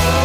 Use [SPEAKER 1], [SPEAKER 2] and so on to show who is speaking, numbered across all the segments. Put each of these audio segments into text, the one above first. [SPEAKER 1] Oh,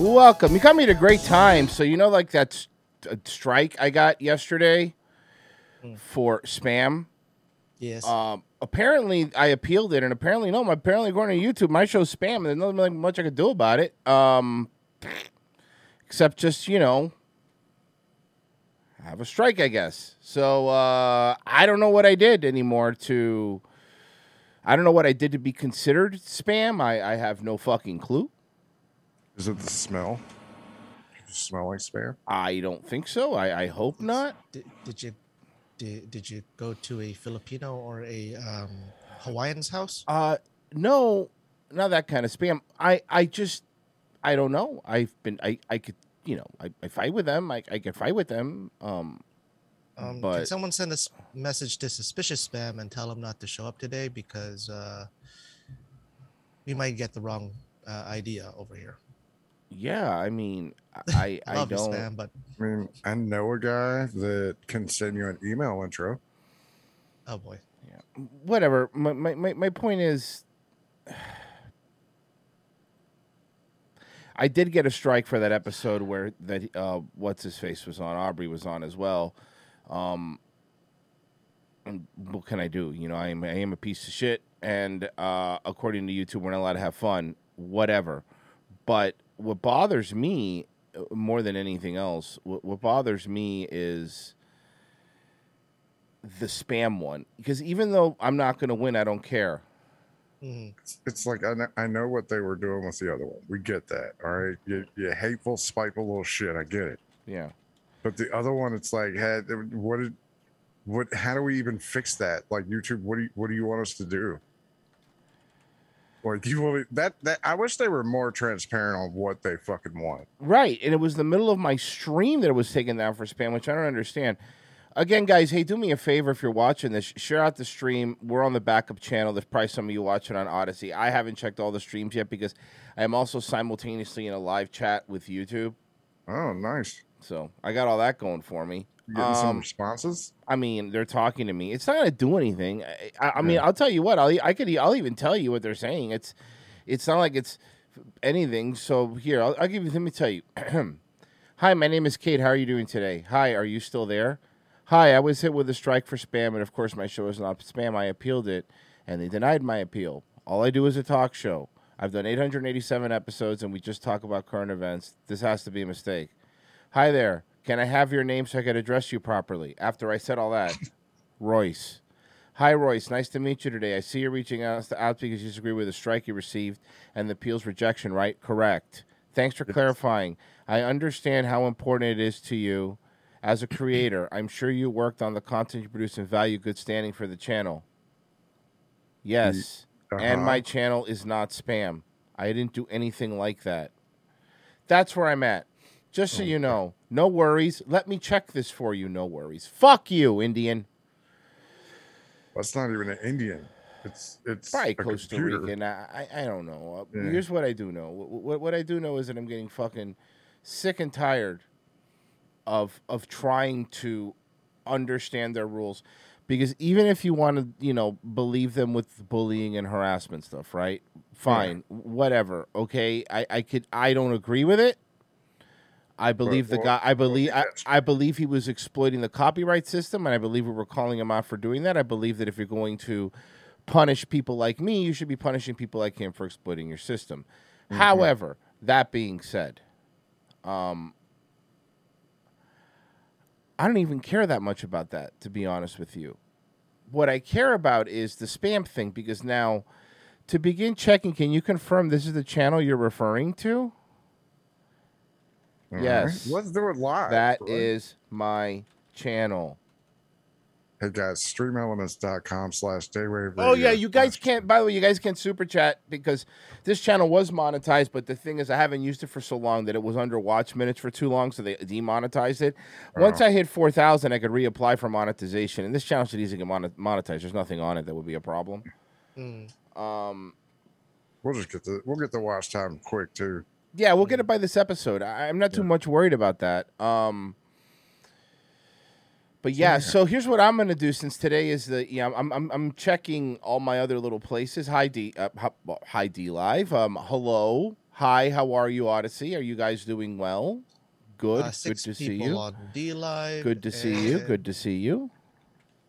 [SPEAKER 1] Oh,
[SPEAKER 2] welcome. You got me at a great time. So you know, like that s- uh, strike I got yesterday for spam.
[SPEAKER 3] Yes.
[SPEAKER 2] Um, apparently, I appealed it, and apparently, no. Apparently, according to YouTube, my show's spam. and There's nothing really much I could do about it. Um, except just you know, have a strike, I guess. So uh, I don't know what I did anymore to. I don't know what I did to be considered spam. I, I have no fucking clue.
[SPEAKER 4] Is it the smell? Does it smell like spam?
[SPEAKER 2] I don't think so. I, I hope not.
[SPEAKER 3] Did, did you did, did you go to a Filipino or a um, Hawaiian's house?
[SPEAKER 2] Uh, no, not that kind of spam. I, I just, I don't know. I've been, I, I could, you know, I, I fight with them. I, I could fight with them. Um,
[SPEAKER 3] Um, can
[SPEAKER 2] but-
[SPEAKER 3] someone send a s- message to suspicious spam and tell them not to show up today because uh, we might get the wrong uh, idea over here.
[SPEAKER 2] yeah, I mean, I,
[SPEAKER 3] I
[SPEAKER 2] I, I
[SPEAKER 3] love you,
[SPEAKER 2] don't.
[SPEAKER 3] spam, but
[SPEAKER 4] I mean, I know a guy that can send you an email intro.
[SPEAKER 3] oh boy,
[SPEAKER 2] whatever. My, my, my, my point is, I did get a strike for that episode where that uh, what's his face was on. Aubrey was on as well. Um, and what can I do? You know, I am I am a piece of shit, and uh, according to YouTube, we're not allowed to have fun. Whatever. But what bothers me uh, more than anything else, what, what bothers me is the spam one because even though I'm not going to win, I don't care.
[SPEAKER 3] Mhm.
[SPEAKER 4] It's, it's like I know, I know what they were doing with the other one. We get that. All right, you, you hateful, spiteful little shit. I get it.
[SPEAKER 2] Yeah.
[SPEAKER 4] But the other one, it's like, had what did, what? How do we even fix that? Like YouTube, what do you, what do you want us to do? Like you want that that I wish they were more transparent on what they fucking want.
[SPEAKER 2] Right. And it was the middle of my stream that it was taken down for spam, which I don't understand. Again, guys, hey, do me a favor if you're watching this, share out the stream. We're on the backup channel. There's probably some of you watching on Odyssey. I haven't checked all the streams yet because I am also simultaneously in a live chat with YouTube.
[SPEAKER 4] Oh, nice.
[SPEAKER 2] So I got all that going for me.
[SPEAKER 4] You getting some
[SPEAKER 2] Um,
[SPEAKER 4] responses?
[SPEAKER 2] I mean, they're talking to me. It's not gonna do anything. I, I, I mean, I'll tell you what. I'll e- I could e- I'll even tell you what they're saying. It's it's not like it's anything. So here, I'll, I'll give you. Let me tell you. Hi, my name is Kate. How are you doing today? Hi, are you still there? Hi, I was hit with a strike for spam, and of course, my show is not spam. I appealed it, and they denied my appeal. All I do is a talk show. I've done 887 episodes, and we just talk about current events. This has to be a mistake. Hi there. Can I have your name so I can address you properly? After I said all that, Royce. Hi, Royce. Nice to meet you today. I see you're reaching out, out because you disagree with the strike you received and the appeals rejection, right? Correct. Thanks for clarifying. I understand how important it is to you as a creator. I'm sure you worked on the content you produce and value good standing for the channel. Yes. And
[SPEAKER 4] Uh-huh.
[SPEAKER 2] my channel is not spam. I didn't do anything like that. That's where I'm at. Just so you know, no worries. Let me check this for you. No worries. Fuck you, Indian.
[SPEAKER 4] That's not even an Indian. It's it's
[SPEAKER 2] Probably
[SPEAKER 4] a
[SPEAKER 2] Costa
[SPEAKER 4] computer.
[SPEAKER 2] Rican. I, I I don't know. Uh,
[SPEAKER 4] Yeah.
[SPEAKER 2] Here's what I do know. What, what what I do know is that I'm getting fucking sick and tired of of trying to understand their rules, because even if you want to, you know, believe them with bullying and harassment stuff, right? Fine, whatever. Okay, I I could I don't agree with it. I believe the
[SPEAKER 4] what-
[SPEAKER 2] guy. I believe I,
[SPEAKER 4] that's-
[SPEAKER 2] I believe he was exploiting the copyright system, and I believe we were calling him out for doing that. I believe that if you're going to punish people like me, you should be punishing people like him for exploiting your system.
[SPEAKER 4] Mm-hmm.
[SPEAKER 2] However, that being said, um, I don't even care that much about that, to be honest with you. What I care about is the spam thing because now, to begin checking, can you confirm this is the channel you're referring to?
[SPEAKER 4] All right,
[SPEAKER 2] Yes.
[SPEAKER 4] Let's do it live.
[SPEAKER 2] That
[SPEAKER 4] right?
[SPEAKER 2] is my channel.
[SPEAKER 4] Hey guys, streamelements.com slash daywave.
[SPEAKER 2] Oh yeah,
[SPEAKER 4] radio
[SPEAKER 2] you guys
[SPEAKER 4] slash-
[SPEAKER 2] can't. By the way, you guys can't super chat because this channel was monetized, but the thing is, I haven't used it for so long that it was under watch minutes for too long, so they demonetized it.
[SPEAKER 4] Oh.
[SPEAKER 2] Once I hit four thousand, I could reapply for monetization, and this channel should easily get monet- monetized. There's nothing on it that would be a problem.
[SPEAKER 3] Mm.
[SPEAKER 2] Um,
[SPEAKER 4] We'll just get the we'll get the watch time quick too.
[SPEAKER 2] yeah, we'll get it by this episode. I, I'm not too much worried about that. Um, but yeah, so here's what I'm gonna do since today is the yeah I'm I'm, I'm checking all my other little places. Hi D, uh, hi- well, hi D Live. Um, hello. Hi, how are you, Odyssey? Are you guys doing well? Good.
[SPEAKER 3] Uh,
[SPEAKER 2] good
[SPEAKER 3] six
[SPEAKER 2] to see
[SPEAKER 3] people
[SPEAKER 2] you.
[SPEAKER 3] on D Live.
[SPEAKER 2] Good to see you. Good to see you.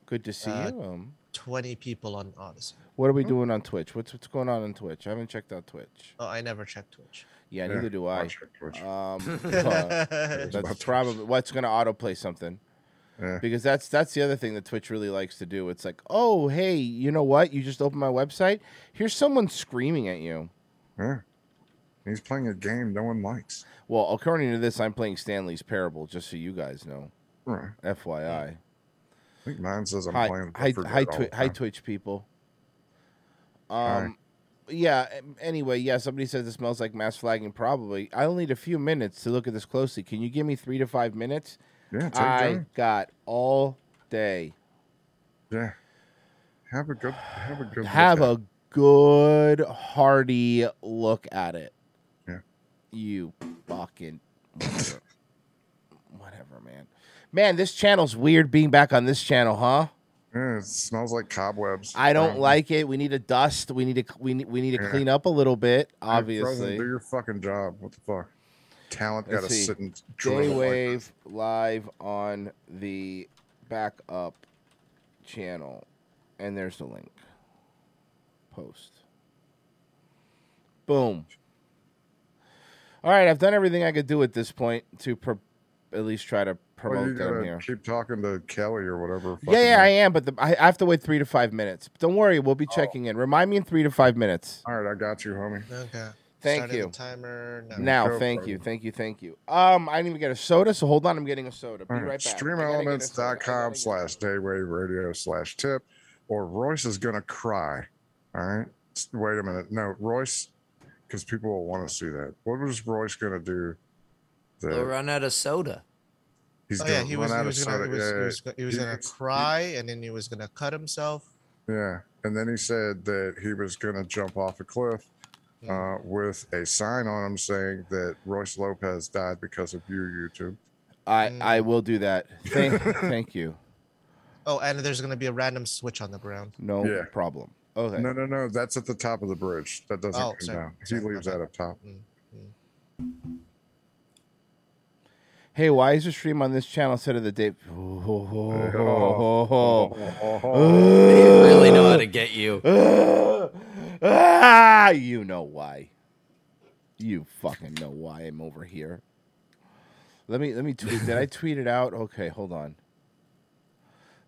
[SPEAKER 2] Good to see
[SPEAKER 3] Uh, hmm?
[SPEAKER 2] you. Um,
[SPEAKER 3] Twenty people on Odyssey.
[SPEAKER 2] what are we doing on Twitch? What's what's going on on Twitch? I haven't checked out Twitch.
[SPEAKER 3] Oh, I never check Twitch.
[SPEAKER 2] Yeah,
[SPEAKER 4] Yeah,
[SPEAKER 2] neither do I.
[SPEAKER 4] Watch it, watch it.
[SPEAKER 2] Um, so
[SPEAKER 4] about
[SPEAKER 2] that's
[SPEAKER 4] Twitch.
[SPEAKER 2] probably what's going to autoplay something
[SPEAKER 4] Yeah.
[SPEAKER 2] because that's that's the other thing that Twitch really likes to do. It's like, oh hey, you know what? You just opened my website. Here's someone screaming at you.
[SPEAKER 4] Yeah. He's playing a game no one likes.
[SPEAKER 2] Well, according to this, I'm playing Stanley's Parable. Just so you guys know,
[SPEAKER 4] Right.
[SPEAKER 2] FYI.
[SPEAKER 4] Hmm. I think mine says I'm
[SPEAKER 2] hi,
[SPEAKER 4] playing.
[SPEAKER 2] hi,
[SPEAKER 4] Left 4
[SPEAKER 2] hi,
[SPEAKER 4] Dead all
[SPEAKER 2] Twi-
[SPEAKER 4] the
[SPEAKER 2] hi,
[SPEAKER 4] time.
[SPEAKER 2] Twitch people.
[SPEAKER 4] Hi.
[SPEAKER 2] Um, yeah. em- Anyway, yeah. Somebody says it smells like mass flagging. Probably. I only need a few minutes to look at this closely. Can you give me three to five minutes?
[SPEAKER 4] yeah, take
[SPEAKER 2] I
[SPEAKER 4] time.
[SPEAKER 2] got all day.
[SPEAKER 4] Yeah. Have a good. Have a good. look
[SPEAKER 2] Have
[SPEAKER 4] at it.
[SPEAKER 2] a good hearty look at it.
[SPEAKER 4] Yeah.
[SPEAKER 2] You fucking whatever. whatever, man. Man, this channel's weird being back on this channel, huh?
[SPEAKER 4] Yeah, it smells like cobwebs.
[SPEAKER 2] I don't
[SPEAKER 4] Um,
[SPEAKER 2] like it. We need a dust. We need to we need, we need to
[SPEAKER 4] Yeah.
[SPEAKER 2] clean up a little bit.
[SPEAKER 4] Hey, Frozen,
[SPEAKER 2] Obviously,
[SPEAKER 4] do your fucking job. What the fuck? Talent
[SPEAKER 2] Let's
[SPEAKER 4] got to
[SPEAKER 2] see.
[SPEAKER 4] sit and drool
[SPEAKER 2] Daily
[SPEAKER 4] like
[SPEAKER 2] Wave live on the backup channel, and there's the link. Post. Boom. All right, I've done everything I could do at this point to pro- at least try to
[SPEAKER 4] Well, you
[SPEAKER 2] promote them
[SPEAKER 4] gotta
[SPEAKER 2] here.
[SPEAKER 4] Keep talking to Kelly or whatever.
[SPEAKER 2] Yeah, yeah, I am, but the, I I have to wait three to five minutes. Don't worry, we'll be checking in. Remind me in three to five minutes.
[SPEAKER 4] Oh. All right, I got you, homie.
[SPEAKER 3] Okay.
[SPEAKER 2] Thank
[SPEAKER 3] Started
[SPEAKER 2] you.
[SPEAKER 3] The timer. No.
[SPEAKER 2] Now,
[SPEAKER 4] Go
[SPEAKER 2] thank
[SPEAKER 4] for
[SPEAKER 2] you,
[SPEAKER 4] it.
[SPEAKER 2] thank you, thank you. Um, I didn't even get a soda, so hold on, I'm getting a soda. Be
[SPEAKER 4] All
[SPEAKER 2] right,
[SPEAKER 4] right,
[SPEAKER 2] back.
[SPEAKER 4] Streamelements.com slash daywave radio slash tip, or Royce is gonna cry. All right. S- Wait a minute. No, Royce, because people will want to see that. What was Royce gonna do? that
[SPEAKER 5] They'll run out of soda.
[SPEAKER 4] he's
[SPEAKER 3] Oh
[SPEAKER 4] gonna
[SPEAKER 3] yeah, he
[SPEAKER 4] run
[SPEAKER 3] was.
[SPEAKER 4] out
[SPEAKER 3] He
[SPEAKER 4] of
[SPEAKER 3] was gonna. He
[SPEAKER 4] soda.
[SPEAKER 3] was,
[SPEAKER 4] Yeah,
[SPEAKER 3] he
[SPEAKER 4] yeah,
[SPEAKER 3] was, go- he was
[SPEAKER 4] He-
[SPEAKER 3] gonna cry, and then he was gonna cut himself.
[SPEAKER 4] Yeah, and then he said that he was going to jump off a cliff uh, with a sign on him saying that Royce Lopez died because of you, YouTube.
[SPEAKER 2] I I will do that. Thank thank you.
[SPEAKER 3] Oh, and there's gonna be a random switch on the ground.
[SPEAKER 2] No
[SPEAKER 4] Yeah.
[SPEAKER 2] problem. Okay.
[SPEAKER 4] No, no, no, that's at the top of the bridge. That doesn't
[SPEAKER 3] Oh,
[SPEAKER 4] come
[SPEAKER 3] sorry,
[SPEAKER 4] down. He
[SPEAKER 3] sorry, Mm. my
[SPEAKER 4] leaves
[SPEAKER 3] bad.
[SPEAKER 4] that up top.
[SPEAKER 2] Hey, why is your stream on this channel instead of the Dave?
[SPEAKER 5] They really know how to get you.
[SPEAKER 2] Ah, you know why. You fucking know why I'm over here. Let me let me tweet. Did I tweet it out? Okay, hold on.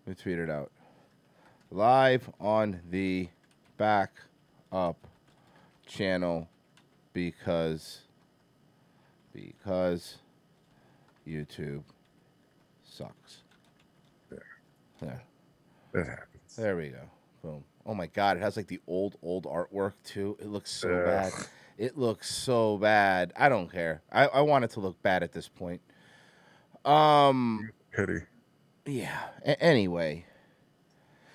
[SPEAKER 2] Let me tweet it out. Live on the back up channel because because YouTube sucks. There.
[SPEAKER 4] It happens.
[SPEAKER 2] There we go. Boom. Oh my god, it has like the old old artwork too. It looks so
[SPEAKER 4] Ugh.
[SPEAKER 2] bad. It looks so bad. I don't care. I, I want it to look bad at this point. Um
[SPEAKER 4] Pity.
[SPEAKER 2] yeah. A- anyway.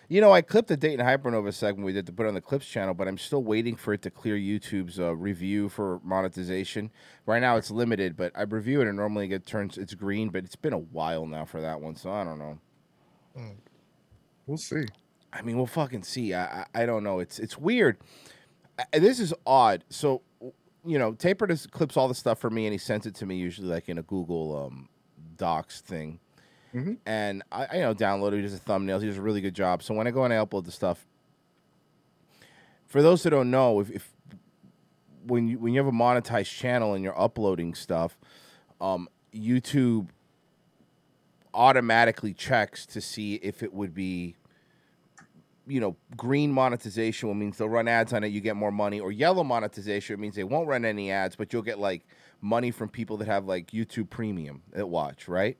[SPEAKER 2] You know, I clipped the Dayton Hypernova segment we did to put on the clips channel, but I'm still waiting for it to clear YouTube's uh, review for monetization. Right now, it's limited, but I review it and normally it turns it's green, but it's been a while now for that one, so I don't know.
[SPEAKER 4] We'll see.
[SPEAKER 2] I mean, we'll fucking see. I, I, I don't know. It's it's weird. I, this is odd. So, you know, Taper just clips all the stuff for me, and he sends it to me usually like in a Google um, Docs thing.
[SPEAKER 4] Mhm.
[SPEAKER 2] And I, I, you know, download it. He does the thumbnails. He does a really good job. So when I go and I upload the stuff, for those that don't know, if, if when you when you have a monetized channel and you're uploading stuff, um, YouTube automatically checks to see if it would be you know, green monetization will means they'll run ads on it, you get more money, or yellow monetization means they won't run any ads, but you'll get like money from people that have like YouTube Premium that watch, right?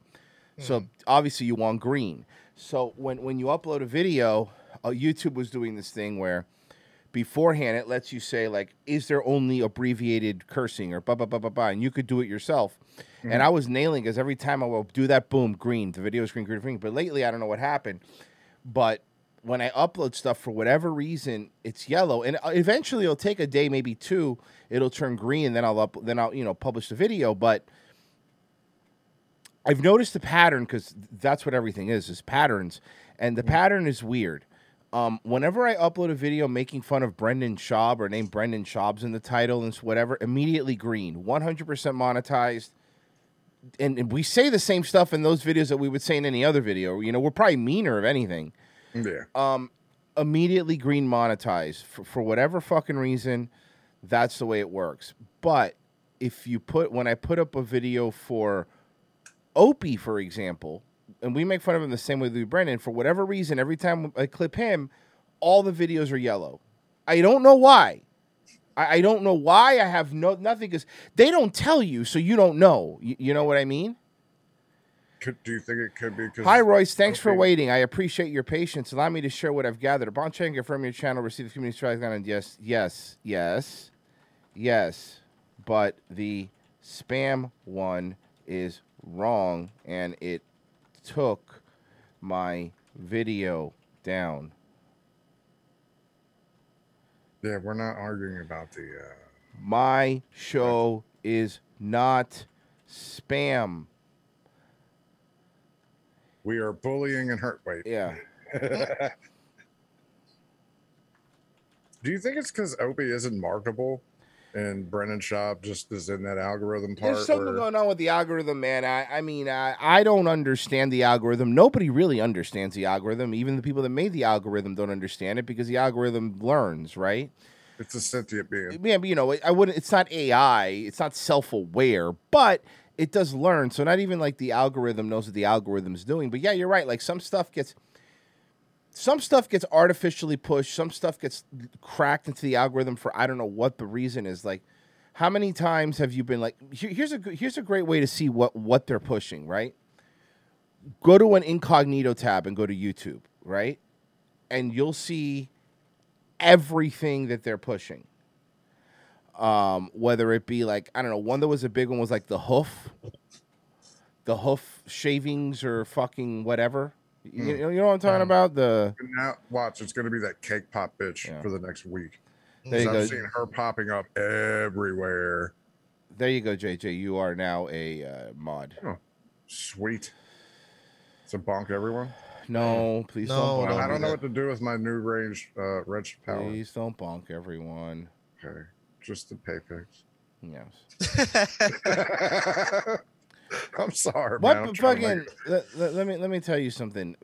[SPEAKER 2] So obviously you want green. So when when you upload a video, uh, YouTube was doing this thing where beforehand it lets you say like, is there only abbreviated cursing or blah blah blah blah blah, and you could do it yourself. And I was nailing because every time I will do that, boom, green, the video is green, green, green. But lately I don't know what happened, but when I upload stuff for whatever reason, it's yellow, and uh, eventually it'll take a day, maybe two. It'll turn green, then I'll up, then I'll you know publish the video. But I've noticed the pattern because that's what everything is is patterns, and the pattern is weird. Um, whenever I upload a video making fun of Brendan Schaub or name Brendan Schaub's in the title and s- whatever, immediately green, 100% monetized. And, and we say the same stuff in those videos that we would say in any other video. You know, we're probably meaner, if anything
[SPEAKER 4] Yeah.
[SPEAKER 2] um, immediately green monetized for, for whatever fucking reason. That's the way it works. But if you put when I put up a video for Opie, for example, and we make fun of him the same way we do Brendan, for whatever reason, every time I clip him, all the videos are yellow. I don't know why. I, I don't know why. I have no nothing because they don't tell you, so you don't know. You, you know what I mean?
[SPEAKER 4] Could, do you think it could be? 'cause-
[SPEAKER 2] Hi, Royce. Thanks for
[SPEAKER 4] Okay.
[SPEAKER 2] waiting. I appreciate your patience. Allow me to share what I've gathered. Upon check and confirm your channel, receive the community strike on yes, yes, yes, yes. But the spam one is wrong, and it took my video down.
[SPEAKER 4] Yeah, we're not arguing about the. Uh,
[SPEAKER 2] My show is not spam.
[SPEAKER 4] we are bullying and hurt. Wait.
[SPEAKER 2] Yeah.
[SPEAKER 4] Do you think it's because Opie isn't marketable, and Brennan Schaub just is in that algorithm part?
[SPEAKER 2] There's something
[SPEAKER 4] where-
[SPEAKER 2] going on with the algorithm, man. I, I mean, I, I don't understand the algorithm. Nobody really understands the algorithm. Even the people that made the algorithm don't understand it because the algorithm learns, right?
[SPEAKER 4] It's a sentient being.
[SPEAKER 2] Yeah, but you know, I wouldn't. It's not AI. It's not self-aware, but it does learn. So not even like the algorithm knows what the algorithm's doing. But yeah, you're right. Like some stuff gets, some stuff gets artificially pushed. Some stuff gets cracked into the algorithm for I don't know what the reason is. Like, how many times have you been like? Here, here's a g- here's a great way to see what what they're pushing. Right. Go to an incognito tab and go to YouTube. Right, and you'll see everything that they're pushing um, whether it be like I don't know, one that was a big one was like the hoof, the hoof shavings or fucking whatever. You,
[SPEAKER 4] Mm.
[SPEAKER 2] you know, you know what I'm talking
[SPEAKER 3] Um,
[SPEAKER 2] about? The
[SPEAKER 4] And Now, watch. It's going to be that cake pop bitch
[SPEAKER 2] Yeah.
[SPEAKER 4] for the next week.
[SPEAKER 2] there
[SPEAKER 4] 'Cause
[SPEAKER 2] you
[SPEAKER 4] I've
[SPEAKER 2] go,
[SPEAKER 4] seen her popping up everywhere.
[SPEAKER 2] there you go, JJ. You are now a uh, mod.
[SPEAKER 4] Oh, Sweet. So bonk everyone.
[SPEAKER 2] No, please
[SPEAKER 3] No,
[SPEAKER 2] don't. Bonk.
[SPEAKER 3] don't
[SPEAKER 4] I don't
[SPEAKER 3] do
[SPEAKER 4] know
[SPEAKER 3] that.
[SPEAKER 4] what to do with my new range uh, wrench power.
[SPEAKER 2] Please don't bonk everyone.
[SPEAKER 4] Okay, just the pay pigs.
[SPEAKER 2] Yes.
[SPEAKER 4] I'm sorry, man.
[SPEAKER 2] But
[SPEAKER 4] I'm
[SPEAKER 2] but
[SPEAKER 4] trying to
[SPEAKER 2] fucking, let,
[SPEAKER 4] make-
[SPEAKER 2] let- let me let me tell you something,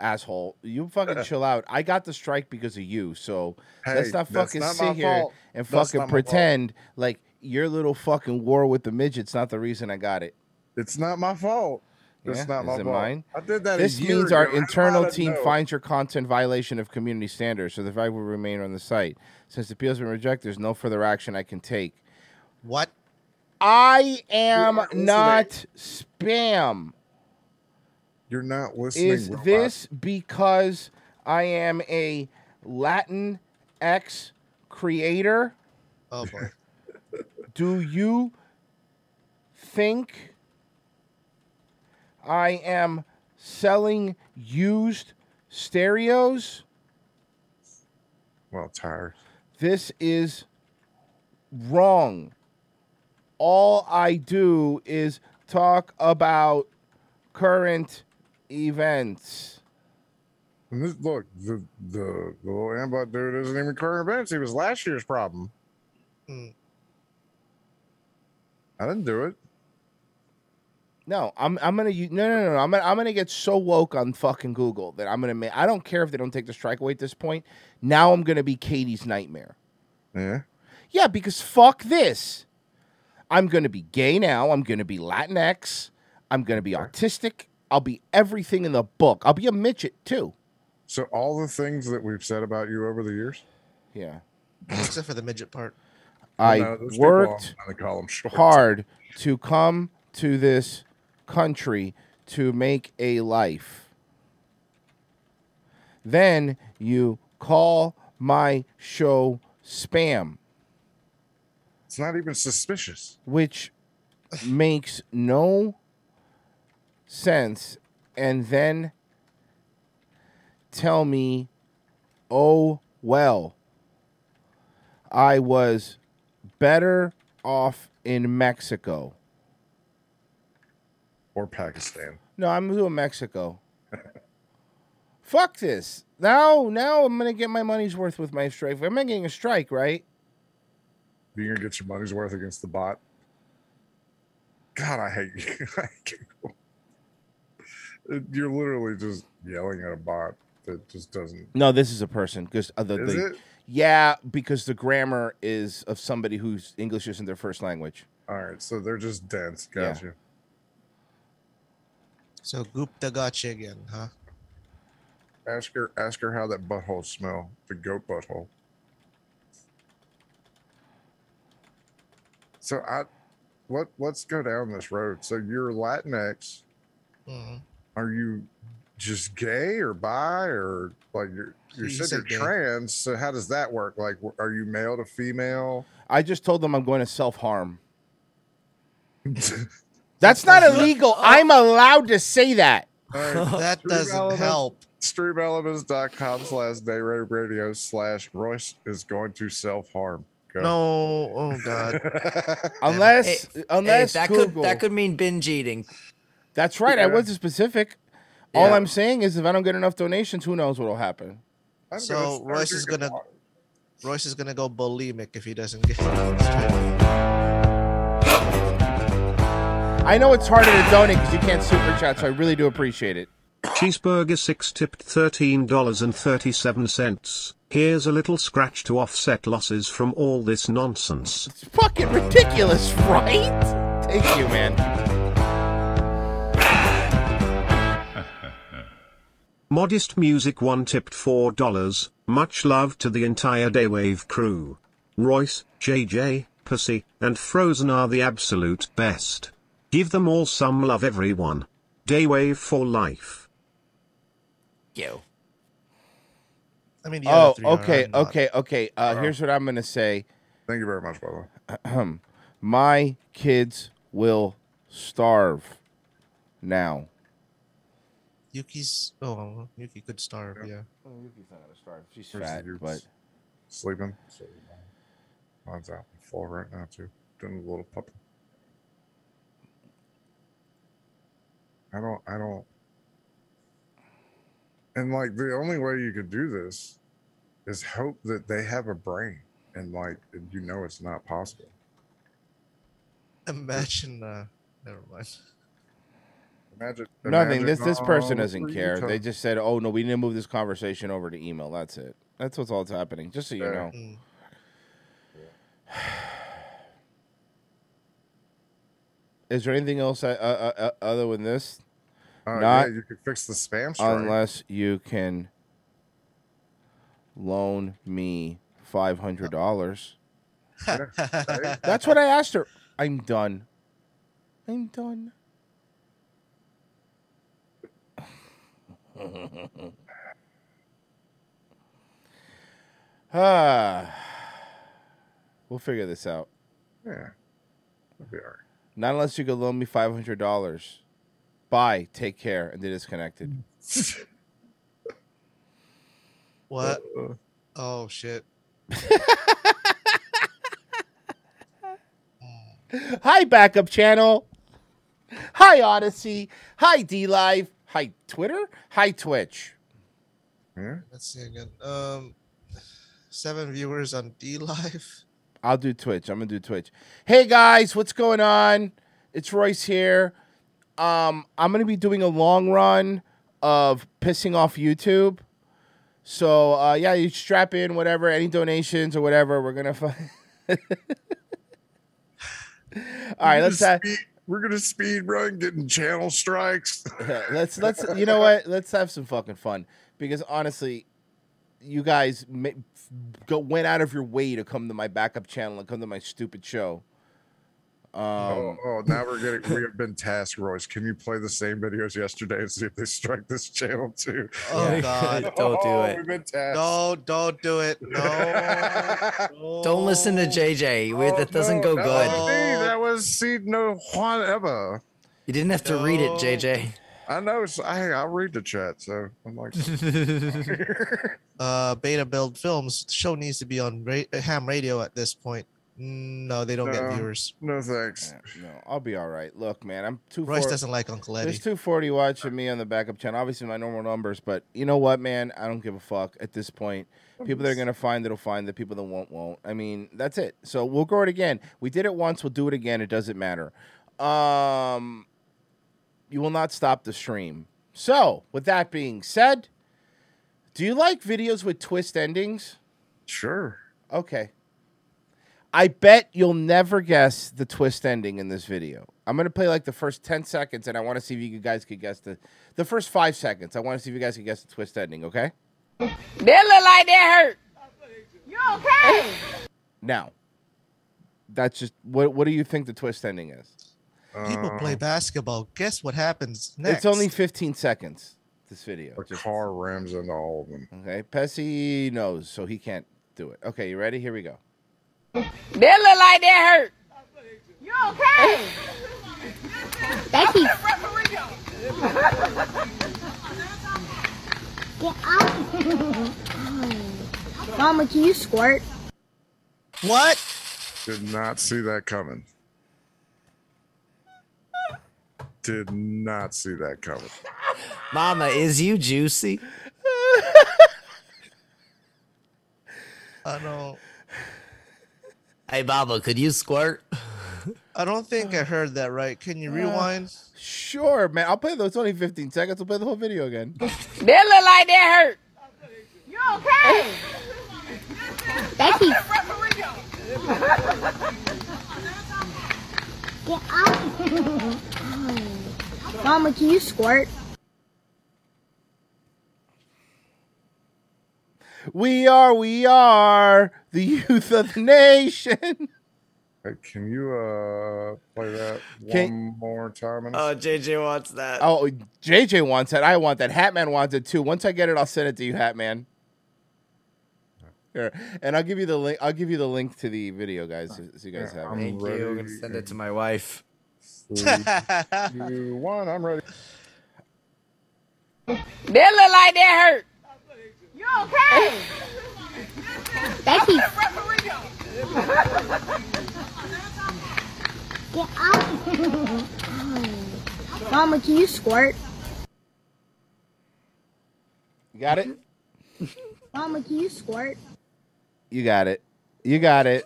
[SPEAKER 2] asshole. You fucking chill out. I got the strike because of you. So. let's
[SPEAKER 4] Hey,
[SPEAKER 2] not
[SPEAKER 4] that's
[SPEAKER 2] fucking
[SPEAKER 4] not
[SPEAKER 2] sit
[SPEAKER 4] my
[SPEAKER 2] here
[SPEAKER 4] fault.
[SPEAKER 2] and
[SPEAKER 4] That's
[SPEAKER 2] fucking
[SPEAKER 4] not my fault.
[SPEAKER 2] pretend like your little fucking war with the midget's not the reason I got it.
[SPEAKER 4] It's not my fault. It's
[SPEAKER 2] Yeah,
[SPEAKER 4] not my
[SPEAKER 2] is it
[SPEAKER 4] fault.
[SPEAKER 2] mine?
[SPEAKER 4] I did that. a
[SPEAKER 2] This
[SPEAKER 4] year
[SPEAKER 2] means our
[SPEAKER 4] ago. How
[SPEAKER 2] internal
[SPEAKER 4] did I
[SPEAKER 2] team
[SPEAKER 4] know?
[SPEAKER 2] finds your content violation of community standards, so the fact will remain on the site. Since the appeal has been rejected, there's no further action I can take.
[SPEAKER 3] What?
[SPEAKER 2] I am
[SPEAKER 4] aren't listening.
[SPEAKER 2] not spam.
[SPEAKER 4] You're not listening.
[SPEAKER 2] Is
[SPEAKER 4] robot.
[SPEAKER 2] this because I am a Latin X creator?
[SPEAKER 3] Oh boy.
[SPEAKER 2] Do you think I am selling used stereos?
[SPEAKER 4] Well, tired.
[SPEAKER 2] This is wrong. All I do is talk about current events.
[SPEAKER 4] And this, look, the the the little ambot dude isn't even current events. He was last year's problem.
[SPEAKER 3] Hmm.
[SPEAKER 4] I didn't do it.
[SPEAKER 2] No, I'm I'm gonna u- no no no no. I'm gonna I'm gonna get so woke on fucking Google that I'm gonna make I don't care if they don't take the strike away at this point. Now I'm gonna be Katie's nightmare.
[SPEAKER 4] Yeah.
[SPEAKER 2] Yeah, because fuck this. I'm going to be gay now. I'm going to be Latinx. I'm going to be autistic. I'll be everything in the book. I'll be a midget too.
[SPEAKER 4] So all the things that we've said about you over the years.
[SPEAKER 2] Yeah.
[SPEAKER 3] Except for the midget part.
[SPEAKER 2] I
[SPEAKER 4] Oh, No, those people,
[SPEAKER 2] worked
[SPEAKER 4] I'm gonna call them short.
[SPEAKER 2] hard to come to this country to make a life. Then you call my show spam,
[SPEAKER 4] It's not even suspicious.
[SPEAKER 2] which makes no sense and then tell me oh well i was better off in mexico
[SPEAKER 4] Or Pakistan.
[SPEAKER 2] no i'm doing mexico fuck this. Now, now I'm gonna get my money's worth with my strike. I'm not getting a strike, right?
[SPEAKER 4] You're gonna get your money's worth against the bot. God, I hate you. I hate you. You're literally just yelling at a bot that just doesn't.
[SPEAKER 2] No, this is a person because uh, the,
[SPEAKER 4] Is
[SPEAKER 2] the
[SPEAKER 4] it?
[SPEAKER 2] yeah, because the grammar is of somebody whose English isn't their first language.
[SPEAKER 4] All right, so they're just dense.
[SPEAKER 2] Yeah.
[SPEAKER 4] Gotcha.
[SPEAKER 3] So Gupta gotcha again, huh?
[SPEAKER 4] Ask her. Ask her how that butthole smell. The goat butthole. So I, let let's go down this road. So you're Latinx.
[SPEAKER 3] Mhm.
[SPEAKER 4] Are you just gay or bi or like you're you
[SPEAKER 3] He
[SPEAKER 4] said
[SPEAKER 3] said
[SPEAKER 4] you're
[SPEAKER 3] gay.
[SPEAKER 4] trans? So how does that work? Like, w- are you male to female?
[SPEAKER 2] I just told them I'm going to self harm. That's not illegal. I'm allowed to say that.
[SPEAKER 4] Alright,
[SPEAKER 3] That
[SPEAKER 4] Three
[SPEAKER 3] doesn't
[SPEAKER 4] relevant-
[SPEAKER 3] help.
[SPEAKER 4] Streamelements.com slash dayrape radio slash Royce is going to self harm.
[SPEAKER 3] No, oh god.
[SPEAKER 2] Unless,
[SPEAKER 5] Hey,
[SPEAKER 2] unless
[SPEAKER 5] that
[SPEAKER 2] Google-
[SPEAKER 5] could that could mean binge eating.
[SPEAKER 2] That's right. I
[SPEAKER 4] Yeah.
[SPEAKER 2] wasn't specific. All
[SPEAKER 5] Yeah.
[SPEAKER 2] I'm saying is, if I don't get enough donations, who knows what'll happen?
[SPEAKER 3] So, Royce is gonna- Royce is gonna go bulimic if he doesn't get.
[SPEAKER 2] Oh, I know it's harder to donate because you can't super chat, so I really do appreciate it.
[SPEAKER 6] Cheeseburger 6 tipped $13.37. Here's a little scratch to offset losses from all this nonsense.
[SPEAKER 2] It's fucking ridiculous, right? Thank you, man.
[SPEAKER 6] Modest Music 1 tipped $4. Much love to the entire Daywave crew. Royce, JJ, Pussy, and Frozen are the absolute best. Give them all some love, everyone. Daywave for life.
[SPEAKER 5] Yo.
[SPEAKER 3] I mean, the other
[SPEAKER 2] Oh,
[SPEAKER 3] three are-
[SPEAKER 2] okay,
[SPEAKER 3] I'm not.
[SPEAKER 2] okay, okay. Uh, here's what I'm gonna say.
[SPEAKER 4] Thank you very much, by the way.
[SPEAKER 2] My kids will starve now.
[SPEAKER 3] Yuki's. Oh, Yuki could starve. Yeah.
[SPEAKER 2] Yuki's not gonna starve. She's
[SPEAKER 4] Where's
[SPEAKER 2] fat,
[SPEAKER 4] the roots?
[SPEAKER 2] but
[SPEAKER 4] Sleeping. Mine's out in full right now too. Doing a little puppy. I don't I don't and like the only way you could do this is hope that they have a brain and like you know it's not possible.
[SPEAKER 3] Imagine. Uh, never mind.
[SPEAKER 4] Imagine
[SPEAKER 2] nothing.
[SPEAKER 4] imagine
[SPEAKER 2] This this person
[SPEAKER 4] all
[SPEAKER 2] doesn't
[SPEAKER 4] three
[SPEAKER 2] care. They
[SPEAKER 4] times.
[SPEAKER 2] just said, "Oh no, we need to move this conversation over to email." That's it. That's what's all that's happening. Just so you
[SPEAKER 4] Yeah.
[SPEAKER 2] know.
[SPEAKER 3] Mm.
[SPEAKER 2] Is there anything else uh, uh, uh, other than this?
[SPEAKER 4] Uh,
[SPEAKER 2] not-
[SPEAKER 4] yeah, you could fix the spam strike.
[SPEAKER 2] unless you can loan me five hundred dollars. That's what I asked her. I'm done. I'm done. ah, we'll figure this out.
[SPEAKER 4] yeah. That'd be all right.
[SPEAKER 2] Not unless you can loan me five hundred dollars. Bye. Take care. And they disconnected.
[SPEAKER 3] What? Oh shit.
[SPEAKER 2] Hi, backup channel. Hi, Odyssey. Hi, D Live. Hi, Twitter. Hi, Twitch.
[SPEAKER 5] Hmm?
[SPEAKER 4] Yeah.
[SPEAKER 3] Let's see again. Um, seven viewers on D Live.
[SPEAKER 2] I'll do Twitch. I'm gonna do Twitch. Hey guys, what's going on? It's Royce here. Um, I'm gonna be doing a long run of pissing off YouTube. So uh, yeah, you strap in whatever, any donations or whatever. We're gonna. F- All right, let's.
[SPEAKER 4] We're
[SPEAKER 2] Uh,
[SPEAKER 4] gonna speed- we're gonna speed run getting channel strikes.
[SPEAKER 2] let's let's you know what let's have some fucking fun because honestly you guys ma- f- go went out of your way to come to my backup channel and come to my stupid show um
[SPEAKER 4] Oh, oh, now we're getting we have been tasked, Royce. Can you play the same videos yesterday and see if they strike this channel too?
[SPEAKER 3] Oh
[SPEAKER 5] Yeah.
[SPEAKER 3] god.
[SPEAKER 5] Don't do
[SPEAKER 4] Oh,
[SPEAKER 5] it.
[SPEAKER 4] We've been tasked.
[SPEAKER 3] No, don't do it. No.
[SPEAKER 5] Don't listen to
[SPEAKER 3] no.
[SPEAKER 5] JJ. We-
[SPEAKER 4] Oh,
[SPEAKER 5] that doesn't
[SPEAKER 4] no,
[SPEAKER 5] go
[SPEAKER 4] that
[SPEAKER 5] good.
[SPEAKER 4] was me. That was Oh, see no Juan Eva.
[SPEAKER 5] You didn't have to read it, JJ.
[SPEAKER 4] I know. So I I'll read the chat. So I'm like,
[SPEAKER 3] Uh, Beta Build Films. The show needs to be on ra- ham radio at this point. No, they don't
[SPEAKER 4] No.
[SPEAKER 3] get viewers.
[SPEAKER 4] No thanks.
[SPEAKER 2] No, I'll be all right. Look, man, I'm too.
[SPEAKER 3] Royce
[SPEAKER 2] far-
[SPEAKER 3] doesn't like Uncle Eddie.
[SPEAKER 2] There's 240 watching me on the backup channel. Obviously, my normal numbers, but you know what, man? I don't give a fuck at this point. People that are gonna find it'll find. The people that won't won't. I mean, that's it. So we'll grow it again. We did it once. We'll do it again. It doesn't matter. Um, you will not stop the stream. So, with that being said, do you like videos with twist endings?
[SPEAKER 4] Sure.
[SPEAKER 2] Okay. I bet you'll never guess the twist ending in this video. I'm gonna play like the first ten seconds, and I want to see if you guys could guess the the first five seconds. I want to see if you guys can guess the twist ending. Okay.
[SPEAKER 1] That look like that hurt. You okay?
[SPEAKER 2] Now, that's just what. What do you think the twist ending is?
[SPEAKER 3] People
[SPEAKER 5] Oh.
[SPEAKER 3] play
[SPEAKER 4] Uh,
[SPEAKER 3] basketball. Guess what happens next?
[SPEAKER 2] It's only 15 seconds. This video.
[SPEAKER 4] A car rams into all of them.
[SPEAKER 2] Okay. Pessy knows, so he can't do it. Okay, you ready? Here we go.
[SPEAKER 1] That look like that hurt. You okay?
[SPEAKER 7] Becky, get up. Mama, can you squirt?
[SPEAKER 3] What?
[SPEAKER 4] Did not see that coming. Did not see that coming.
[SPEAKER 5] Mama, is you juicy?
[SPEAKER 3] I don't.
[SPEAKER 5] Hey, Mama, could you squirt?
[SPEAKER 3] I don't think I heard that right. Can you rewind?
[SPEAKER 2] Uh, Sure, man. I'll play those. It's only 15 seconds. I'll play the whole video again.
[SPEAKER 1] That look like that hurt. You okay?
[SPEAKER 7] Becky, get up. Mama, can you squirt?
[SPEAKER 2] We are, we are the youth of the nation.
[SPEAKER 4] Hey, can you uh play that
[SPEAKER 2] Can-
[SPEAKER 4] one more time? And
[SPEAKER 5] Oh, JJ wants that.
[SPEAKER 2] Oh, JJ wants it. I want that. Hatman wants it too. Once I get it, I'll send it to you, Hatman. Here, and I'll give you the link. I'll give you the link to the video, guys, so so you guys have it.
[SPEAKER 5] Thank you. I'm gonna send it to my wife.
[SPEAKER 4] three, two, one, I'm ready.
[SPEAKER 1] That look like that hurt. You okay?
[SPEAKER 7] Becky, get up. Mama, can you squirt?
[SPEAKER 2] You got it.
[SPEAKER 7] Mama, can you squirt?
[SPEAKER 2] You got it. You got it.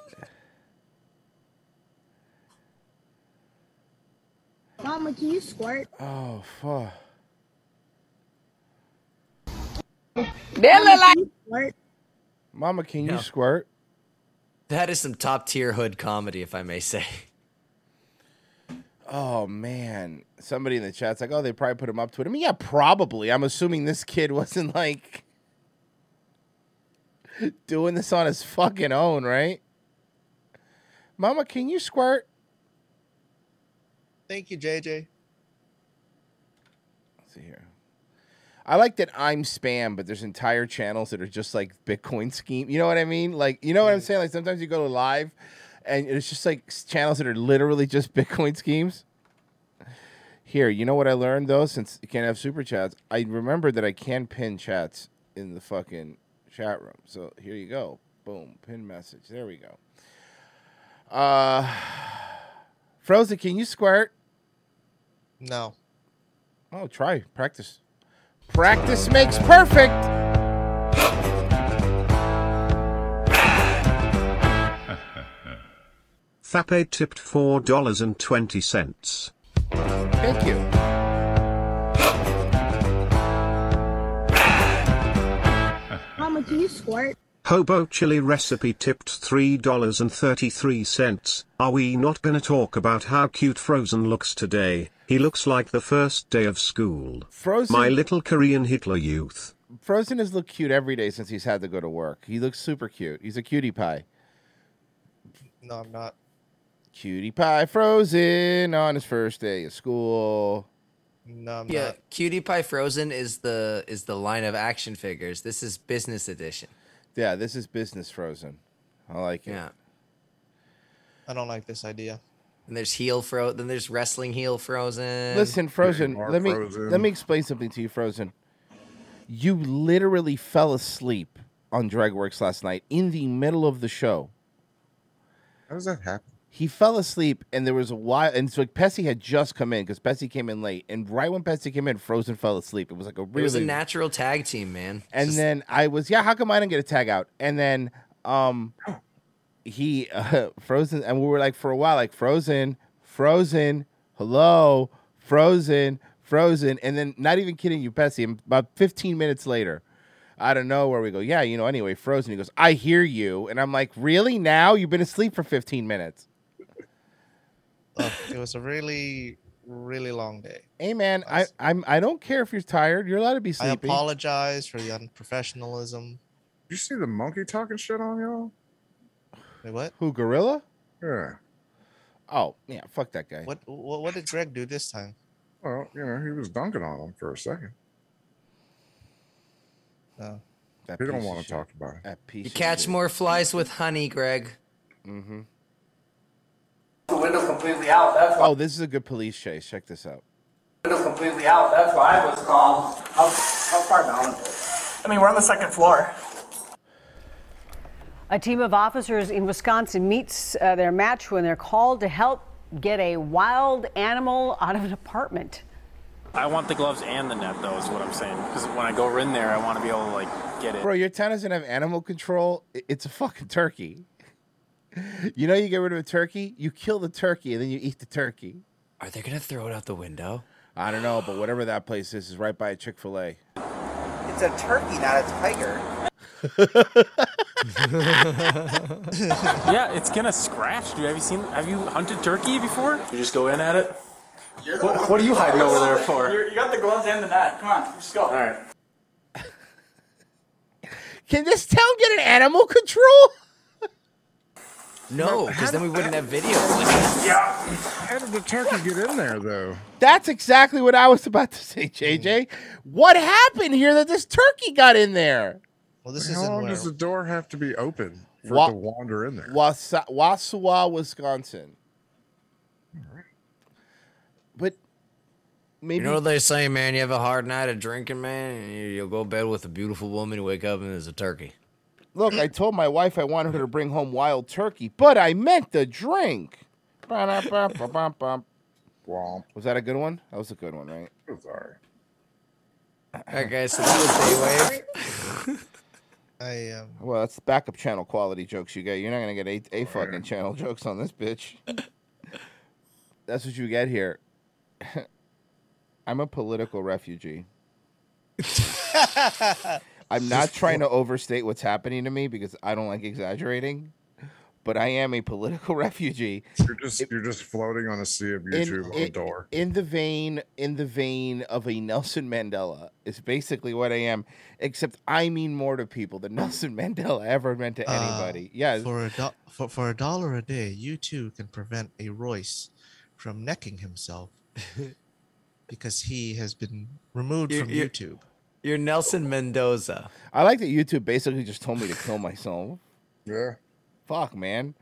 [SPEAKER 7] Mama, can you squirt?
[SPEAKER 2] Oh fuck.
[SPEAKER 1] That look like.
[SPEAKER 7] Can you squirt?
[SPEAKER 2] Mama, can you
[SPEAKER 5] No.
[SPEAKER 2] squirt?
[SPEAKER 5] That is some top tier hood comedy, if I may say.
[SPEAKER 2] Oh man. Somebody in the chat's like, oh, they probably put him up to it. I mean, yeah, probably. I'm assuming this kid wasn't like doing this on his fucking own, right? Mama, can you squirt?
[SPEAKER 3] Thank you, JJ.
[SPEAKER 2] Let's see here. I like that I'm spam, but there's entire channels that are just like Bitcoin scheme. You know what I mean? Like, you know what I'm saying? Like sometimes you go to live and it's just like s- channels that are literally just Bitcoin schemes. Here, you know what I learned though, since you can't have super chats, I remember that I can pin chats in the fucking chat room. So here you go. Boom. Pin message. There we go. Uh Frozen, can you squirt?
[SPEAKER 3] No.
[SPEAKER 2] Oh, try practice. Practice makes perfect.
[SPEAKER 6] Thape tipped $4.20.
[SPEAKER 2] Thank you.
[SPEAKER 7] Mama, can you squirt?
[SPEAKER 6] Hobo Chili Recipe tipped $3.33. Are we not gonna talk about how cute Frozen looks today? He looks like the first day of school.
[SPEAKER 2] Frozen.
[SPEAKER 6] My little Korean Hitler youth.
[SPEAKER 2] Frozen has looked cute every day since he's had to go to work. He looks super cute. He's a cutie pie.
[SPEAKER 3] No, I'm not.
[SPEAKER 2] Cutie pie Frozen on his first day of school.
[SPEAKER 3] No, I'm
[SPEAKER 5] Yeah,
[SPEAKER 3] not.
[SPEAKER 5] Cutie Pie Frozen is the is the line of action figures. This is business edition.
[SPEAKER 2] Yeah, this is business Frozen. I like it.
[SPEAKER 5] Yeah.
[SPEAKER 3] I don't like this idea.
[SPEAKER 5] And there's heel fro. Then there's wrestling heel Frozen.
[SPEAKER 2] Listen, Frozen,
[SPEAKER 4] You are
[SPEAKER 2] let me
[SPEAKER 4] Frozen.
[SPEAKER 2] let me explain something to you, Frozen. You literally fell asleep on Drag Works last night in the middle of the show.
[SPEAKER 4] How does that happen?
[SPEAKER 2] he fell asleep and there was a while and so like Pessy had just come in because Pessy came in late and right when Pessy came in Frozen fell asleep it was like a
[SPEAKER 5] It was a
[SPEAKER 2] really
[SPEAKER 5] natural tag team, man.
[SPEAKER 2] and
[SPEAKER 5] Just-
[SPEAKER 2] then I was yeah how come I didn't get a tag out and then um he uh, Frozen and we were like for a while like Frozen Frozen hello Frozen Frozen and then not even kidding you Pessy about 15 minutes later I don't know where we go yeah you know anyway Frozen he goes I hear you and I'm like really now you've been asleep for 15 minutes
[SPEAKER 3] Look, it was a really, really long day.
[SPEAKER 2] Hey man, I
[SPEAKER 3] Nice.
[SPEAKER 2] I'm I don't care if you're tired. You're allowed to be
[SPEAKER 3] I
[SPEAKER 2] sleepy.
[SPEAKER 3] apologize for the unprofessionalism.
[SPEAKER 4] You see the monkey talking shit on y'all?
[SPEAKER 3] Wait, what?
[SPEAKER 2] Who gorilla?
[SPEAKER 4] Yeah.
[SPEAKER 2] Oh yeah, fuck that guy.
[SPEAKER 3] What? What? What did Greg do this time?
[SPEAKER 4] Well, you know, he was dunking on him for a second.
[SPEAKER 3] Oh,
[SPEAKER 2] That
[SPEAKER 4] He don't
[SPEAKER 2] piece of
[SPEAKER 4] want to
[SPEAKER 2] shit.
[SPEAKER 4] talk about it.
[SPEAKER 2] That piece.
[SPEAKER 5] you catch more flies with honey, Greg.
[SPEAKER 2] hmm
[SPEAKER 8] The window completely out. That's why
[SPEAKER 2] Oh, this is a good police chase. Check this out.
[SPEAKER 8] the window completely out. That's why I was called. How, how far down? I mean, we're on the second floor.
[SPEAKER 9] A team of officers in Wisconsin meets uh, their match when they're called to help get a wild animal out of an apartment.
[SPEAKER 10] I want the gloves and the net, though, is what I'm saying. Because when I go in there, I want to be able to like get it.
[SPEAKER 2] Bro, your town doesn't have animal control. I- It's a fucking turkey. you know, you get rid of a turkey, you kill the turkey, and then you eat the turkey.
[SPEAKER 5] Are they gonna throw it out the window?
[SPEAKER 2] I don't know, but whatever that place is, is right by a Chick Fil A.
[SPEAKER 8] It's a turkey, not a tiger.
[SPEAKER 10] Yeah, it's gonna scratch, dude. Have you seen? Have you hunted turkey before? You just go in at it. What, what are you hiding over there for?
[SPEAKER 8] you got the gloves and the net. Come on, just go. All right.
[SPEAKER 2] Can this town get an animal control?
[SPEAKER 5] No, because then we wouldn't have video.
[SPEAKER 4] How did the turkey get in there, though?
[SPEAKER 2] That's exactly what I was about to say, JJ. What happened here that this turkey got in there?
[SPEAKER 3] well, this
[SPEAKER 4] How
[SPEAKER 3] isn't
[SPEAKER 4] long
[SPEAKER 3] where.
[SPEAKER 4] does the door have to be open for
[SPEAKER 2] Wa-
[SPEAKER 4] it to wander in there?
[SPEAKER 2] Wasa- Wausau, Wisconsin. But
[SPEAKER 5] You
[SPEAKER 2] maybe
[SPEAKER 5] know what they say, man? You have a hard night of drinking, man, and you- you'll go to bed with a beautiful woman, wake up and there's a turkey.
[SPEAKER 2] look, I told my wife I wanted her to bring home wild turkey, but I meant the drink. Ba-da-ba-ba-ba-ba.
[SPEAKER 4] Womp.
[SPEAKER 2] Was that a good one? That was a good one, right?
[SPEAKER 4] Sorry.
[SPEAKER 5] All right, guys, so that was Daywave.
[SPEAKER 3] I um,
[SPEAKER 2] Well, that's backup channel quality jokes you get. You're not gonna get eight a fucking channel jokes on this bitch. That's what you get here. I'm a political refugee. I'm not trying to overstate what's happening to me because I don't like exaggerating, but I am a political refugee
[SPEAKER 4] You're just you're just floating on a sea of
[SPEAKER 2] in,
[SPEAKER 4] YouTube on
[SPEAKER 2] in-
[SPEAKER 4] a door.
[SPEAKER 2] in the vein in the vein of a Nelson Mandela is basically what I am, except I mean more to people than Nelson Mandela ever meant to
[SPEAKER 3] Uh,
[SPEAKER 2] anybody. Yeah,
[SPEAKER 3] for a do- for, for a dollar a day, you too can prevent a Royce from necking himself because he has been removed
[SPEAKER 5] You-
[SPEAKER 3] from
[SPEAKER 5] you-
[SPEAKER 3] YouTube.
[SPEAKER 5] You're Nelson Mendoza.
[SPEAKER 2] I like that YouTube basically just told me to kill myself.
[SPEAKER 4] Yeah.
[SPEAKER 2] Fuck, man.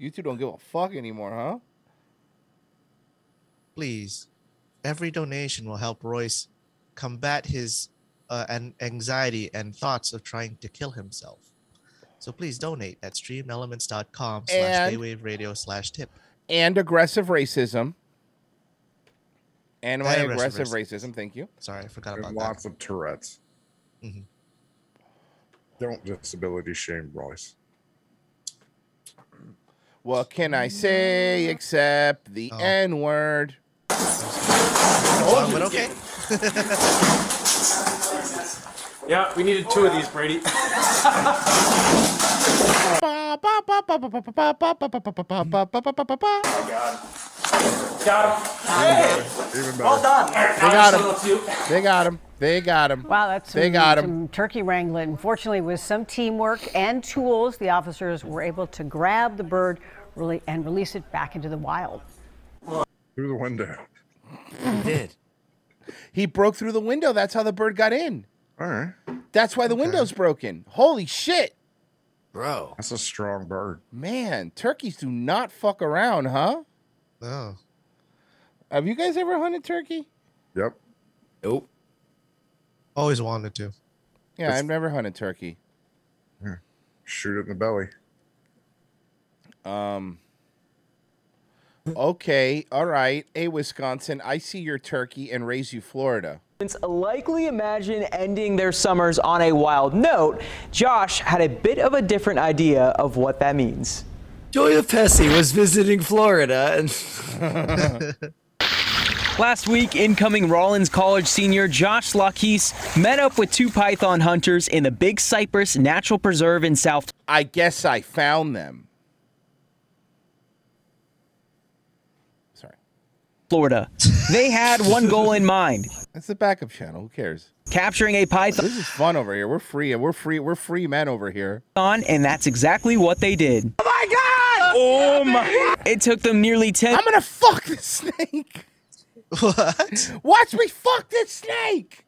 [SPEAKER 2] YouTube don't give a fuck anymore, huh?
[SPEAKER 3] Please, every donation will help Royce combat his uh, an anxiety and thoughts of trying to kill himself. So please donate at streamelements.com slash
[SPEAKER 2] And-
[SPEAKER 3] daywave radio slash tip.
[SPEAKER 2] And aggressive racism. And my
[SPEAKER 3] And
[SPEAKER 2] aggressive
[SPEAKER 3] aggressive
[SPEAKER 2] racism, thank you.
[SPEAKER 3] Sorry, I forgot
[SPEAKER 4] And
[SPEAKER 3] about
[SPEAKER 4] lots
[SPEAKER 3] that.
[SPEAKER 4] of Tourette's.
[SPEAKER 3] Mhm.
[SPEAKER 4] Don't disability shame Royce.
[SPEAKER 2] What can I say except the
[SPEAKER 3] Oh.
[SPEAKER 2] N word?
[SPEAKER 3] Oh, but okay.
[SPEAKER 10] Yeah, we needed two of these, Brady.
[SPEAKER 2] They
[SPEAKER 10] Got him.
[SPEAKER 4] Even better.
[SPEAKER 8] Well done.
[SPEAKER 2] got him. They got him. They got him.
[SPEAKER 9] Wow, that's some,
[SPEAKER 2] They got 'em.
[SPEAKER 9] some turkey wrangling. Fortunately, with some teamwork and tools, the officers were able to grab the bird really, and release it back into the wild.
[SPEAKER 4] Through the window.
[SPEAKER 5] You did.
[SPEAKER 2] He broke through the window. That's how the bird got in.
[SPEAKER 4] All right.
[SPEAKER 2] That's why the window's broken. Holy shit.
[SPEAKER 5] Bro.
[SPEAKER 4] That's a strong bird.
[SPEAKER 2] Man, turkeys do not fuck around, huh?
[SPEAKER 3] Oh,
[SPEAKER 2] Have you guys ever hunted turkey?
[SPEAKER 4] Yep.
[SPEAKER 5] Nope.
[SPEAKER 3] always wanted to.
[SPEAKER 2] Yeah, I've never hunted turkey.
[SPEAKER 4] Shoot it in the belly.
[SPEAKER 2] Um, okay, all right. Hey, Wisconsin, I see your turkey and raise you Florida.
[SPEAKER 11] likely imagine ending their summers on a wild note, Josh had a bit of a different idea of what that means.
[SPEAKER 5] Joya Pesci was visiting Florida and.
[SPEAKER 11] Last week, incoming Rollins College senior Josh Lockhees met up with two python hunters in the Big Cypress Natural Preserve in South.
[SPEAKER 2] I guess I found them.
[SPEAKER 11] Florida. They had one goal in mind.
[SPEAKER 2] That's the backup channel. Who cares?
[SPEAKER 11] Capturing a python.
[SPEAKER 2] This is fun over here. We're free. We're free. We're free men over here.
[SPEAKER 11] and that's exactly what they did.
[SPEAKER 12] Oh my god!
[SPEAKER 11] Oh my! It took them nearly 10
[SPEAKER 2] I'm gonna fuck this snake.
[SPEAKER 3] What?
[SPEAKER 2] Watch me fuck this snake.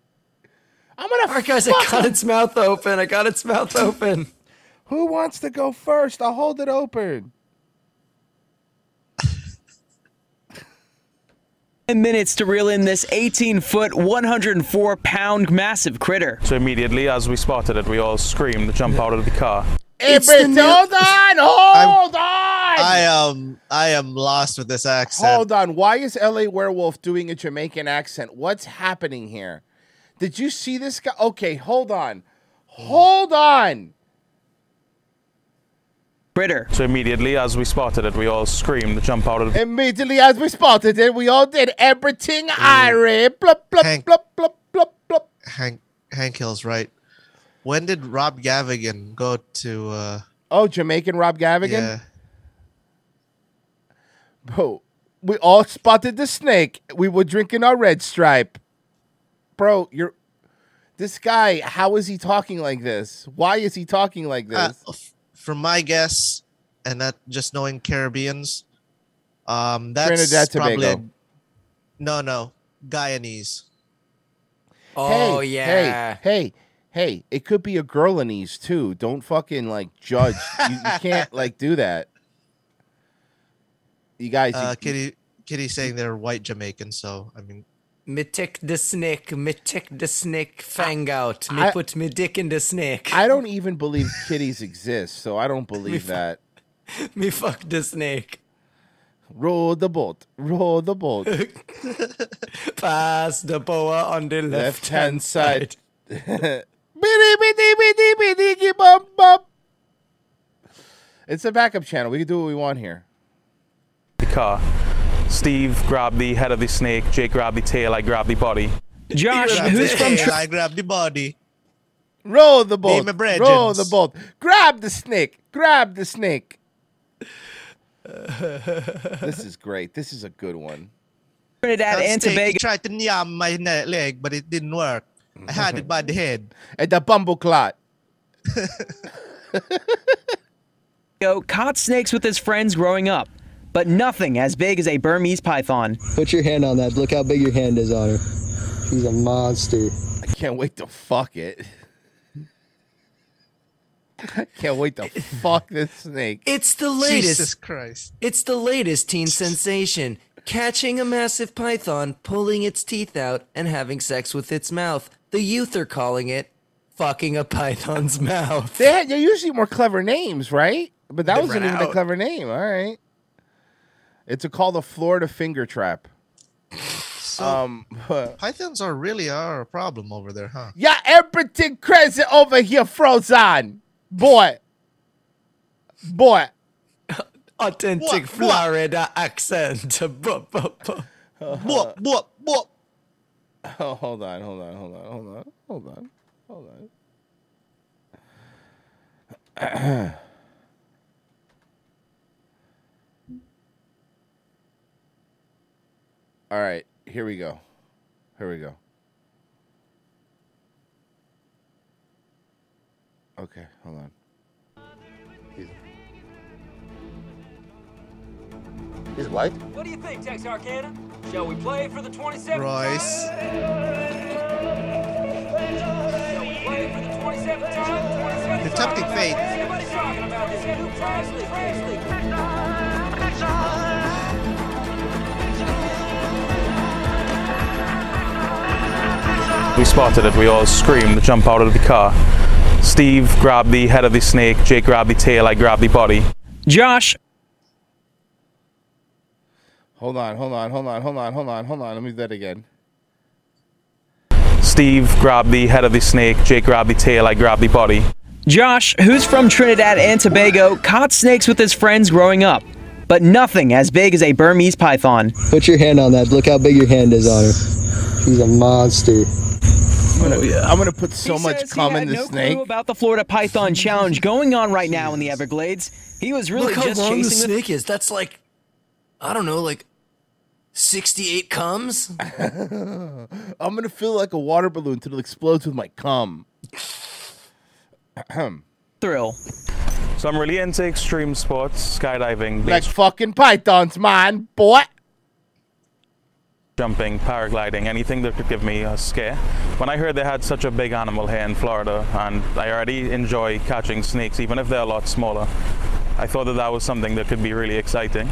[SPEAKER 2] I'm gonna.
[SPEAKER 5] All right, guys, I
[SPEAKER 2] fuck
[SPEAKER 5] got
[SPEAKER 2] him.
[SPEAKER 5] its mouth open. I got its mouth open.
[SPEAKER 2] Who wants to go first? I'll hold it open.
[SPEAKER 11] minutes to reel in this 18 foot, 104 pound massive critter.
[SPEAKER 10] So immediately, as we spotted it, we all screamed, jump out of the car.
[SPEAKER 2] It's
[SPEAKER 3] the
[SPEAKER 2] hold
[SPEAKER 3] new-
[SPEAKER 2] on, hold on.
[SPEAKER 3] I am I am lost with this accent.
[SPEAKER 2] Hold on. Why is LA Werewolf doing a Jamaican accent? What's happening here? Did you see this guy? Okay, hold on. Hold on.
[SPEAKER 11] Critter.
[SPEAKER 10] So immediately, as we spotted it, we all screamed, jump out of the
[SPEAKER 2] Immediately as we spotted it, we all did everything Ira. Blup, blup,
[SPEAKER 3] Hank.
[SPEAKER 2] blup, blup, blup, blup.
[SPEAKER 3] Hank Hank Hill's right. When did Rob Gavigan go to uh
[SPEAKER 2] Oh, Jamaican Rob Gavigan?
[SPEAKER 3] yeah,
[SPEAKER 2] Bro, we all spotted the snake. We were drinking our red stripe. Bro, you're this guy, how is he talking like this? Why is he talking like this?
[SPEAKER 3] uh, f- from my guess and that just knowing Caribbeans um that's
[SPEAKER 2] Trinidad,
[SPEAKER 3] probably
[SPEAKER 2] Tobago.
[SPEAKER 3] a- no no Guyanese.
[SPEAKER 5] Oh,
[SPEAKER 2] hey,
[SPEAKER 5] yeah.
[SPEAKER 2] Hey, hey, hey, it could be a girl in these too. Don't fucking like judge. you, you can't like do that. You guys, you-
[SPEAKER 3] Uh Kitty Kitty's saying they're white Jamaicans, so I mean
[SPEAKER 5] Me take the snake, me take the snake fang out. Me
[SPEAKER 2] I-
[SPEAKER 5] put me dick in the snake.
[SPEAKER 2] I don't even believe kitties exist, so I don't believe that.
[SPEAKER 5] me fuck the snake.
[SPEAKER 2] Roll the boat, roll the boat.
[SPEAKER 5] Pass the boa on the left hand
[SPEAKER 2] Left-hand
[SPEAKER 5] side.
[SPEAKER 2] side. Biddy, biddy, biddy, biddy, gee, bum, bum. It's a backup channel. We can do what we want here.
[SPEAKER 10] car. Steve grabbed the head of the snake, Jake grabbed the tail, I grabbed the body.
[SPEAKER 11] Josh, who's from
[SPEAKER 3] Hey, I grabbed the body.
[SPEAKER 2] Roll the boat.
[SPEAKER 3] a bread,
[SPEAKER 2] Roll
[SPEAKER 3] gents.
[SPEAKER 2] the boat. Grab the snake. Grab the snake. this is great. This is a good one.
[SPEAKER 11] Trinidad
[SPEAKER 3] That
[SPEAKER 11] and
[SPEAKER 3] snake
[SPEAKER 11] Tobago?
[SPEAKER 3] tried to nyam my ne- leg, but it didn't work. I had it by the head.
[SPEAKER 2] At the bumble clot.
[SPEAKER 11] Yo, caught snakes with his friends growing up, but nothing as big as a Burmese python.
[SPEAKER 13] Put your hand on that. Look how big your hand is on her. She's a monster.
[SPEAKER 2] I can't wait to fuck it. I can't wait to fuck this snake.
[SPEAKER 5] It's the latest.
[SPEAKER 3] Jesus Christ.
[SPEAKER 5] It's the latest teen sensation. Catching a massive python, pulling its teeth out, and having sex with its mouth. The youth are calling it fucking a python's mouth.
[SPEAKER 2] They had, they're usually more clever names, right? But that
[SPEAKER 5] They
[SPEAKER 2] wasn't
[SPEAKER 5] ran
[SPEAKER 2] even a
[SPEAKER 5] out.
[SPEAKER 2] clever name. All right. It's a call the Florida finger trap.
[SPEAKER 3] So
[SPEAKER 2] Um,
[SPEAKER 3] pythons are really are a problem over there, huh?
[SPEAKER 2] yeah, everything crazy over here, frozen boy, boy.
[SPEAKER 5] Authentic
[SPEAKER 3] What?
[SPEAKER 5] Florida accent. Bup, bup, bup.
[SPEAKER 3] Whoop, whoop, whoop.
[SPEAKER 2] Oh, hold on, hold on, hold on, hold on, hold on, hold on. All right, here we go. Here we go. Okay, hold on.
[SPEAKER 14] He's white.
[SPEAKER 1] What do you think, Texarkana? Shall we play for the 27th
[SPEAKER 3] Royce.
[SPEAKER 1] time? Shall we play for the 27th time? 27th
[SPEAKER 3] They're tempting
[SPEAKER 1] time?
[SPEAKER 3] fate.
[SPEAKER 1] Everybody's talking about this. New Prize League, Prize League.
[SPEAKER 10] We spotted it, we all screamed, jump out of the car. Steve grabbed the head of the snake, Jake grabbed the tail, I grabbed the body.
[SPEAKER 11] Josh,
[SPEAKER 2] Hold on, hold on, hold on, hold on, hold on, hold on. Let me do that again.
[SPEAKER 15] Steve grabbed the head of the snake, Jake grabbed the tail, I grabbed the body.
[SPEAKER 16] Josh, who's from Trinidad and Tobago, caught snakes with his friends growing up, but nothing as big as a Burmese python.
[SPEAKER 11] Put your hand on that. Look how big your hand is on her. She's a
[SPEAKER 2] I'm
[SPEAKER 11] monster.
[SPEAKER 17] Oh,
[SPEAKER 2] gonna, I'm gonna put so much cum in the
[SPEAKER 16] no
[SPEAKER 2] snake.
[SPEAKER 16] clue about the Florida Python Challenge going on right now in the Everglades. He was really
[SPEAKER 5] Look how
[SPEAKER 16] just
[SPEAKER 5] long the
[SPEAKER 16] chasing
[SPEAKER 5] snake is. That's like, I don't know, like 68 comes?
[SPEAKER 2] I'm gonna fill it like a water balloon until it explodes with my cum. Ahem.
[SPEAKER 16] Thrill.
[SPEAKER 15] So I'm really into extreme sports, skydiving,
[SPEAKER 2] Like
[SPEAKER 15] base
[SPEAKER 2] fucking pythons, man, boy.
[SPEAKER 15] jumping, paragliding, anything that could give me a scare. When I heard they had such a big animal here in Florida, and I already enjoy catching snakes, even if they're a lot smaller, I thought that that was something that could be really exciting.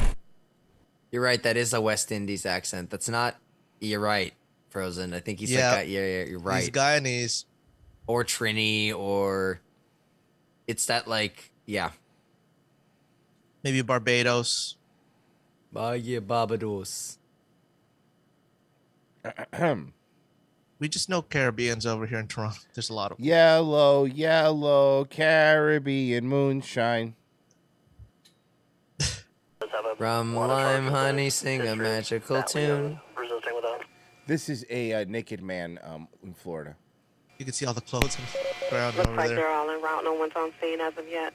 [SPEAKER 5] You're right. That is a West Indies accent. That's not. You're right, Frozen. I think he's
[SPEAKER 3] Yeah.
[SPEAKER 5] like that. Yeah, yeah, you're right.
[SPEAKER 3] He's Guyanese.
[SPEAKER 5] Or Trini, or it's that like yeah.
[SPEAKER 3] Maybe Barbados.
[SPEAKER 5] Bah, Oh, yeah, Barbados.
[SPEAKER 3] we just know Caribbeans over here in Toronto. There's a lot of
[SPEAKER 2] Yellow, yellow, Caribbean moonshine.
[SPEAKER 5] Rum, lime, honey, sing a magical tune.
[SPEAKER 2] This is a uh, naked man um, in Florida.
[SPEAKER 3] You can see all the clothes on the ground
[SPEAKER 17] Looks like they're all en route. No one's on scene as of yet.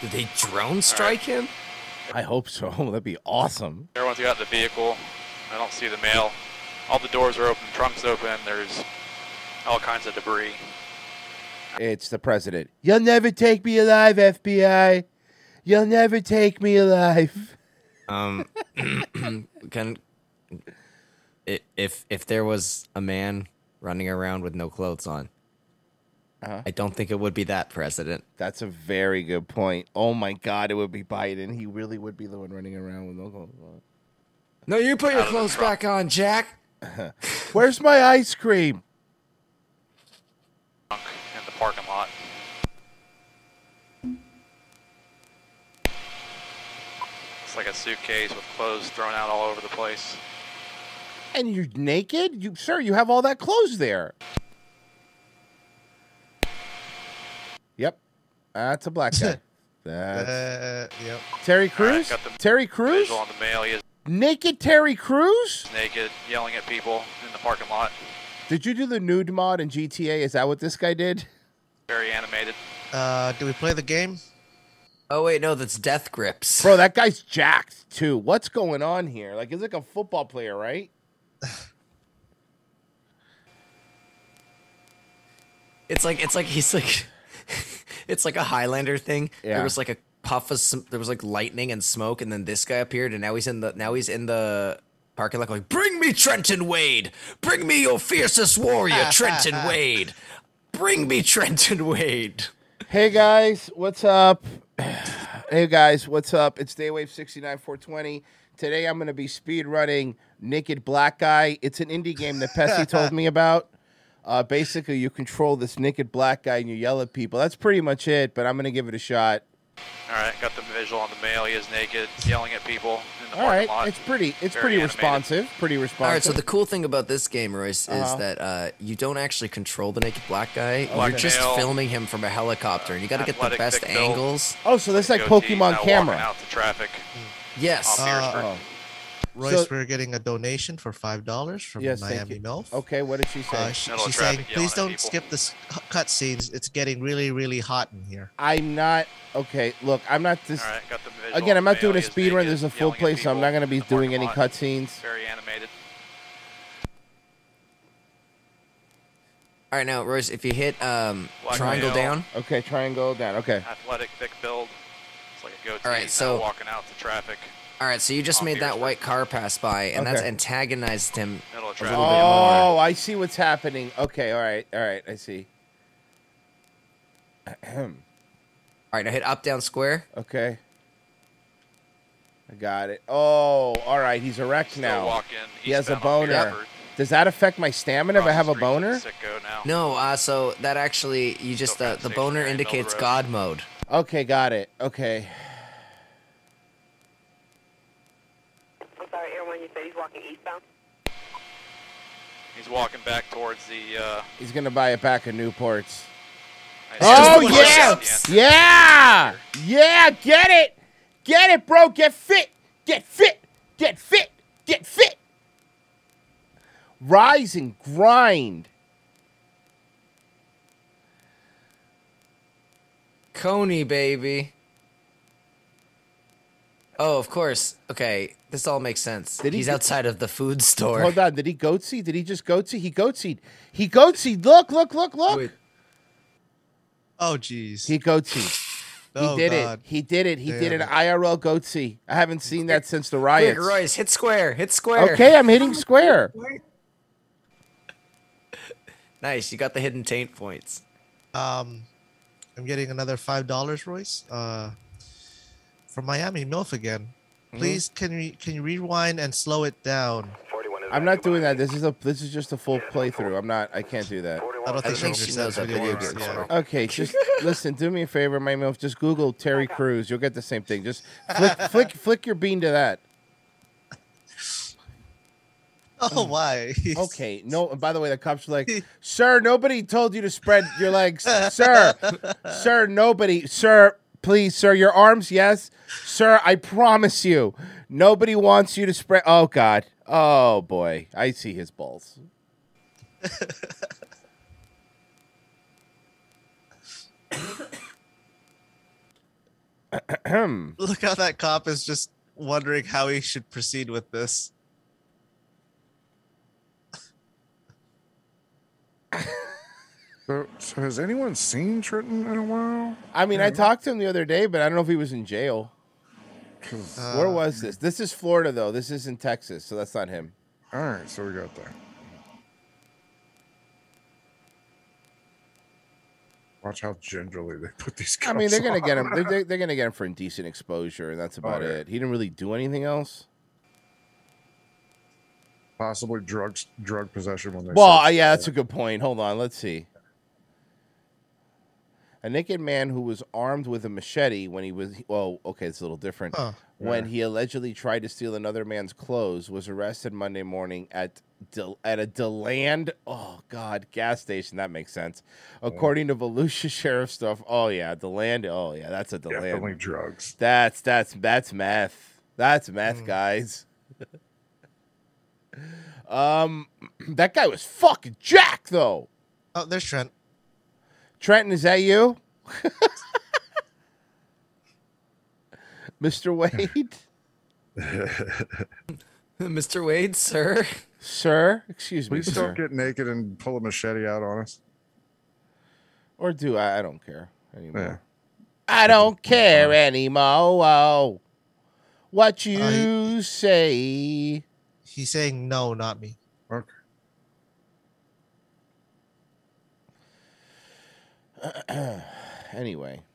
[SPEAKER 5] Did they drone strike him?
[SPEAKER 2] I hope so. That'd be awesome.
[SPEAKER 18] Everyone's got the vehicle. I don't see the mail. All the doors are open, trunks open. There's all kinds of debris.
[SPEAKER 2] It's the president. You'll never take me alive, FBI. You'll never take me alive.
[SPEAKER 5] Um, can i- if if there was a man running around with no clothes on, I don't think it would be that president.
[SPEAKER 2] Uh-huh. That's a very good point. Oh my God, it would be Biden. He really would be the one running around with no clothes on.
[SPEAKER 5] No, you put your
[SPEAKER 2] Out of the
[SPEAKER 5] clothes back on, Jack.
[SPEAKER 2] Where's my ice cream?
[SPEAKER 18] Junk in the parking lot. It's like a suitcase with clothes thrown out all over the place.
[SPEAKER 2] And you're naked? You sir, you have all that clothes there. Yep. That's a black guy. That's
[SPEAKER 5] Uh,
[SPEAKER 3] yep.
[SPEAKER 2] Terry
[SPEAKER 18] All right,
[SPEAKER 2] Crews?
[SPEAKER 18] got the
[SPEAKER 2] Terry Crews?
[SPEAKER 18] Visual on the mail. He is
[SPEAKER 2] Naked Terry Crews?
[SPEAKER 18] naked, yelling at people in the parking lot.
[SPEAKER 2] Did you do the nude mod in GTA? Is that what this guy did?
[SPEAKER 18] Very animated.
[SPEAKER 3] Uh, do we play the game?
[SPEAKER 5] Oh wait, no, that's Death Grips.
[SPEAKER 2] Bro, that guy's jacked too. What's going on here? Like, he's like a football player, right?
[SPEAKER 5] It's like it's like he's like it's like a Highlander thing.
[SPEAKER 2] Yeah.
[SPEAKER 5] There was like a puff of sm- there was like lightning and smoke, and then this guy appeared, and now he's in the now he's in the parking lot going, "Bring me Trenton Wade! Bring me your fiercest warrior, Trenton Wade! Bring me Trenton Wade!"
[SPEAKER 2] Hey guys, what's up? hey guys, what's up? It's Daywave 69420. Today I'm going to be speed running Naked Black Guy. It's an indie game that Pessy told me about. Uh, basically, you control this naked black guy and you yell at people. That's pretty much it, but I'm going to give it a shot.
[SPEAKER 18] All right, got the visual on the mail. He is naked, yelling at people in the
[SPEAKER 2] All
[SPEAKER 18] parking
[SPEAKER 2] right,
[SPEAKER 18] lot.
[SPEAKER 2] it's pretty it's
[SPEAKER 18] Very
[SPEAKER 2] pretty
[SPEAKER 18] animated.
[SPEAKER 2] responsive, pretty responsive.
[SPEAKER 5] All right, so the cool thing about this game, Royce, is
[SPEAKER 2] Uh-huh.
[SPEAKER 5] that uh, you don't actually control the naked black guy.
[SPEAKER 2] Black
[SPEAKER 5] You're just
[SPEAKER 2] male,
[SPEAKER 5] filming him from a helicopter, and you got to get the
[SPEAKER 18] athletic,
[SPEAKER 5] best
[SPEAKER 18] thick built.
[SPEAKER 5] angles.
[SPEAKER 2] Oh, so that's like
[SPEAKER 18] Goatee,
[SPEAKER 2] Pokemon
[SPEAKER 18] now walking
[SPEAKER 2] camera.
[SPEAKER 18] Out the traffic.
[SPEAKER 5] Yes.
[SPEAKER 18] Off Harrisburg.
[SPEAKER 2] Uh,
[SPEAKER 3] Royce,
[SPEAKER 2] So-
[SPEAKER 3] we're getting a donation for five dollars from
[SPEAKER 2] Yes, thank
[SPEAKER 3] Miami
[SPEAKER 2] you.
[SPEAKER 3] Milf.
[SPEAKER 2] Okay, what did she say?
[SPEAKER 3] Uh, sh- she's saying, please don't skip the s- cut scenes. It's getting really, really hot in here.
[SPEAKER 2] I'm not okay. Look, I'm not this.
[SPEAKER 18] Alright, got the visual
[SPEAKER 2] again, I'm not doing a
[SPEAKER 18] Bailey is
[SPEAKER 2] speed run.
[SPEAKER 18] naked,
[SPEAKER 2] There's a full
[SPEAKER 18] yelling at
[SPEAKER 2] play, so uh, I'm not
[SPEAKER 18] people
[SPEAKER 2] going to be
[SPEAKER 18] in the
[SPEAKER 2] doing any
[SPEAKER 18] parking lot.
[SPEAKER 2] cutscenes.
[SPEAKER 18] Very animated.
[SPEAKER 5] All right, now, Royce, if you hit um,
[SPEAKER 18] Black
[SPEAKER 5] triangle
[SPEAKER 18] male.
[SPEAKER 5] down.
[SPEAKER 2] Okay, triangle down. Okay.
[SPEAKER 18] Athletic, thick build. It's like a goatee.
[SPEAKER 5] Alright,
[SPEAKER 18] now
[SPEAKER 5] so-
[SPEAKER 18] walking out the traffic.
[SPEAKER 5] All right, so you just made that white car pass by, and that's
[SPEAKER 2] Okay.
[SPEAKER 5] antagonized him
[SPEAKER 18] Middle of
[SPEAKER 5] a
[SPEAKER 18] traffic.
[SPEAKER 5] little bit more.
[SPEAKER 2] Oh, I see what's happening. Okay, all right, all right, I see.
[SPEAKER 5] All right, now hit up, down, square.
[SPEAKER 2] Okay. I got it. Oh, all right. He's erect now.
[SPEAKER 18] walking
[SPEAKER 2] he has a
[SPEAKER 18] eastbound on
[SPEAKER 2] boner.
[SPEAKER 18] Beaver.
[SPEAKER 2] Does that affect my stamina if I
[SPEAKER 5] Across
[SPEAKER 2] have
[SPEAKER 5] the
[SPEAKER 2] a boner?
[SPEAKER 5] No, uh, so that actually, you just uh, the boner indicates God mode.
[SPEAKER 2] Okay, got it. Okay.
[SPEAKER 17] down.
[SPEAKER 18] He's walking back towards the. Uh,
[SPEAKER 2] He's gonna buy a pack of Newports.
[SPEAKER 18] I
[SPEAKER 2] Oh
[SPEAKER 18] see.
[SPEAKER 2] yeah, yeah, yeah! Get it, get it, bro. Get fit, get fit, get fit, get fit. Rise and grind.
[SPEAKER 5] Coney, baby. Oh, of course. Okay, this all makes sense.
[SPEAKER 2] he
[SPEAKER 5] He's
[SPEAKER 2] get-
[SPEAKER 5] outside of the food store.
[SPEAKER 2] Hold on, did he goatsee? Did he just goatsee? He goatseed. He goatseed. Look, look, look, look.
[SPEAKER 3] Oh jeez.
[SPEAKER 2] He goatsee.
[SPEAKER 3] Oh,
[SPEAKER 2] he did
[SPEAKER 3] God.
[SPEAKER 2] it. He did it. He did
[SPEAKER 3] Damn
[SPEAKER 2] an IRL goatsee. I haven't seen that since the
[SPEAKER 5] Quick,
[SPEAKER 2] riots.
[SPEAKER 5] Royce, hit square. Hit square.
[SPEAKER 2] Okay, I'm hitting square.
[SPEAKER 5] Nice. You got the hidden taint points.
[SPEAKER 3] Um, I'm getting another five dollars, Royce. Uh, from Miami MILF again.
[SPEAKER 2] Mm-hmm.
[SPEAKER 3] Please, can we can you rewind and slow it down?
[SPEAKER 2] I'm not doing that. This is a this is just a full playthrough. I'm not. I can't do that.
[SPEAKER 3] I don't think she understands video games. Yeah.
[SPEAKER 2] Okay, just listen. Do me a favor, my MILF. Just Google Terry Crews. You'll get the same thing. Just flick, flick, flick your bean to that.
[SPEAKER 3] Oh, why?
[SPEAKER 2] Mm. okay. No. And by the way, the cops were like, "Sir, nobody told you to spread your legs, sir. sir, nobody, sir. Please, sir, your arms, yes, sir. I promise you, nobody wants you to spread. Oh God. Oh boy. I see his balls. Ahem.
[SPEAKER 3] Look how that cop is just wondering how he should proceed with this.
[SPEAKER 4] So, so has anyone seen Trenton in a while?
[SPEAKER 2] I mean, I talked to him the other day, but I don't know if he was in jail. Where
[SPEAKER 4] Uh,
[SPEAKER 2] was this? This is Florida, though. This isn't Texas, so that's not him.
[SPEAKER 4] All right, so we got that. Watch how gingerly they put these.
[SPEAKER 2] I mean,
[SPEAKER 4] cuffs
[SPEAKER 2] they're gonna get him.
[SPEAKER 4] on.
[SPEAKER 2] They're, they're, they're gonna get him for indecent exposure, and that's about
[SPEAKER 4] Oh, yeah.
[SPEAKER 2] it. He didn't really do anything else.
[SPEAKER 4] Possibly drugs, drug possession when they.
[SPEAKER 2] Well,
[SPEAKER 4] searched
[SPEAKER 2] uh, yeah,
[SPEAKER 4] the
[SPEAKER 2] that's a good point. Hold on, let's see. A naked man who was armed with a machete when he was well, okay, it's a little different.
[SPEAKER 3] Huh.
[SPEAKER 2] When
[SPEAKER 3] Yeah.
[SPEAKER 2] he allegedly tried to steal another man's clothes, was arrested Monday morning at Del- at a Deland, oh god, gas station. That makes sense, according to Volusia sheriff stuff. Oh yeah, Deland. Oh yeah, that's a Deland.
[SPEAKER 4] Definitely drugs.
[SPEAKER 2] That's that's that's meth. That's meth, guys. um, that guy was fucking Jack though.
[SPEAKER 3] Oh, there's Trent.
[SPEAKER 2] Trenton, is that you, Mister Wade?
[SPEAKER 5] Mr. Wade, sir.
[SPEAKER 2] Sir, excuse me,
[SPEAKER 4] Please
[SPEAKER 2] sir.
[SPEAKER 4] don't get naked and pull a machete out on us.
[SPEAKER 2] Or do I? I don't care anymore.
[SPEAKER 4] Yeah.
[SPEAKER 2] I don't care anymore.
[SPEAKER 3] Oh,
[SPEAKER 2] What you say?
[SPEAKER 3] He's saying no, not me.
[SPEAKER 2] anyway.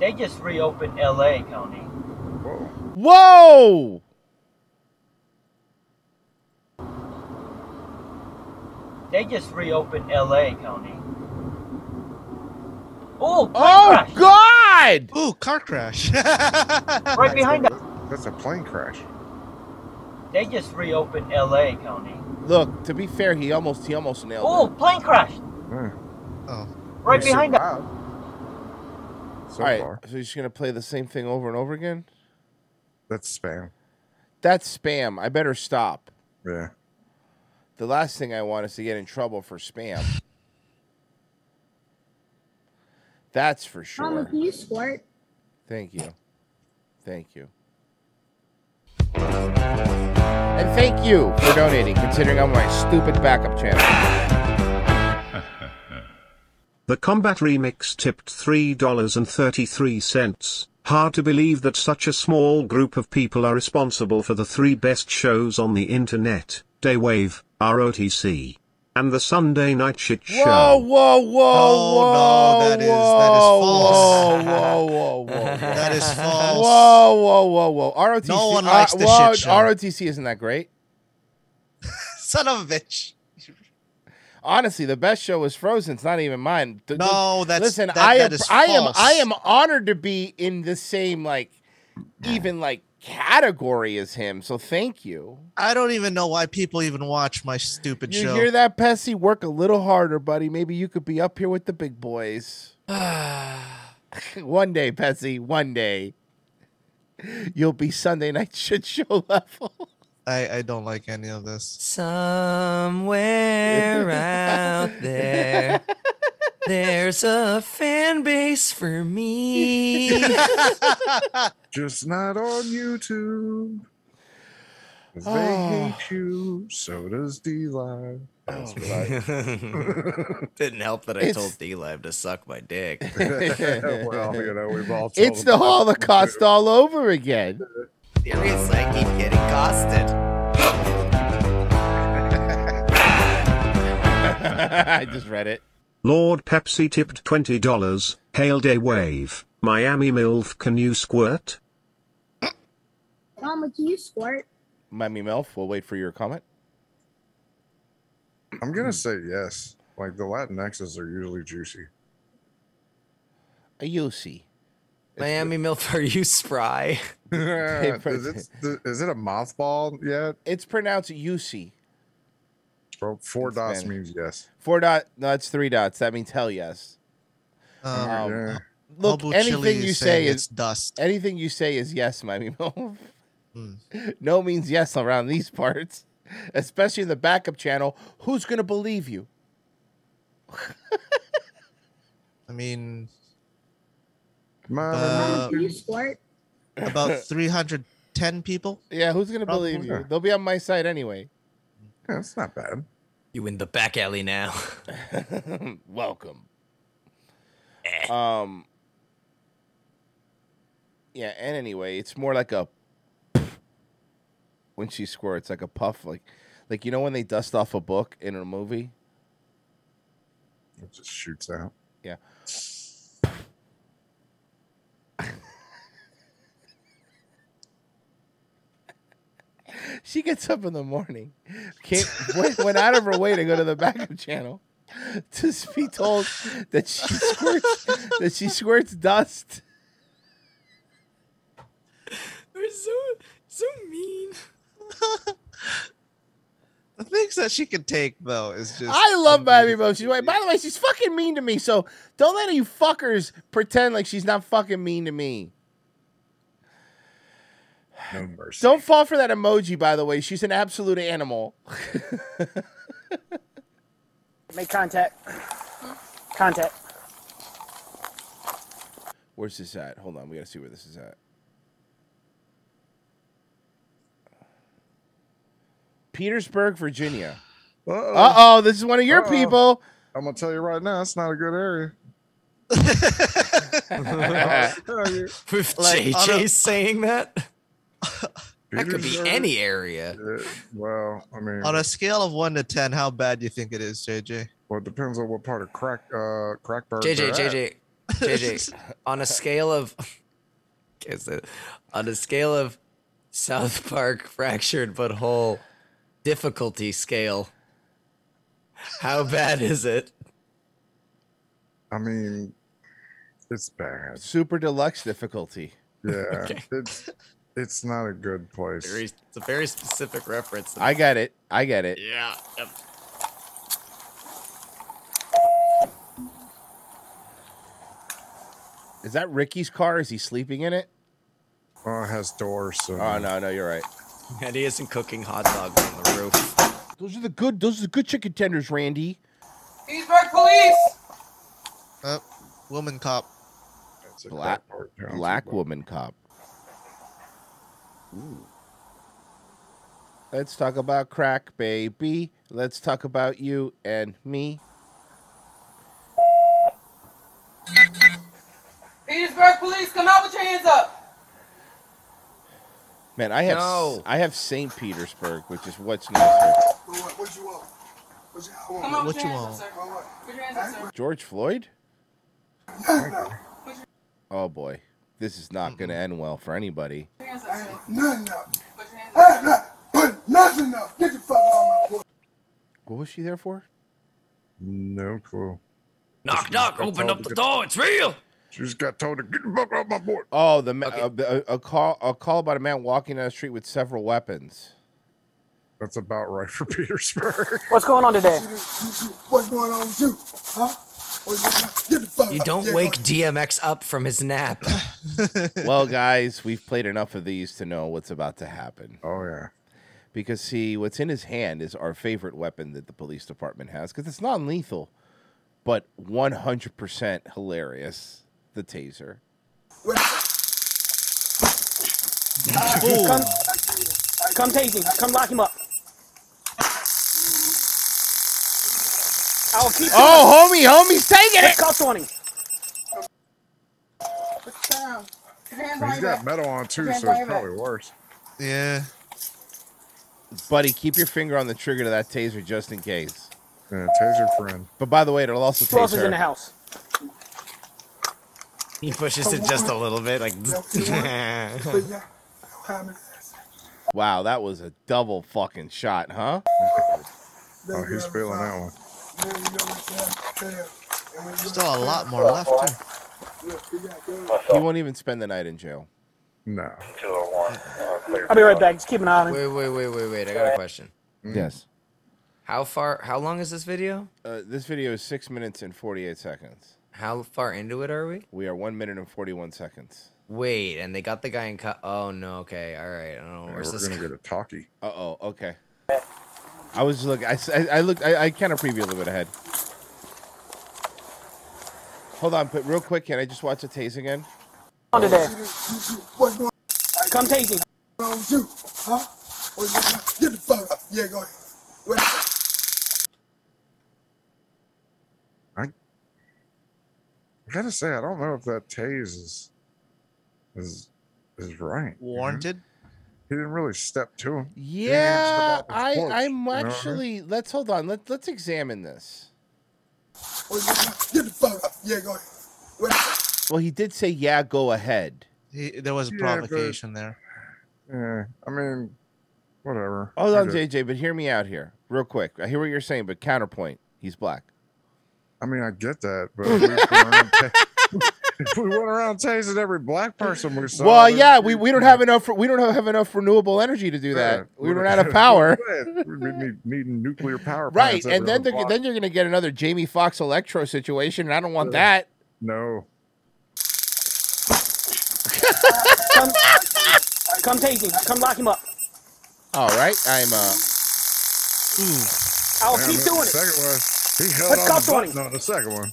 [SPEAKER 19] They just reopened LA County.
[SPEAKER 2] Whoa!
[SPEAKER 19] They just reopened LA County. Oh,
[SPEAKER 2] oh God!
[SPEAKER 3] Ooh, car crash.
[SPEAKER 19] right behind us.
[SPEAKER 4] That's a plane crash.
[SPEAKER 19] They just reopened LA County.
[SPEAKER 2] Look, to be fair, he almost he almost nailed
[SPEAKER 19] Oh, plane crash. Right
[SPEAKER 2] You
[SPEAKER 19] behind us.
[SPEAKER 2] it. All right, so you're just gonna play the same thing over and over again?
[SPEAKER 4] That's spam.
[SPEAKER 2] That's spam. I better stop.
[SPEAKER 4] Yeah.
[SPEAKER 2] The last thing I want is to get in trouble for spam. That's for
[SPEAKER 7] Mama,
[SPEAKER 2] sure.
[SPEAKER 7] can you squirt?
[SPEAKER 2] Thank you. Thank you. And thank you for donating, considering I'm on my stupid backup channel.
[SPEAKER 6] The Combat Remix tipped $3.33. Hard to believe that such a small group of people are responsible for the three best shows on the internet Daywave, ROTC, and the Sunday Night Shit Show. Oh,
[SPEAKER 2] Whoa, whoa, whoa, whoa.
[SPEAKER 6] no, that is- that is
[SPEAKER 2] whoa, Whoa,
[SPEAKER 6] false.
[SPEAKER 2] whoa, whoa, whoa.
[SPEAKER 3] that is false.
[SPEAKER 2] Whoa, whoa, whoa, whoa. ROTC.
[SPEAKER 3] No one likes
[SPEAKER 2] uh,
[SPEAKER 3] the
[SPEAKER 2] whoa,
[SPEAKER 3] shit show.
[SPEAKER 2] ROTC isn't that great.
[SPEAKER 3] Son of a bitch.
[SPEAKER 2] honestly, the best show is Frozen. It's not even mine. Th-
[SPEAKER 3] No,
[SPEAKER 2] th-
[SPEAKER 3] that's-
[SPEAKER 2] listen.
[SPEAKER 3] that-
[SPEAKER 2] I
[SPEAKER 3] that
[SPEAKER 2] am,
[SPEAKER 3] is
[SPEAKER 2] I am,
[SPEAKER 3] false.
[SPEAKER 2] I am honored to be in the same like, even like category as him. So thank you.
[SPEAKER 3] I don't even know why people even watch my stupid
[SPEAKER 2] You
[SPEAKER 3] show.
[SPEAKER 2] hear that, Pessy? Work a little harder, buddy. Maybe you could be up here with the big boys. one day, Pessy. One day, you'll be Sunday night shit show level.
[SPEAKER 3] I, I don't like any of this.
[SPEAKER 5] Somewhere out there, there's a fan base for me.
[SPEAKER 4] Just not on YouTube. 'Cause They
[SPEAKER 5] Oh.
[SPEAKER 4] hate you. So does D Live. That's what I.
[SPEAKER 5] Didn't help that I
[SPEAKER 4] It's-
[SPEAKER 5] told D Live to suck my dick.
[SPEAKER 4] Well, you know, we've all
[SPEAKER 2] it's the Holocaust all over again.
[SPEAKER 5] Seriously, I keep getting costed.
[SPEAKER 2] I just read it.
[SPEAKER 6] Lord Pepsi tipped $20. Hail Day Wave. Miami MILF, can you squirt?
[SPEAKER 7] Mama, can you squirt?
[SPEAKER 2] Miami Melf, we'll wait for your comment.
[SPEAKER 4] I'm gonna say yes. Like the Latinx's are usually juicy.
[SPEAKER 2] A UC.
[SPEAKER 5] Miami MILF, are you spry?
[SPEAKER 4] is, it, is it a mouthball yet?
[SPEAKER 2] It's pronounced UC.
[SPEAKER 4] Bro, four
[SPEAKER 2] In
[SPEAKER 4] dots
[SPEAKER 2] Spanish.
[SPEAKER 4] means yes.
[SPEAKER 2] Four dot. No, that's three dots. That means hell yes.
[SPEAKER 3] Um,
[SPEAKER 2] Um,
[SPEAKER 4] yeah.
[SPEAKER 2] Look,
[SPEAKER 3] Hobo Chili
[SPEAKER 2] anything
[SPEAKER 3] is
[SPEAKER 2] you say
[SPEAKER 3] saying
[SPEAKER 2] is
[SPEAKER 3] it's dust. Hmm.
[SPEAKER 2] Anything you say is yes, Miami Melf. No means yes around these parts, especially in the backup channel. Who's gonna believe you?
[SPEAKER 3] I mean,
[SPEAKER 7] Mama,
[SPEAKER 3] uh,
[SPEAKER 7] can you squirt?
[SPEAKER 3] about 310 people.
[SPEAKER 2] Yeah, who's gonna
[SPEAKER 3] Probably
[SPEAKER 2] believe you?
[SPEAKER 3] not.
[SPEAKER 2] They'll be on my side anyway.
[SPEAKER 4] Yeah, that's not bad.
[SPEAKER 5] You in the back alley now.
[SPEAKER 2] Welcome.
[SPEAKER 4] Eh.
[SPEAKER 2] Um. Yeah, and anyway, it's more like a when she squirts, like a puff, like like you know when they dust off a book in a movie.
[SPEAKER 4] It just shoots out.
[SPEAKER 2] Yeah. she gets up in the morning, can't, went, went out of her way to go to the backup channel to be told that she squirts that she squirts dust.
[SPEAKER 5] We're so so mean.
[SPEAKER 3] The things that she can take though is just
[SPEAKER 2] I love Miami Mo. She's like, by the way, she's fucking mean to me. So don't let you fuckers pretend like she's not fucking mean to me.
[SPEAKER 4] No mercy.
[SPEAKER 2] Don't fall for that emoji, by the way. She's an absolute animal.
[SPEAKER 20] Make contact. Contact.
[SPEAKER 2] Where's this at? Hold on, we gotta see where this is at. Petersburg, Virginia. Uh oh, this is one of your
[SPEAKER 4] Uh-oh.
[SPEAKER 2] people.
[SPEAKER 4] I'm gonna tell you right now, it's not a good area.
[SPEAKER 5] With
[SPEAKER 3] Like, on
[SPEAKER 5] JJ
[SPEAKER 3] a-
[SPEAKER 5] saying that? that could be
[SPEAKER 3] Petersburg.
[SPEAKER 5] any area.
[SPEAKER 4] Uh, well, I mean,
[SPEAKER 3] on a scale of one to ten. How bad do you think it is, JJ?
[SPEAKER 4] Well, it depends on what part of crack uh crackberg.
[SPEAKER 5] JJ,
[SPEAKER 4] they're at.
[SPEAKER 5] JJ, JJ, on a scale of Okay, so on a scale of South Park fractured but whole difficulty scale, how bad is it?
[SPEAKER 4] I mean, it's bad.
[SPEAKER 2] Super deluxe difficulty.
[SPEAKER 4] Yeah, it's it's not a good place.
[SPEAKER 5] Very, it's a very specific reference.
[SPEAKER 2] I got it. I get it.
[SPEAKER 5] Yeah. yep.
[SPEAKER 2] Is that Ricky's car? Is he sleeping in it?
[SPEAKER 4] Oh, it has doors. So
[SPEAKER 2] Oh no, no, you're right.
[SPEAKER 5] And he isn't cooking hot dogs on the roof.
[SPEAKER 2] Those are the good. Those are the good chicken tenders, Randy.
[SPEAKER 1] Petersburg police!
[SPEAKER 3] Uh, woman cop.
[SPEAKER 2] Black
[SPEAKER 4] Johnson,
[SPEAKER 2] black woman cop. Let's talk about crack, baby. Let's talk about you and me.
[SPEAKER 1] Petersburg police, come out with your hands up!
[SPEAKER 2] Man, I have
[SPEAKER 1] No.
[SPEAKER 2] I have St. Petersburg, which is what's nicer.
[SPEAKER 21] What, what you want? What you,
[SPEAKER 1] Come out with your hands up, sir. Put your hands up, sir.
[SPEAKER 2] George Floyd? Oh boy. This is not going to end well for anybody.
[SPEAKER 1] Put your hands up, sir.
[SPEAKER 21] Nothing up. Hey, nothing. Put nothing up. Get the fuck out of my way.
[SPEAKER 2] What was she there for?
[SPEAKER 4] No clue.
[SPEAKER 5] Knock, knock, open up the door. It's real.
[SPEAKER 4] She just got told to get the fuck off my board.
[SPEAKER 2] Oh, the ma- a, a, a call a call about a man walking down the street with several weapons.
[SPEAKER 4] That's about right for Petersburg.
[SPEAKER 20] What's going on today?
[SPEAKER 22] What's going on with you? Huh? What's going on? Get the fuck
[SPEAKER 5] You
[SPEAKER 22] up.
[SPEAKER 5] don't
[SPEAKER 22] Yeah,
[SPEAKER 5] wake DMX up from his nap.
[SPEAKER 2] well, guys, we've played enough of these to know what's about to happen. Oh yeah. Because see, what's in his hand is our favorite weapon that the police department has, because it's non-lethal, but 100% hilarious. The taser.
[SPEAKER 20] Come, come tase him. Come lock him up. I'll keep.
[SPEAKER 2] Oh, homie, homie's taking
[SPEAKER 20] Put
[SPEAKER 2] it.
[SPEAKER 20] Cuffs on him.
[SPEAKER 4] He's got metal on too, so it's probably worse.
[SPEAKER 2] Yeah. Buddy, keep your finger on the trigger to that taser just in case.
[SPEAKER 4] Yeah, taser friend.
[SPEAKER 2] But by the way, it'll also
[SPEAKER 20] Who
[SPEAKER 2] tase
[SPEAKER 20] else is
[SPEAKER 2] her.
[SPEAKER 20] in the house?
[SPEAKER 5] He pushes it just a little bit, like.
[SPEAKER 2] Wow, that was a double fucking shot, huh?
[SPEAKER 4] Oh, he's feeling that one.
[SPEAKER 3] Still a lot more left. Too.
[SPEAKER 2] He won't even spend the night in jail.
[SPEAKER 4] No.
[SPEAKER 20] I'll be right back. Just keep an eye on him.
[SPEAKER 5] Wait, wait, wait, wait, wait. I got a question.
[SPEAKER 4] Mm.
[SPEAKER 2] Yes.
[SPEAKER 5] How far? How long is this video?
[SPEAKER 2] Uh, this video is six minutes and 48 seconds.
[SPEAKER 5] How far into it are we?
[SPEAKER 2] We are one minute and 41 seconds.
[SPEAKER 5] Wait, and they got the guy in cut. Oh no. Okay. All right. I don't know. Where's
[SPEAKER 2] we're
[SPEAKER 5] this?
[SPEAKER 2] gonna
[SPEAKER 5] go-
[SPEAKER 2] get a talkie. Uh oh. Okay. I was look. I, s- I- I looked. I, I kind of preview a little bit ahead. Hold on, but real quick, can I just watch the tase again?
[SPEAKER 20] On today.
[SPEAKER 22] What's going
[SPEAKER 20] Come tase him.
[SPEAKER 22] on with you? Huh? What's going on? Get the fuck up. Yeah, go ahead. What
[SPEAKER 4] I gotta say, I don't know if that tase is is is right. Warranted? He didn't really step to him. He didn't even step
[SPEAKER 2] Yeah,
[SPEAKER 4] off
[SPEAKER 2] I I'm
[SPEAKER 4] his porch, you know what mean?
[SPEAKER 2] actually. Let's hold on. Let Let's examine this.
[SPEAKER 22] Get the fuck up. Yeah, go ahead.
[SPEAKER 2] Well, he did say, "Yeah, go ahead."
[SPEAKER 3] He, there was
[SPEAKER 2] Yeah, but-
[SPEAKER 3] provocation there.
[SPEAKER 4] Yeah, I mean, whatever.
[SPEAKER 2] Hold on,
[SPEAKER 4] Okay.
[SPEAKER 2] JJ, but hear me out here, real quick. I hear what you're saying, but counterpoint. He's black.
[SPEAKER 4] I mean, I get that, but if we went around, ta- if we went around tasing every black person we saw.
[SPEAKER 2] well,
[SPEAKER 4] we'd-
[SPEAKER 2] yeah, we, we don't have enough. We don't have enough renewable energy to do that. we
[SPEAKER 4] we'd-
[SPEAKER 2] run out of power.
[SPEAKER 4] We'd be needing nuclear power.
[SPEAKER 2] Right,
[SPEAKER 4] plants
[SPEAKER 2] and
[SPEAKER 4] every
[SPEAKER 2] then
[SPEAKER 4] other
[SPEAKER 2] they're,
[SPEAKER 4] block.
[SPEAKER 2] then you're gonna get another Jamie Foxx electro situation, and I don't want
[SPEAKER 4] Yeah.
[SPEAKER 2] that.
[SPEAKER 4] no.
[SPEAKER 20] Come, come tase him. Come lock him up.
[SPEAKER 2] All right, I'm uh.
[SPEAKER 20] I'll
[SPEAKER 4] Damn,
[SPEAKER 20] keep
[SPEAKER 4] that
[SPEAKER 20] Oh, doing it.
[SPEAKER 4] Second one, he held
[SPEAKER 20] Put
[SPEAKER 4] on
[SPEAKER 20] cuffs
[SPEAKER 4] the
[SPEAKER 20] on
[SPEAKER 4] button on the second one.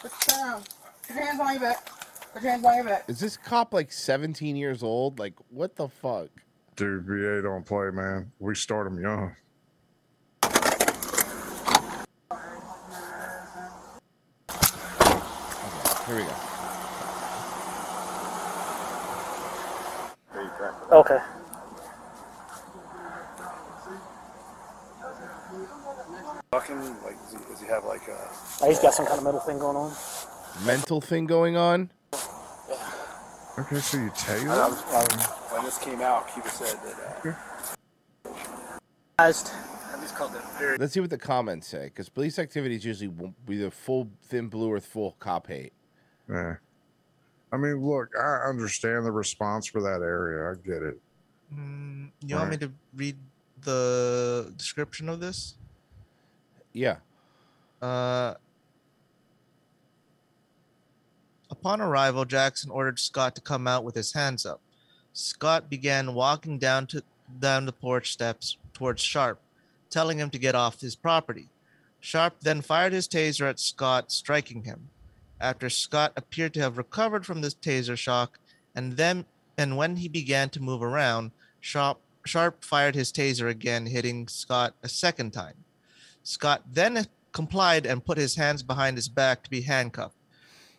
[SPEAKER 22] Put your hands- put your hands on your back. Put your hands on your back.
[SPEAKER 2] Is this cop like 17 years old? Like, what the fuck?
[SPEAKER 4] Dude, VA don't play, man. We start them young.
[SPEAKER 2] Here we go.
[SPEAKER 20] Okay.
[SPEAKER 23] Talking like, does he, does he have like a?
[SPEAKER 20] Oh, he's got some kind of metal thing going on.
[SPEAKER 2] Mental thing going on.
[SPEAKER 4] Okay, so you
[SPEAKER 23] I-
[SPEAKER 4] tase
[SPEAKER 23] I
[SPEAKER 4] them?
[SPEAKER 23] was- I was- when this came out, Cuba said that. Uh, at least called it very.
[SPEAKER 2] Let's see what the comments say, because police activity is usually w- either full thin blue or full cop hate.
[SPEAKER 4] Yeah. I mean, look, I understand the response for that area. I get it.
[SPEAKER 3] Mm, you want me to read the description of this?
[SPEAKER 2] Yeah.
[SPEAKER 3] Uh, upon arrival, Jackson ordered Scott to come out with his hands up. Scott began walking down to down the porch steps towards Sharp, telling him to get off his property. Sharp then fired his taser at Scott, striking him. After Scott appeared to have recovered from this taser shock, and then and when he began to move around, Sharp Sharp fired his taser again, hitting Scott a second time. Scott then complied and put his hands behind his back to be handcuffed.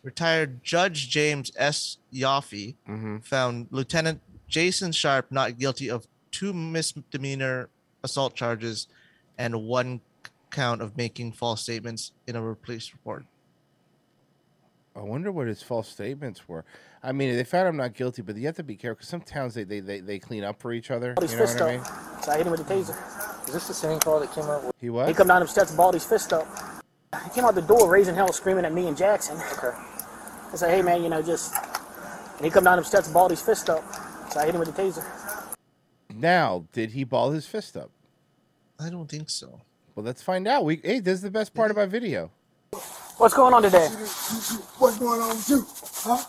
[SPEAKER 3] Retired Judge James S. Yaffe
[SPEAKER 2] Mm-hmm.
[SPEAKER 3] found Lieutenant Jason Sharp not guilty of two misdemeanor assault charges and one c- count of making false statements in a police report.
[SPEAKER 2] I wonder what his false statements were. I mean, they found him not guilty, but you have to be careful because some towns they, they, they, they clean up for each other.
[SPEAKER 20] Balled his
[SPEAKER 2] You know
[SPEAKER 20] fist
[SPEAKER 2] what I mean?
[SPEAKER 20] up. So I hit him with the taser. Is this the same call that came out?
[SPEAKER 2] He what?
[SPEAKER 20] He come down them steps, balled his fist up. he came out the door raising hell, screaming at me and Jackson. Okay. I said, hey man, you know, just. And he come down them steps, balled his fist up. So I hit him with the taser.
[SPEAKER 2] Now, did he ball his fist up?
[SPEAKER 3] I don't think so.
[SPEAKER 2] Well, let's find out. We hey, this is the best part about video.
[SPEAKER 20] What's going on today?
[SPEAKER 22] What's going on with you? Huh?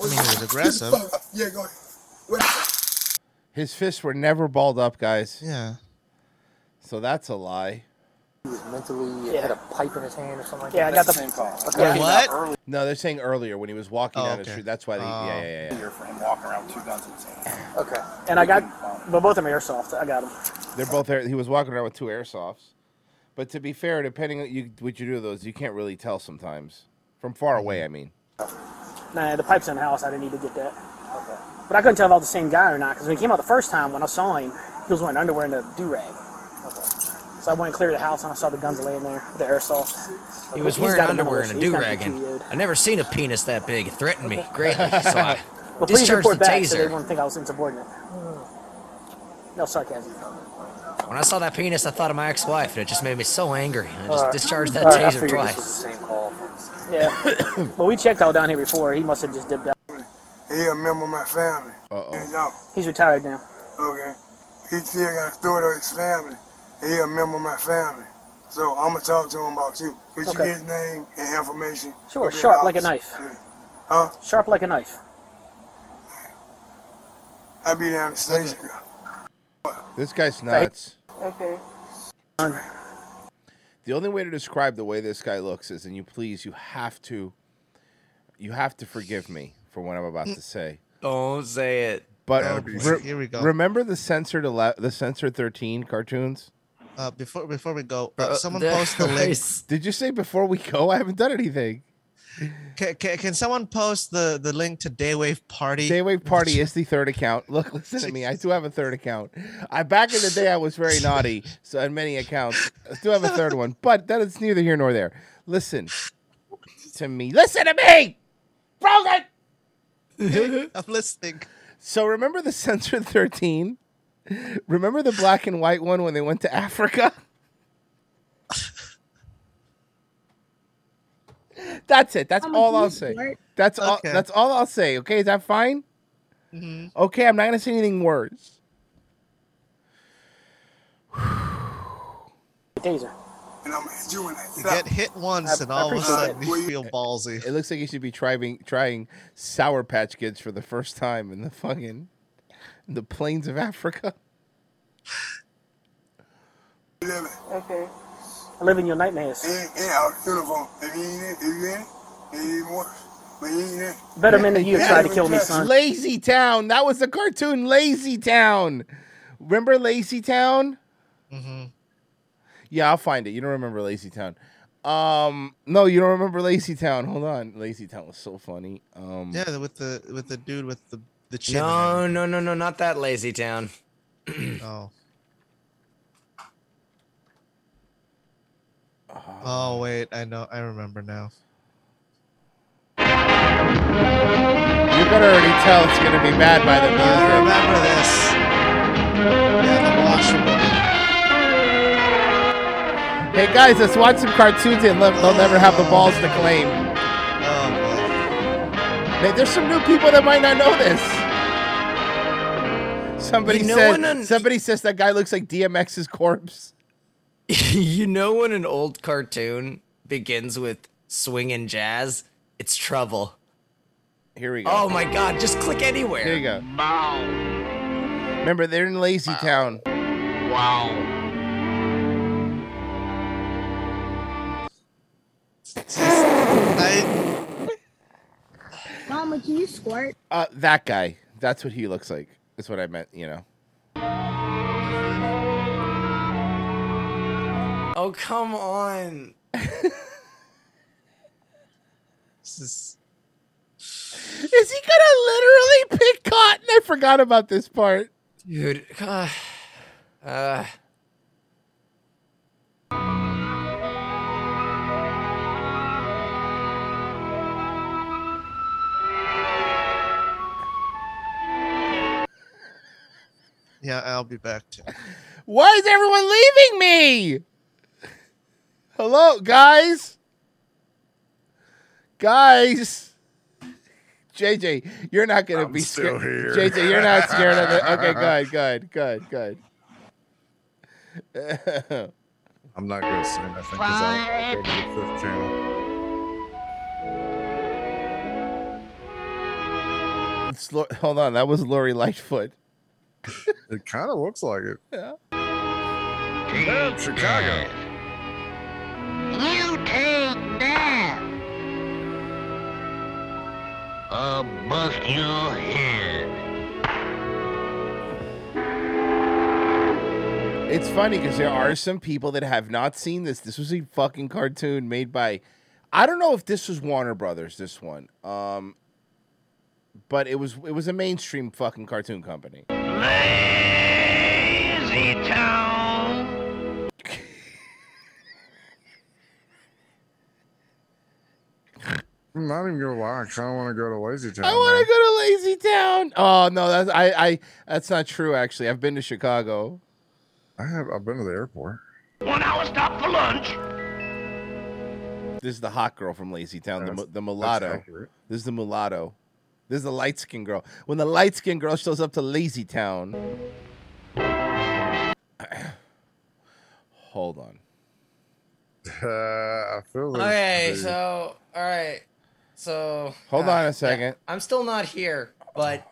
[SPEAKER 3] I mean, he was aggressive.
[SPEAKER 22] Yeah, go ahead.
[SPEAKER 2] His fists were never balled up, guys.
[SPEAKER 3] Yeah.
[SPEAKER 2] So that's a lie.
[SPEAKER 24] He was mentally had a pipe in his hand or something like
[SPEAKER 20] Yeah, I
[SPEAKER 24] that.
[SPEAKER 20] got the
[SPEAKER 24] same call.
[SPEAKER 20] Yeah.
[SPEAKER 2] What? No, they're saying earlier when he was walking
[SPEAKER 24] Oh,
[SPEAKER 2] down the
[SPEAKER 24] okay.
[SPEAKER 2] street. That's why they. yeah, yeah, yeah, yeah.
[SPEAKER 24] Easier for him walking around with two guns in his hand. Okay.
[SPEAKER 20] And I got,
[SPEAKER 3] Oh.
[SPEAKER 20] but both of them are airsoft. I got them.
[SPEAKER 2] They're both. Air, he was walking around with two airsofts. But to be fair, depending on you, what you do with those, you can't really tell sometimes from far away. I mean,
[SPEAKER 20] Nah, the pipe's in the house. I didn't need to get that. Okay. But I couldn't tell if I was the same guy or not because when he came out the first time, when I saw him, he was wearing underwear and a do rag. So I went and cleared the house and I saw the guns laying there, the airsoft.
[SPEAKER 5] He was
[SPEAKER 20] He's
[SPEAKER 5] wearing
[SPEAKER 20] got
[SPEAKER 5] underwear and a
[SPEAKER 20] militia. He's
[SPEAKER 5] do
[SPEAKER 20] not
[SPEAKER 5] rag, and
[SPEAKER 20] PTO'd.
[SPEAKER 5] I never seen a penis that big. It threatened me greatly, so I
[SPEAKER 20] Well, please
[SPEAKER 5] discharged the
[SPEAKER 20] report back so they
[SPEAKER 5] taser.
[SPEAKER 20] won't think I was insubordinate. No sarcasm.
[SPEAKER 5] When I saw that penis, I thought of my ex-wife, and it just made me so angry. I just
[SPEAKER 20] Alright.
[SPEAKER 5] discharged that
[SPEAKER 20] Alright, I
[SPEAKER 5] taser
[SPEAKER 20] figured this
[SPEAKER 5] twice.
[SPEAKER 20] was Yeah. well, we checked out down here before. He must have just dipped out.
[SPEAKER 22] He a member of my family.
[SPEAKER 2] Uh-oh.
[SPEAKER 22] Y'all
[SPEAKER 20] He's retired now.
[SPEAKER 22] Okay. He still got a story of his family. He a member of my family. So I'm gonna talk to him about you. Could
[SPEAKER 20] Okay.
[SPEAKER 22] you get his name and information?
[SPEAKER 20] Sure,
[SPEAKER 22] of his
[SPEAKER 20] sharp like a
[SPEAKER 22] office?
[SPEAKER 20] knife.
[SPEAKER 22] Huh?
[SPEAKER 20] Sharp like a knife.
[SPEAKER 22] I be down the station.
[SPEAKER 2] this guy's nuts.
[SPEAKER 22] Okay.
[SPEAKER 2] The only way to describe the way this guy looks is, and you please, you have to, you have to forgive me for what I'm
[SPEAKER 3] Mm.
[SPEAKER 2] about to say.
[SPEAKER 5] Don't say it.
[SPEAKER 2] But
[SPEAKER 3] Oh,
[SPEAKER 2] uh,
[SPEAKER 3] boy.
[SPEAKER 2] re-
[SPEAKER 3] Here we go.
[SPEAKER 2] Remember the censored ele- the censored thirteen cartoons?
[SPEAKER 3] Uh, before before we go, uh, someone post the link.
[SPEAKER 2] Did you say before we go? I haven't done anything.
[SPEAKER 3] Can, can, can someone post the, the link to Daywave Party?
[SPEAKER 2] Daywave Party is the third account. Look, listen to me. I do have a third account. I back in the day I was very naughty, so on many accounts. I still have a third one, but that is neither here nor there. Listen to me. Listen to me. Frozen.
[SPEAKER 3] I'm listening.
[SPEAKER 2] So remember the censored thirteen? Remember the black and white one when they went to Africa? That's it. That's
[SPEAKER 21] I'm a
[SPEAKER 2] all I'll
[SPEAKER 21] huge
[SPEAKER 2] say.
[SPEAKER 21] nerd.
[SPEAKER 2] That's all.
[SPEAKER 21] Okay.
[SPEAKER 2] That's all I'll say. Okay, is that fine?
[SPEAKER 3] Mm-hmm.
[SPEAKER 21] Mhm.
[SPEAKER 2] Okay, I'm not gonna say anything worse.
[SPEAKER 20] Taser.
[SPEAKER 22] And I'm gonna hit you in that.
[SPEAKER 3] You get hit once, and all of a sudden you feel ballsy.
[SPEAKER 2] It looks like you should be trying trying Sour Patch Kids for the first time in the fucking the plains of Africa.
[SPEAKER 22] Okay.
[SPEAKER 20] I live in your nightmares.
[SPEAKER 22] And, and out of uniform. If you ain't in, if you ain't in, it even worse. But you ain't in.
[SPEAKER 20] Better men than you have tried to kill me, son.
[SPEAKER 2] Lazy Town. That was the cartoon Lazy Town. Remember Lazy Town?
[SPEAKER 3] Mm-hmm.
[SPEAKER 2] Yeah, I'll find it. You don't remember Lazy Town. Um, no, you don't remember Lazy Town. Hold on. Lazy Town was so funny. Um,
[SPEAKER 3] Yeah, the- with the with the dude with the the chin.
[SPEAKER 5] No, no, no, no, not that lazy town.
[SPEAKER 3] oh.
[SPEAKER 2] Ah.
[SPEAKER 3] Oh wait, I know, I remember now.
[SPEAKER 2] You better already tell it's gonna be bad by the music. I
[SPEAKER 3] remember this.
[SPEAKER 2] Hey guys, let's watch some cartoons and let, they'll never have the balls to claim.
[SPEAKER 5] Oh,
[SPEAKER 2] Hey, there's some new people that might not know this. Somebody
[SPEAKER 5] You know
[SPEAKER 2] said
[SPEAKER 5] when an-
[SPEAKER 2] somebody says that guy looks like DMX's corpse.
[SPEAKER 5] you know when an old cartoon begins with swinging jazz? It's trouble.
[SPEAKER 2] Here we
[SPEAKER 5] go. Oh my god, just click anywhere.
[SPEAKER 2] Here you go. Remember, they're in Lazy Town. Wow.
[SPEAKER 7] Mama, can you squirt?
[SPEAKER 2] Uh, that guy. That's what he looks like. That's what I meant. You know.
[SPEAKER 5] Oh come on.
[SPEAKER 3] This is
[SPEAKER 2] Is he gonna literally pick cotton? I forgot about this part.
[SPEAKER 5] Dude, uh, uh,
[SPEAKER 3] Yeah, I'll be back. Too.
[SPEAKER 2] Why is everyone leaving me? Hello, guys. guys. JJ, you're not gonna be
[SPEAKER 4] still
[SPEAKER 2] scared.
[SPEAKER 4] here.
[SPEAKER 2] JJ, you're not scared of it. Okay, good, good, good, good.
[SPEAKER 4] I'm not gonna say nothing because I'll go to the fifth channel.
[SPEAKER 2] It's Lo- hold on, that was Lori Lightfoot.
[SPEAKER 4] It kind of looks like it.
[SPEAKER 2] Yeah.
[SPEAKER 4] Damn, Chicago.
[SPEAKER 21] You take that. I'll bust your head.
[SPEAKER 2] It's funny because there are some people that have not seen this. This was a fucking cartoon made by, I don't know if this was Warner Brothers. This one, um, but it was it was a mainstream fucking cartoon company.
[SPEAKER 21] Lazy town.
[SPEAKER 4] I'm not even gonna lie. I kind of want to go to Lazy Town.
[SPEAKER 2] I want to go to Lazy Town. Oh no, that's I, I that's not true. Actually, I've been to Chicago.
[SPEAKER 4] I have. I've been to the airport.
[SPEAKER 21] One hour stop for lunch.
[SPEAKER 2] This is the hot girl from Lazy Town, the, mu-
[SPEAKER 4] That's-
[SPEAKER 2] the mulatto.
[SPEAKER 4] accurate.
[SPEAKER 2] This is the mulatto. This is the light skinned girl. When the light skinned girl shows up to Lazy Town. Hold on.
[SPEAKER 4] Uh, I feel like
[SPEAKER 5] Okay, so all right, so
[SPEAKER 2] Hold
[SPEAKER 5] uh,
[SPEAKER 2] on
[SPEAKER 5] yeah,
[SPEAKER 2] a second.
[SPEAKER 5] I'm still not here, but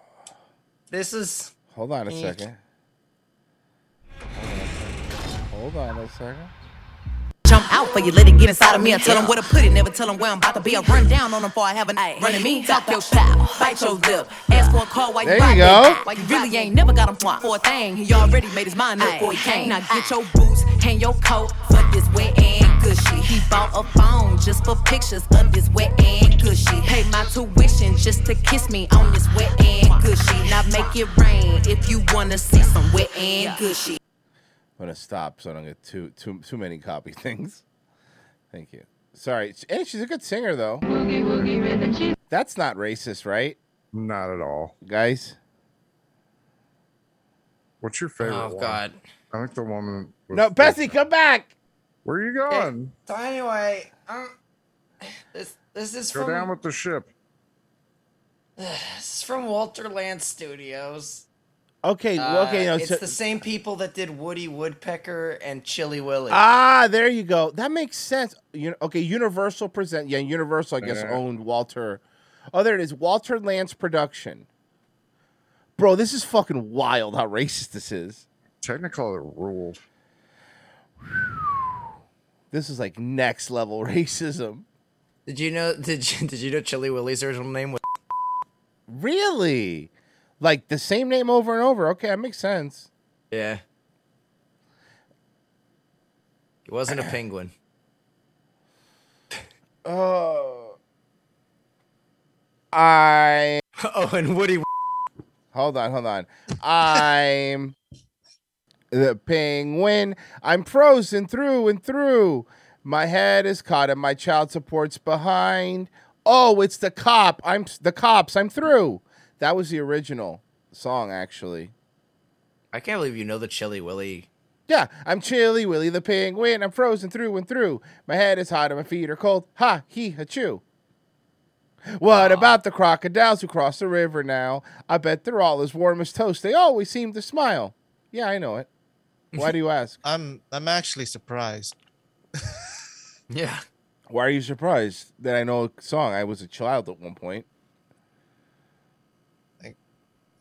[SPEAKER 5] this is
[SPEAKER 2] Hold on a
[SPEAKER 5] Mm.
[SPEAKER 2] second. Hold on a second.
[SPEAKER 8] Jump out for you, let it get inside of me. I tell them where to put it, never tell them where I'm about to be. I run down on them before I have an eye. Running me, talk your style, bite your lip. Ask for a call while
[SPEAKER 21] There you
[SPEAKER 8] you
[SPEAKER 21] go.
[SPEAKER 8] Why you really ain't never got him for a thing. He already made his mind up before he came. Now get your boots, hang your coat for this wet and gushy. He bought a phone just for pictures of this wet and gushy. Pay my tuition just to kiss me on this wet and gushy. Now make it rain if you wanna see some wet and gushy.
[SPEAKER 2] I'm gonna stop so I don't get too too too many copy things. Thank you. Sorry. And she's a good singer though. That's not racist, right?
[SPEAKER 4] Not at all.
[SPEAKER 2] Guys.
[SPEAKER 4] What's your favorite?
[SPEAKER 5] Oh,
[SPEAKER 4] one?
[SPEAKER 5] God.
[SPEAKER 4] I think the woman.
[SPEAKER 2] No, Bessie, come back.
[SPEAKER 4] Where are you going?
[SPEAKER 5] So anyway, um, this this is
[SPEAKER 4] Go
[SPEAKER 5] from
[SPEAKER 4] down with the ship.
[SPEAKER 5] this is from Walter Land Studios.
[SPEAKER 2] Okay. well, okay.
[SPEAKER 5] Uh,
[SPEAKER 2] No,
[SPEAKER 5] it's
[SPEAKER 2] so-
[SPEAKER 5] the same people that did Woody Woodpecker and Chili Willy.
[SPEAKER 2] ah, there you go. That makes sense. You know, okay. Universal present. Yeah, Universal. I guess
[SPEAKER 5] Yeah.
[SPEAKER 2] owned Walter. Oh, there it is. Walter Lance Production. Bro, this is fucking wild. How racist this is.
[SPEAKER 4] Technicolor ruled.
[SPEAKER 2] This is like next level racism.
[SPEAKER 5] Did you know? Did you did you know Chili Willy's original name was?
[SPEAKER 2] Really? Like the same name over and over. Okay, that makes sense.
[SPEAKER 5] Yeah. He wasn't a penguin.
[SPEAKER 2] Oh. I.
[SPEAKER 5] Oh, and Woody.
[SPEAKER 2] Hold on, hold on. I'm the penguin. I'm frozen through and through. My head is caught and my child support's behind. Oh, it's the cop. I'm s- the cops. I'm through. That was the original song, actually.
[SPEAKER 5] I can't believe you know the Chili Willy.
[SPEAKER 2] Yeah, I'm Chilly Willy the penguin. I'm frozen through and through. My head is hot and my feet are cold. Ha, he, ha, chew. What about the crocodiles who cross the river now? I bet they're all as warm as toast. They always seem to smile. Yeah, I know it. Why do you ask?
[SPEAKER 3] I'm I'm actually surprised.
[SPEAKER 5] yeah.
[SPEAKER 2] Why are you surprised that I know a song? I was a child at one point.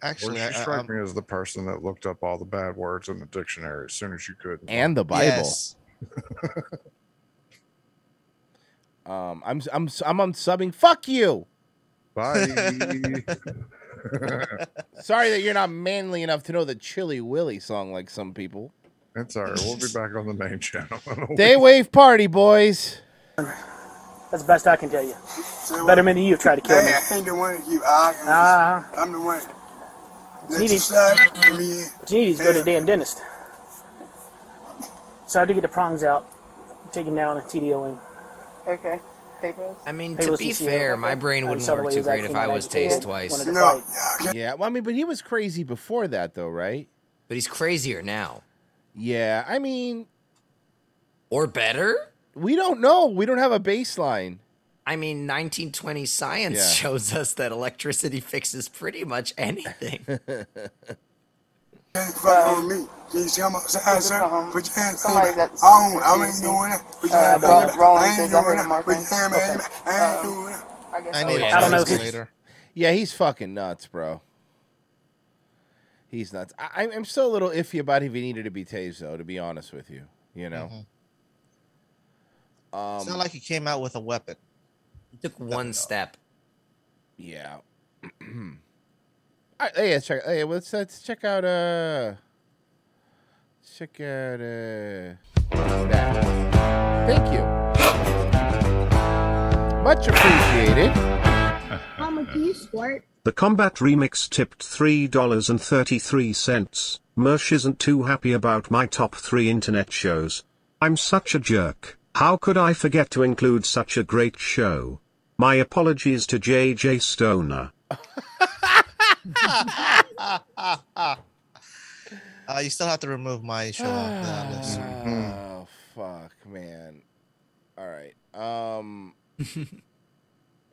[SPEAKER 3] Actually,
[SPEAKER 4] Or
[SPEAKER 3] I,
[SPEAKER 4] she
[SPEAKER 3] I-
[SPEAKER 4] struck
[SPEAKER 3] I'm-
[SPEAKER 4] me as the person that looked up all the bad words in the dictionary as soon as you could.
[SPEAKER 2] And the Bible.
[SPEAKER 3] Yes.
[SPEAKER 2] Um, I'm I'm I'm unsubbing. Fuck you.
[SPEAKER 4] Bye.
[SPEAKER 2] Sorry that you're not manly enough to know the Chilly Willy song like some people.
[SPEAKER 4] That's all right. We'll be back on the main channel.
[SPEAKER 2] Day wave party, boys.
[SPEAKER 20] That's the best I can tell you. Better many of you have tried to kill me. Uh-huh.
[SPEAKER 22] Hey, I ain't the one that keep arguing. I'm the one.
[SPEAKER 20] You
[SPEAKER 22] Let
[SPEAKER 20] need-
[SPEAKER 22] society put me in.
[SPEAKER 20] What you need is to go to the damn dentist. So I had to get the prongs out, take them down, and TDO in.
[SPEAKER 17] Okay. Papers.
[SPEAKER 5] I mean,
[SPEAKER 20] Hey,
[SPEAKER 5] to
[SPEAKER 20] listen
[SPEAKER 5] be
[SPEAKER 20] to you.
[SPEAKER 5] fair, my
[SPEAKER 20] Okay.
[SPEAKER 5] brain
[SPEAKER 20] I'm
[SPEAKER 5] wouldn't
[SPEAKER 20] sorry
[SPEAKER 5] work
[SPEAKER 20] you
[SPEAKER 5] too great
[SPEAKER 20] guys
[SPEAKER 5] if
[SPEAKER 20] came
[SPEAKER 5] I
[SPEAKER 20] back
[SPEAKER 5] was
[SPEAKER 20] to the
[SPEAKER 5] tased
[SPEAKER 20] end.
[SPEAKER 5] twice.
[SPEAKER 20] Wanted to No.
[SPEAKER 2] Yeah, well, I mean, but he was crazy before that, though, right?
[SPEAKER 5] But he's crazier now.
[SPEAKER 2] Yeah, I mean,
[SPEAKER 5] Or better?
[SPEAKER 2] we don't know. We don't have a baseline.
[SPEAKER 5] I mean, 1920 science
[SPEAKER 2] Yeah.
[SPEAKER 5] shows us that electricity fixes pretty much anything.
[SPEAKER 22] ain't fucking with me. Can you see I'm outside, sir? Put your hands up. I
[SPEAKER 17] Somebody
[SPEAKER 22] don't,
[SPEAKER 17] that's-
[SPEAKER 22] I ain't doing that. Put your
[SPEAKER 17] Uh,
[SPEAKER 22] hands
[SPEAKER 17] Rob-
[SPEAKER 22] up.
[SPEAKER 17] Rollins
[SPEAKER 22] I ain't
[SPEAKER 17] says I
[SPEAKER 22] doing
[SPEAKER 17] heard
[SPEAKER 22] that. Put your hands up. I ain't doing that.
[SPEAKER 2] I need
[SPEAKER 3] I don't know if it's-
[SPEAKER 2] Yeah, he's fucking nuts, bro. He's nuts. I, I'm- I'm still a little iffy about if he needed to be tased, though. To be honest with you, you know. Um,
[SPEAKER 3] Mm-hmm. it's not like he came out with a weapon.
[SPEAKER 5] He took one step.
[SPEAKER 2] Yeah. All right, hey, let's check. Hey, let's let's check out. Uh, let's check out. Uh, that. Thank you. Much appreciated.
[SPEAKER 7] Mama, can you squirt?
[SPEAKER 6] The Combat Remix tipped $3.33. Mersh isn't too happy about my top 3 internet shows. I'm such a jerk. How could I forget to include such a great show? My apologies to JJ Stoner.
[SPEAKER 3] uh, you still have to remove my show off the list.
[SPEAKER 2] Ah, Oh fuck, man. All right. Um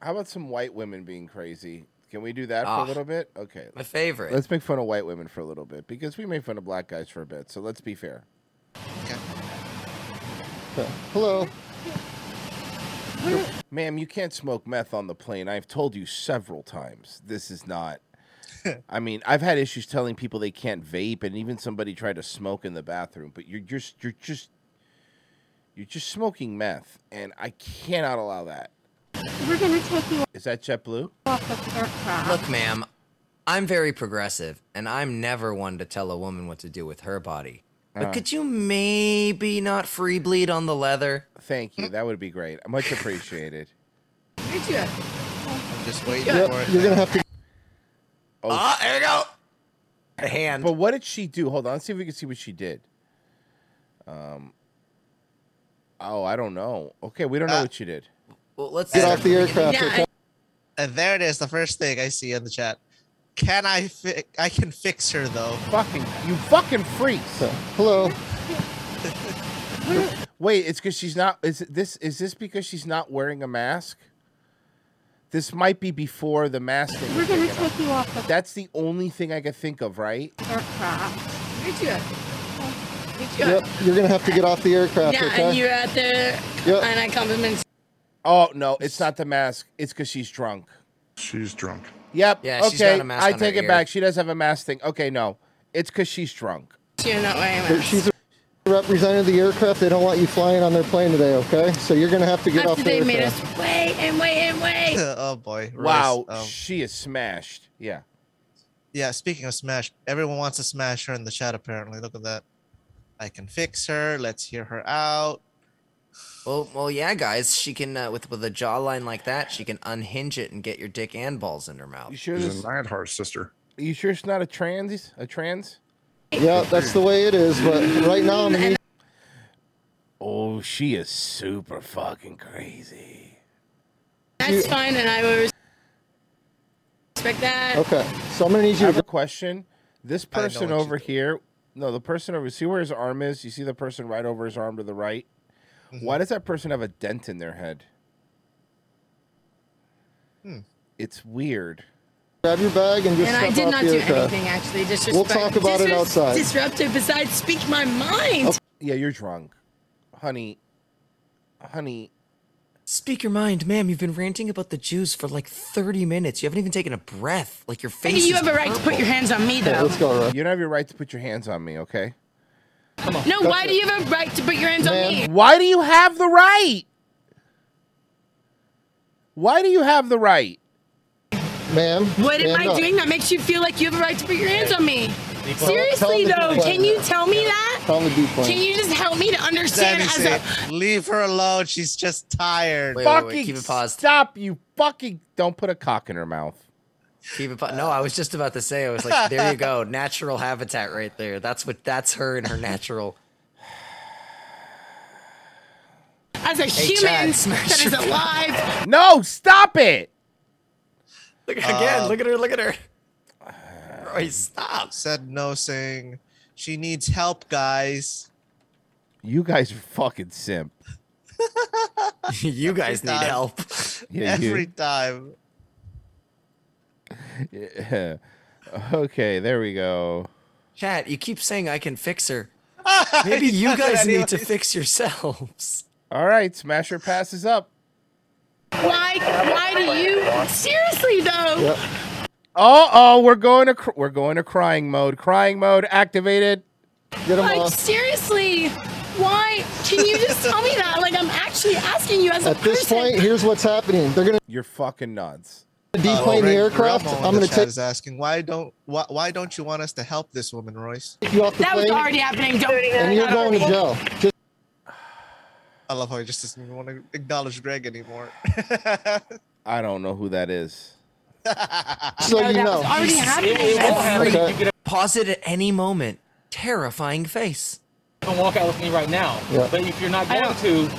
[SPEAKER 2] How about some white women being crazy? Can we do that for a
[SPEAKER 5] Ah,
[SPEAKER 2] little bit? Okay.
[SPEAKER 5] my favorite.
[SPEAKER 2] Let's make fun of white women for a little bit because we made fun of black guys for a bit. So let's be fair. Okay. Hello. Ma'am, you can't smoke meth on the plane. I've told you several times. This is not. I mean, I've had issues telling people they can't vape, and even somebody tried to smoke in the bathroom. But you're just, you're just, you're just smoking meth, and I cannot allow that.
[SPEAKER 5] We're gonna take you
[SPEAKER 2] Is that JetBlue?
[SPEAKER 5] off of aircraft. Look, ma'am, I'm very progressive, and I'm never one to tell a woman what to do with her body. But
[SPEAKER 2] Uh.
[SPEAKER 5] could you maybe not free bleed on the leather?
[SPEAKER 2] Thank you. That would be great. Much appreciated.
[SPEAKER 3] Just wait
[SPEAKER 2] Yep,
[SPEAKER 3] for it.
[SPEAKER 2] you're gonna have to- Oh,
[SPEAKER 5] there you go. hand.
[SPEAKER 2] But what did she do? Hold on. Let's see if we can see what she did. Um. Oh, I don't know. Okay, we don't know what she did.
[SPEAKER 5] Well, let's
[SPEAKER 2] Get off the aircraft, okay?
[SPEAKER 3] And there it is, the first thing I see in the chat. Can I fi- I can fix her though.
[SPEAKER 2] Fucking you fucking freaks. Hello. Wait, it's because she's not. Is it this? Is this because she's not wearing a mask? This might be before the mask. Thing We're gonna take you off. That's the only thing I could think of, right?
[SPEAKER 9] Yep, you're gonna have to get off the aircraft,
[SPEAKER 2] Yeah,
[SPEAKER 9] okay?
[SPEAKER 2] and you're
[SPEAKER 9] out there, and I compliment.
[SPEAKER 2] Oh no, it's not the mask. It's because she's drunk.
[SPEAKER 4] She's drunk.
[SPEAKER 2] Yep.
[SPEAKER 4] Yeah,
[SPEAKER 2] okay.
[SPEAKER 4] she's got a mask
[SPEAKER 2] I
[SPEAKER 4] on
[SPEAKER 2] take
[SPEAKER 4] her
[SPEAKER 2] it
[SPEAKER 4] ear.
[SPEAKER 2] back. She does have a mask thing. Okay, no, it's because she's drunk.
[SPEAKER 9] You're not wearing She's a representative of the aircraft. They don't want you flying on their plane today, okay? So you're gonna have to get off the aircraft.
[SPEAKER 1] wait and wait and wait.
[SPEAKER 3] oh boy. Royce,
[SPEAKER 2] Wow,
[SPEAKER 3] um,
[SPEAKER 2] she is smashed. Yeah.
[SPEAKER 3] yeah, speaking of Smash, everyone wants to smash her in the chat apparently. Look at that. I can fix her. Let's hear her out.
[SPEAKER 5] Well, well, yeah, guys. She can uh, with with a jawline like that. She can unhinge it and get your dick and balls in her mouth. You
[SPEAKER 2] sure?
[SPEAKER 4] She's a Lionheart sister.
[SPEAKER 2] Are you sure it's not a trans? A trans?
[SPEAKER 9] Yeah, that's the way it is. But right now, I'm gonna need
[SPEAKER 2] Oh, she is super fucking crazy.
[SPEAKER 9] you.
[SPEAKER 1] It's fine, and I will respect that.
[SPEAKER 9] Okay, so I'm gonna need you
[SPEAKER 2] I have
[SPEAKER 9] to-
[SPEAKER 2] a question. This
[SPEAKER 9] I know
[SPEAKER 2] person
[SPEAKER 9] what you
[SPEAKER 2] over here, no, the person over. See where his arm is. You see the person right over his arm to the right.
[SPEAKER 9] Mm-hmm.
[SPEAKER 2] Why does that person have a dent in their head?
[SPEAKER 3] Hmm.
[SPEAKER 2] It's weird.
[SPEAKER 9] grab your bag and just
[SPEAKER 1] And I
[SPEAKER 9] step
[SPEAKER 1] did
[SPEAKER 9] off
[SPEAKER 1] not
[SPEAKER 9] the
[SPEAKER 1] do
[SPEAKER 9] aircraft.
[SPEAKER 1] anything actually. Disrespect.
[SPEAKER 9] We'll talk about it
[SPEAKER 1] disres-
[SPEAKER 9] outside.
[SPEAKER 1] Disruptive. Besides, speak my mind.
[SPEAKER 2] Yeah, you're drunk, honey. Honey,
[SPEAKER 5] Speak your mind, ma'am. You've been ranting about the Jews for like 30 minutes. You haven't even taken a breath. Like your face. is purple.
[SPEAKER 2] You don't have your right to put your hands on me, okay? Come on.
[SPEAKER 1] No, why do you have a right to put your hands on me?
[SPEAKER 2] Why do you have the right? Why do you have the right?
[SPEAKER 9] Ma'am.
[SPEAKER 1] What am I doing that makes you feel like you have a right to put your hands on me?
[SPEAKER 9] Tell-
[SPEAKER 1] Seriously
[SPEAKER 9] tell
[SPEAKER 1] though,
[SPEAKER 9] the
[SPEAKER 1] can you tell me that?
[SPEAKER 9] Tell the deep
[SPEAKER 1] Can you just help me to understand as a
[SPEAKER 3] leave her alone. She's just tired.
[SPEAKER 2] fucking stop, you fucking don't put a cock in her mouth.
[SPEAKER 5] Keep it. po- No, I was just about to say. I was like, there you go, natural habitat right there. That's what. That's her and her natural.
[SPEAKER 1] as a
[SPEAKER 5] Hey,
[SPEAKER 1] human
[SPEAKER 5] Chad, smash
[SPEAKER 1] that is
[SPEAKER 5] your-
[SPEAKER 1] alive?
[SPEAKER 2] No, stop it.
[SPEAKER 5] Look
[SPEAKER 2] again,
[SPEAKER 3] Um,
[SPEAKER 5] Look at her. Look at her. Roy, stop.
[SPEAKER 3] Said no, saying she needs help, guys.
[SPEAKER 2] You guys are fucking simp.
[SPEAKER 5] you guys need
[SPEAKER 3] God.
[SPEAKER 5] help.
[SPEAKER 2] Yeah, you-
[SPEAKER 3] every time.
[SPEAKER 2] Yeah. Okay, there we go.
[SPEAKER 5] Chat, you keep saying I can fix her. Maybe you guys need to fix yourselves.
[SPEAKER 2] All right, Smasher passes up.
[SPEAKER 1] Like, why do you? Seriously though.
[SPEAKER 2] Uh oh, we're going to cr- we're going to crying mode. Crying mode activated. Get
[SPEAKER 1] Like seriously, why? Can you just tell me that? Like I'm actually asking you as a
[SPEAKER 9] At this
[SPEAKER 1] person.
[SPEAKER 9] point, here's what's happening. They're gonna
[SPEAKER 2] You're fucking nuts.
[SPEAKER 3] uh,
[SPEAKER 9] deplane the aircraft. I'm gonna take
[SPEAKER 3] Is asking why don't why, why don't you want us to help this woman, Royce?
[SPEAKER 9] you off the
[SPEAKER 1] That was
[SPEAKER 9] plane,
[SPEAKER 1] already happening. Don't.
[SPEAKER 9] and you're going to jail. Just
[SPEAKER 3] I love how he just doesn't even want to acknowledge Greg anymore.
[SPEAKER 2] I don't know who that is.
[SPEAKER 9] so
[SPEAKER 5] No,
[SPEAKER 9] you
[SPEAKER 5] that
[SPEAKER 9] know.
[SPEAKER 5] was already It- happening. it will happen.
[SPEAKER 9] Okay.
[SPEAKER 5] You could Pause it at any moment. Terrifying face.
[SPEAKER 20] You can walk out with me right now.
[SPEAKER 9] Yeah.
[SPEAKER 20] But if you're not going to,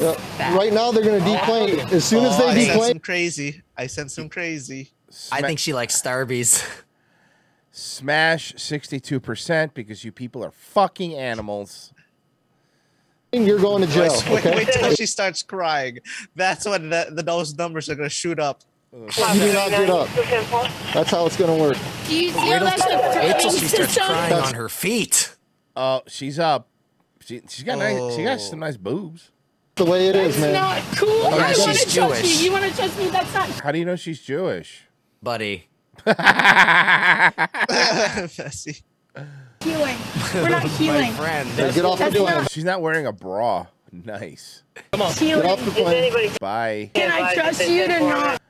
[SPEAKER 9] Yep. Right now, they're gonna deplane. As soon as
[SPEAKER 3] Oh. I
[SPEAKER 9] they
[SPEAKER 3] sense
[SPEAKER 9] deplane,
[SPEAKER 3] some crazy. I sense some crazy.
[SPEAKER 5] I think she likes Starbies.
[SPEAKER 2] Smash 62% because you people are fucking animals.
[SPEAKER 9] you're going to jail.
[SPEAKER 3] Royce, wait,
[SPEAKER 9] Okay.
[SPEAKER 3] wait till she starts crying. That's when the, the, those numbers are gonna shoot up.
[SPEAKER 9] You do not get up. That's how it's gonna work.
[SPEAKER 1] Do you
[SPEAKER 5] Wait
[SPEAKER 1] feel
[SPEAKER 5] till-
[SPEAKER 1] that's a
[SPEAKER 5] wait till
[SPEAKER 1] threatening
[SPEAKER 5] she starts
[SPEAKER 1] system?
[SPEAKER 5] crying on her feet.
[SPEAKER 2] Oh, she's up. She she's got nice, she got
[SPEAKER 5] Oh.
[SPEAKER 2] some nice boobs.
[SPEAKER 9] The way it is,
[SPEAKER 1] It's not cool.
[SPEAKER 2] Yeah,
[SPEAKER 1] I want
[SPEAKER 2] she's
[SPEAKER 1] to trust
[SPEAKER 2] Jewish.
[SPEAKER 1] you. You want to trust me? That's not.
[SPEAKER 2] How do you know she's Jewish?
[SPEAKER 5] Buddy.
[SPEAKER 3] Bessie.
[SPEAKER 1] Healing. We're not healing.
[SPEAKER 2] That's-
[SPEAKER 9] get off the
[SPEAKER 1] That's
[SPEAKER 9] plane.
[SPEAKER 1] not-
[SPEAKER 2] She's not wearing a bra. Nice.
[SPEAKER 1] Come on. Healing. Get off the Is plane. anybody-
[SPEAKER 2] Bye.
[SPEAKER 1] Can I trust you to not?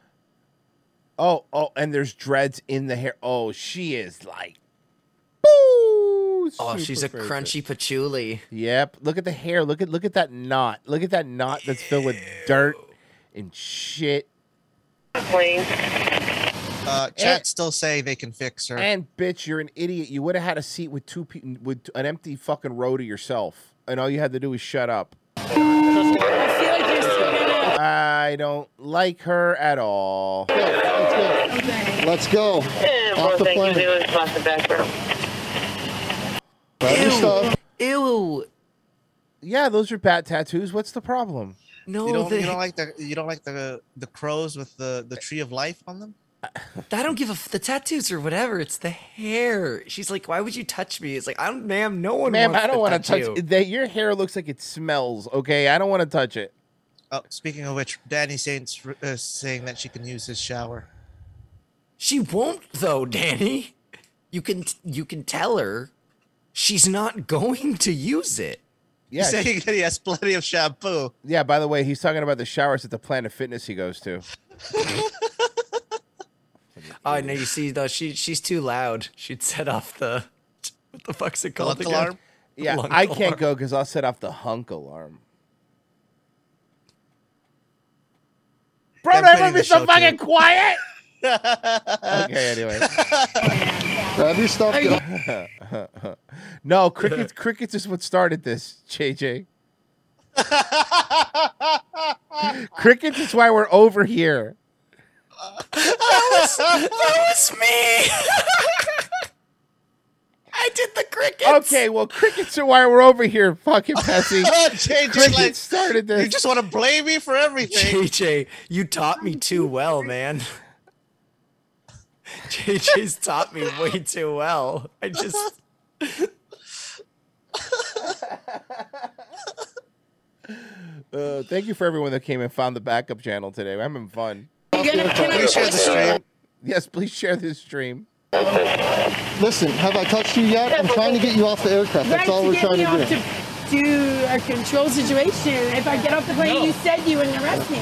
[SPEAKER 2] Oh, oh, and there's dreads in the hair. Oh, she is like, boo.
[SPEAKER 5] Oh, she's a crunchy patchouli.
[SPEAKER 2] Yep. Look at the hair. Look at look at that knot. Look at that knot that's filled with dirt and shit.
[SPEAKER 3] Uh, chat's still saying they can fix her.
[SPEAKER 2] And bitch, you're an idiot. You would have had a seat with two people with an empty fucking row to yourself, and all you had to do was shut up. I don't like her at all.
[SPEAKER 9] Let's go. Off the plane. Bad stuff.
[SPEAKER 5] Ew.
[SPEAKER 2] Yeah, those are bat tattoos. What's the problem?
[SPEAKER 5] No,
[SPEAKER 3] you don't,
[SPEAKER 5] they-
[SPEAKER 3] you don't like the you don't like the the crows with the the tree of life on them.
[SPEAKER 5] I don't give a f- the tattoos or whatever. It's the hair. She's like, why would you touch me? It's like, I don't, ma'am. No one.
[SPEAKER 2] Ma'am,
[SPEAKER 5] wants
[SPEAKER 2] I don't
[SPEAKER 5] want to
[SPEAKER 2] touch
[SPEAKER 5] you.
[SPEAKER 2] that. Your hair looks like it smells. Okay, I don't want to touch it.
[SPEAKER 3] Oh, speaking of which, Danny Saint's uh, saying that she can use his shower.
[SPEAKER 5] She won't though, Danny. You can you can tell her she's not going to use it.
[SPEAKER 2] Yeah,
[SPEAKER 3] He's saying
[SPEAKER 2] she-
[SPEAKER 3] that he has plenty of shampoo.
[SPEAKER 2] Yeah. By the way, he's talking about the showers at the Planet Fitness he goes to.
[SPEAKER 5] Oh no, you see though, she she's too loud. She'd set off the what the fuck's it called?
[SPEAKER 3] Lunk
[SPEAKER 5] again?
[SPEAKER 3] alarm?
[SPEAKER 2] Yeah,
[SPEAKER 5] Lunk
[SPEAKER 2] I can't
[SPEAKER 5] alarm.
[SPEAKER 2] go because I'll set off the hunk alarm. Bro,
[SPEAKER 3] They're
[SPEAKER 2] everyone
[SPEAKER 3] putting the
[SPEAKER 2] be so
[SPEAKER 3] show
[SPEAKER 2] fucking
[SPEAKER 3] to-
[SPEAKER 2] quiet. okay, anyway.
[SPEAKER 9] Grab your stuff. Get off.
[SPEAKER 2] no, crickets. Crickets is what started this, JJ. crickets is why we're over here.
[SPEAKER 5] That was, that was me. I did the crickets.
[SPEAKER 2] Okay, well, crickets are why we're over here, fucking Pessy.
[SPEAKER 3] JJ,
[SPEAKER 2] crickets
[SPEAKER 3] like,
[SPEAKER 2] started this.
[SPEAKER 3] You just want to blame me for everything.
[SPEAKER 5] JJ, you taught me too well, man. JJ's taught me way too well. I just
[SPEAKER 2] Uh, thank you for everyone that came and found the backup channel today. I'm having fun.
[SPEAKER 1] Can I trust you?
[SPEAKER 2] Yes, please share this stream.
[SPEAKER 9] Listen, have I touched you yet? I'm trying to get you off the aircraft.
[SPEAKER 1] Right
[SPEAKER 9] That's all
[SPEAKER 1] to
[SPEAKER 9] we're
[SPEAKER 1] get me
[SPEAKER 9] trying
[SPEAKER 1] off
[SPEAKER 9] to do.
[SPEAKER 1] to do a controlled situation. If I get off the plane, you said you wouldn't arrest me.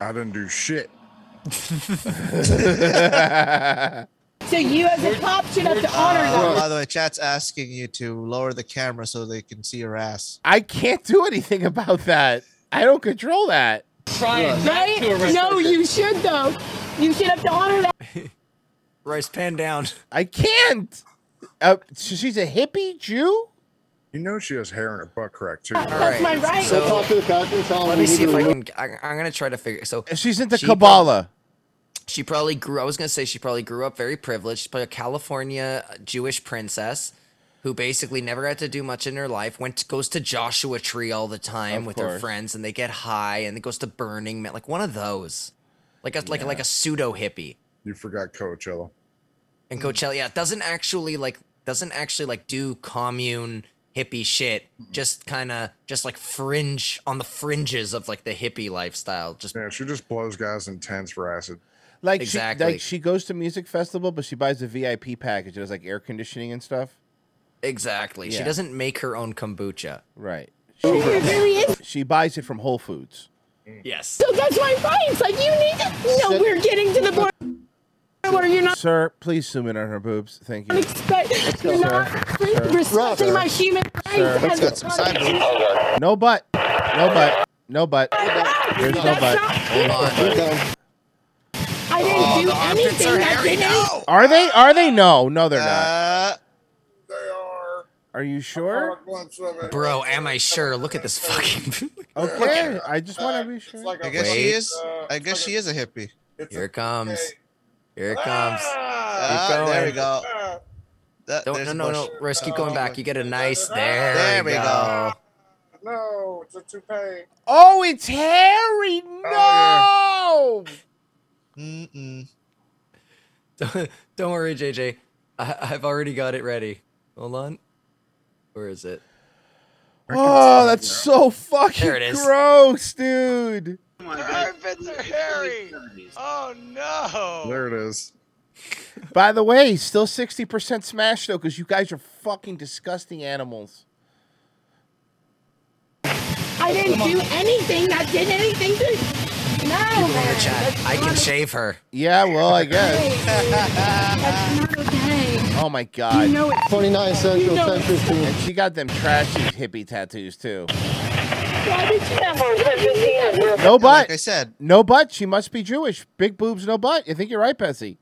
[SPEAKER 4] I didn't do shit.
[SPEAKER 1] So you, as a cop, should have to honor
[SPEAKER 3] Uh,
[SPEAKER 1] that.
[SPEAKER 3] by the way, chat's asking you to lower the camera so they can see your ass.
[SPEAKER 2] I can't do anything about that. I don't control that.
[SPEAKER 20] trying
[SPEAKER 1] Right?
[SPEAKER 20] not to arrest
[SPEAKER 1] No,
[SPEAKER 20] her.
[SPEAKER 1] you should though. You should have to honor that.
[SPEAKER 5] rice pan down.
[SPEAKER 2] I can't. Uh, so she's a hippie Jew.
[SPEAKER 4] You know she has hair in her butt crack too.
[SPEAKER 1] That's my right.
[SPEAKER 9] So talk to the captain. Tell him
[SPEAKER 5] Let
[SPEAKER 9] we
[SPEAKER 5] me
[SPEAKER 9] need
[SPEAKER 5] see
[SPEAKER 9] to
[SPEAKER 5] if I
[SPEAKER 9] remove-
[SPEAKER 5] can. I, I'm gonna try to figure. So
[SPEAKER 2] She's into
[SPEAKER 5] She-
[SPEAKER 2] Kabbalah.
[SPEAKER 5] she probably grew. I was gonna say she probably grew up very privileged. She's probably a California Jewish uh, princess who basically never got to do much in her life, went to, goes to Joshua Tree all the time
[SPEAKER 2] Of
[SPEAKER 5] with her
[SPEAKER 2] course.
[SPEAKER 5] friends, and they get high, and it goes to Burning Man, like one of those, like a like
[SPEAKER 4] Yeah.
[SPEAKER 5] like a pseudo hippie.
[SPEAKER 4] You forgot Coachella.
[SPEAKER 5] And Coachella, yeah, doesn't actually like doesn't actually like do commune hippie shit. Just kind of just like fringe on the fringes of like the hippie lifestyle. Just
[SPEAKER 4] yeah, she just blows guys in tents for acid.
[SPEAKER 2] Like
[SPEAKER 5] Exactly.
[SPEAKER 2] she, like she goes to music festival, but she buys the VIP package. It has like air conditioning and stuff.
[SPEAKER 5] Exactly. She
[SPEAKER 2] Yeah.
[SPEAKER 5] doesn't make her own kombucha.
[SPEAKER 2] Right.
[SPEAKER 5] Oh, it really
[SPEAKER 2] is. She buys it from Whole Foods.
[SPEAKER 5] Yes.
[SPEAKER 1] So that's my vibes. Like you need to. No, we're getting to the point where you're not
[SPEAKER 2] Sir, please zoom in on her boobs. Thank you.
[SPEAKER 1] expect.
[SPEAKER 2] Sir.
[SPEAKER 1] You're not
[SPEAKER 2] Sir.
[SPEAKER 1] respecting
[SPEAKER 2] Sir.
[SPEAKER 1] my human rights.
[SPEAKER 2] Sir.
[SPEAKER 1] as a person.
[SPEAKER 2] No butt. No butt. No butt. There's no butt. There's no butt.
[SPEAKER 1] I didn't
[SPEAKER 2] Oh,
[SPEAKER 1] do anything. I didn't.
[SPEAKER 2] Are they? Are they? No. No, they're
[SPEAKER 1] Uh,
[SPEAKER 2] not. They are. Are you sure?
[SPEAKER 5] Bro, am I sure? Look at this fucking.
[SPEAKER 2] Okay. I just want to be sure.
[SPEAKER 3] I guess she
[SPEAKER 5] Wait.
[SPEAKER 3] is. I guess she is a hippie.
[SPEAKER 5] Here it comes. Here it comes. Keep
[SPEAKER 3] Ah,
[SPEAKER 5] going.
[SPEAKER 3] there we go. That-
[SPEAKER 5] Don't,
[SPEAKER 3] there's
[SPEAKER 5] no,
[SPEAKER 3] a
[SPEAKER 5] no, no.
[SPEAKER 3] bush.
[SPEAKER 5] Royce, keep going back. You get a nice. There,
[SPEAKER 3] There we
[SPEAKER 5] we
[SPEAKER 3] go.
[SPEAKER 5] go.
[SPEAKER 22] No, it's a toupee.
[SPEAKER 2] Oh, it's Harry. No.
[SPEAKER 3] Mm-mm.
[SPEAKER 5] Don't, don't worry, JJ. I, I've already got it ready. Hold on. Where is it?
[SPEAKER 2] Oh, that's so
[SPEAKER 5] There it
[SPEAKER 2] fucking
[SPEAKER 5] is.
[SPEAKER 2] gross, dude.
[SPEAKER 21] Harry! Oh no!
[SPEAKER 4] There it is.
[SPEAKER 2] By the way, still 60% smash though, because you guys are fucking disgusting animals.
[SPEAKER 1] I didn't do anything. I did anything to. No, man. That's
[SPEAKER 5] I can
[SPEAKER 1] not
[SPEAKER 5] shave her.
[SPEAKER 2] Yeah, well, I guess.
[SPEAKER 1] okay. That's not okay.
[SPEAKER 2] Oh my god.
[SPEAKER 1] You know it.
[SPEAKER 9] 29 Central,
[SPEAKER 2] know
[SPEAKER 9] 1015.
[SPEAKER 2] And she got them trashy hippie tattoos too.
[SPEAKER 1] Why did you have
[SPEAKER 2] No butt.
[SPEAKER 3] I said.
[SPEAKER 2] No butt. She must be Jewish. Big boobs, no butt. You think you're right, Betsy?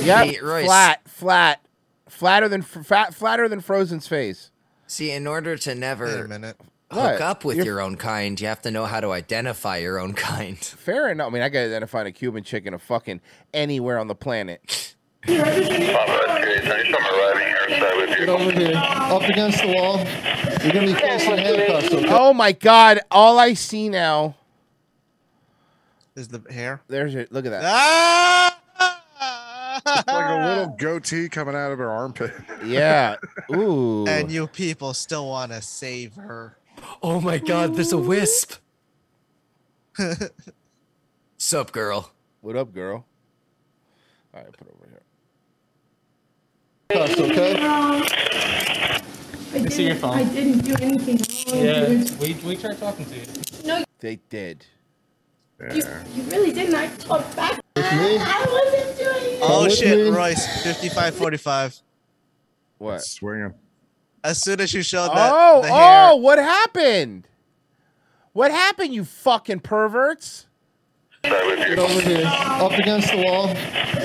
[SPEAKER 2] Yeah.
[SPEAKER 5] Hey, Royce.
[SPEAKER 2] Flat, flat, flatter than fr- fat, flatter than Frozen's face.
[SPEAKER 5] See, in order to never hook
[SPEAKER 2] What?
[SPEAKER 5] up with
[SPEAKER 2] You're-
[SPEAKER 5] your own kind, you have to know how to identify your own kind.
[SPEAKER 2] Fair enough. I mean, I could identify a Cuban chick in a fucking anywhere on the planet.
[SPEAKER 9] Get over here. Up against the wall. You're going to be facing handcuffs, okay?
[SPEAKER 2] Oh my god! All I see now.
[SPEAKER 3] Is the hair? Ah!
[SPEAKER 2] There's your look at that.
[SPEAKER 4] It's like a little goatee coming out of her armpit.
[SPEAKER 2] Yeah. Ooh.
[SPEAKER 3] And you people still want to save her.
[SPEAKER 5] Oh my god, there's a wisp.
[SPEAKER 3] Oh,
[SPEAKER 5] Sup, girl.
[SPEAKER 2] What up, girl? All right, put it over here.
[SPEAKER 9] Handcuffs, okay?
[SPEAKER 1] I
[SPEAKER 10] see your
[SPEAKER 1] didn't-
[SPEAKER 10] phone.
[SPEAKER 1] I didn't do anything wrong.
[SPEAKER 10] Yeah,
[SPEAKER 1] dude.
[SPEAKER 10] we, we tried talking to you.
[SPEAKER 1] No,
[SPEAKER 2] They did.
[SPEAKER 1] you, you really didn't. I talked back. I wasn't doing it.
[SPEAKER 3] Oh shit,
[SPEAKER 9] me.
[SPEAKER 3] Royce, 55-45.
[SPEAKER 2] What?
[SPEAKER 4] Swinging.
[SPEAKER 3] As soon as you showed that,
[SPEAKER 2] Oh,
[SPEAKER 3] the hair,
[SPEAKER 2] oh, what happened? What happened, you fucking perverts? oh!
[SPEAKER 9] Get over here. Up against the wall.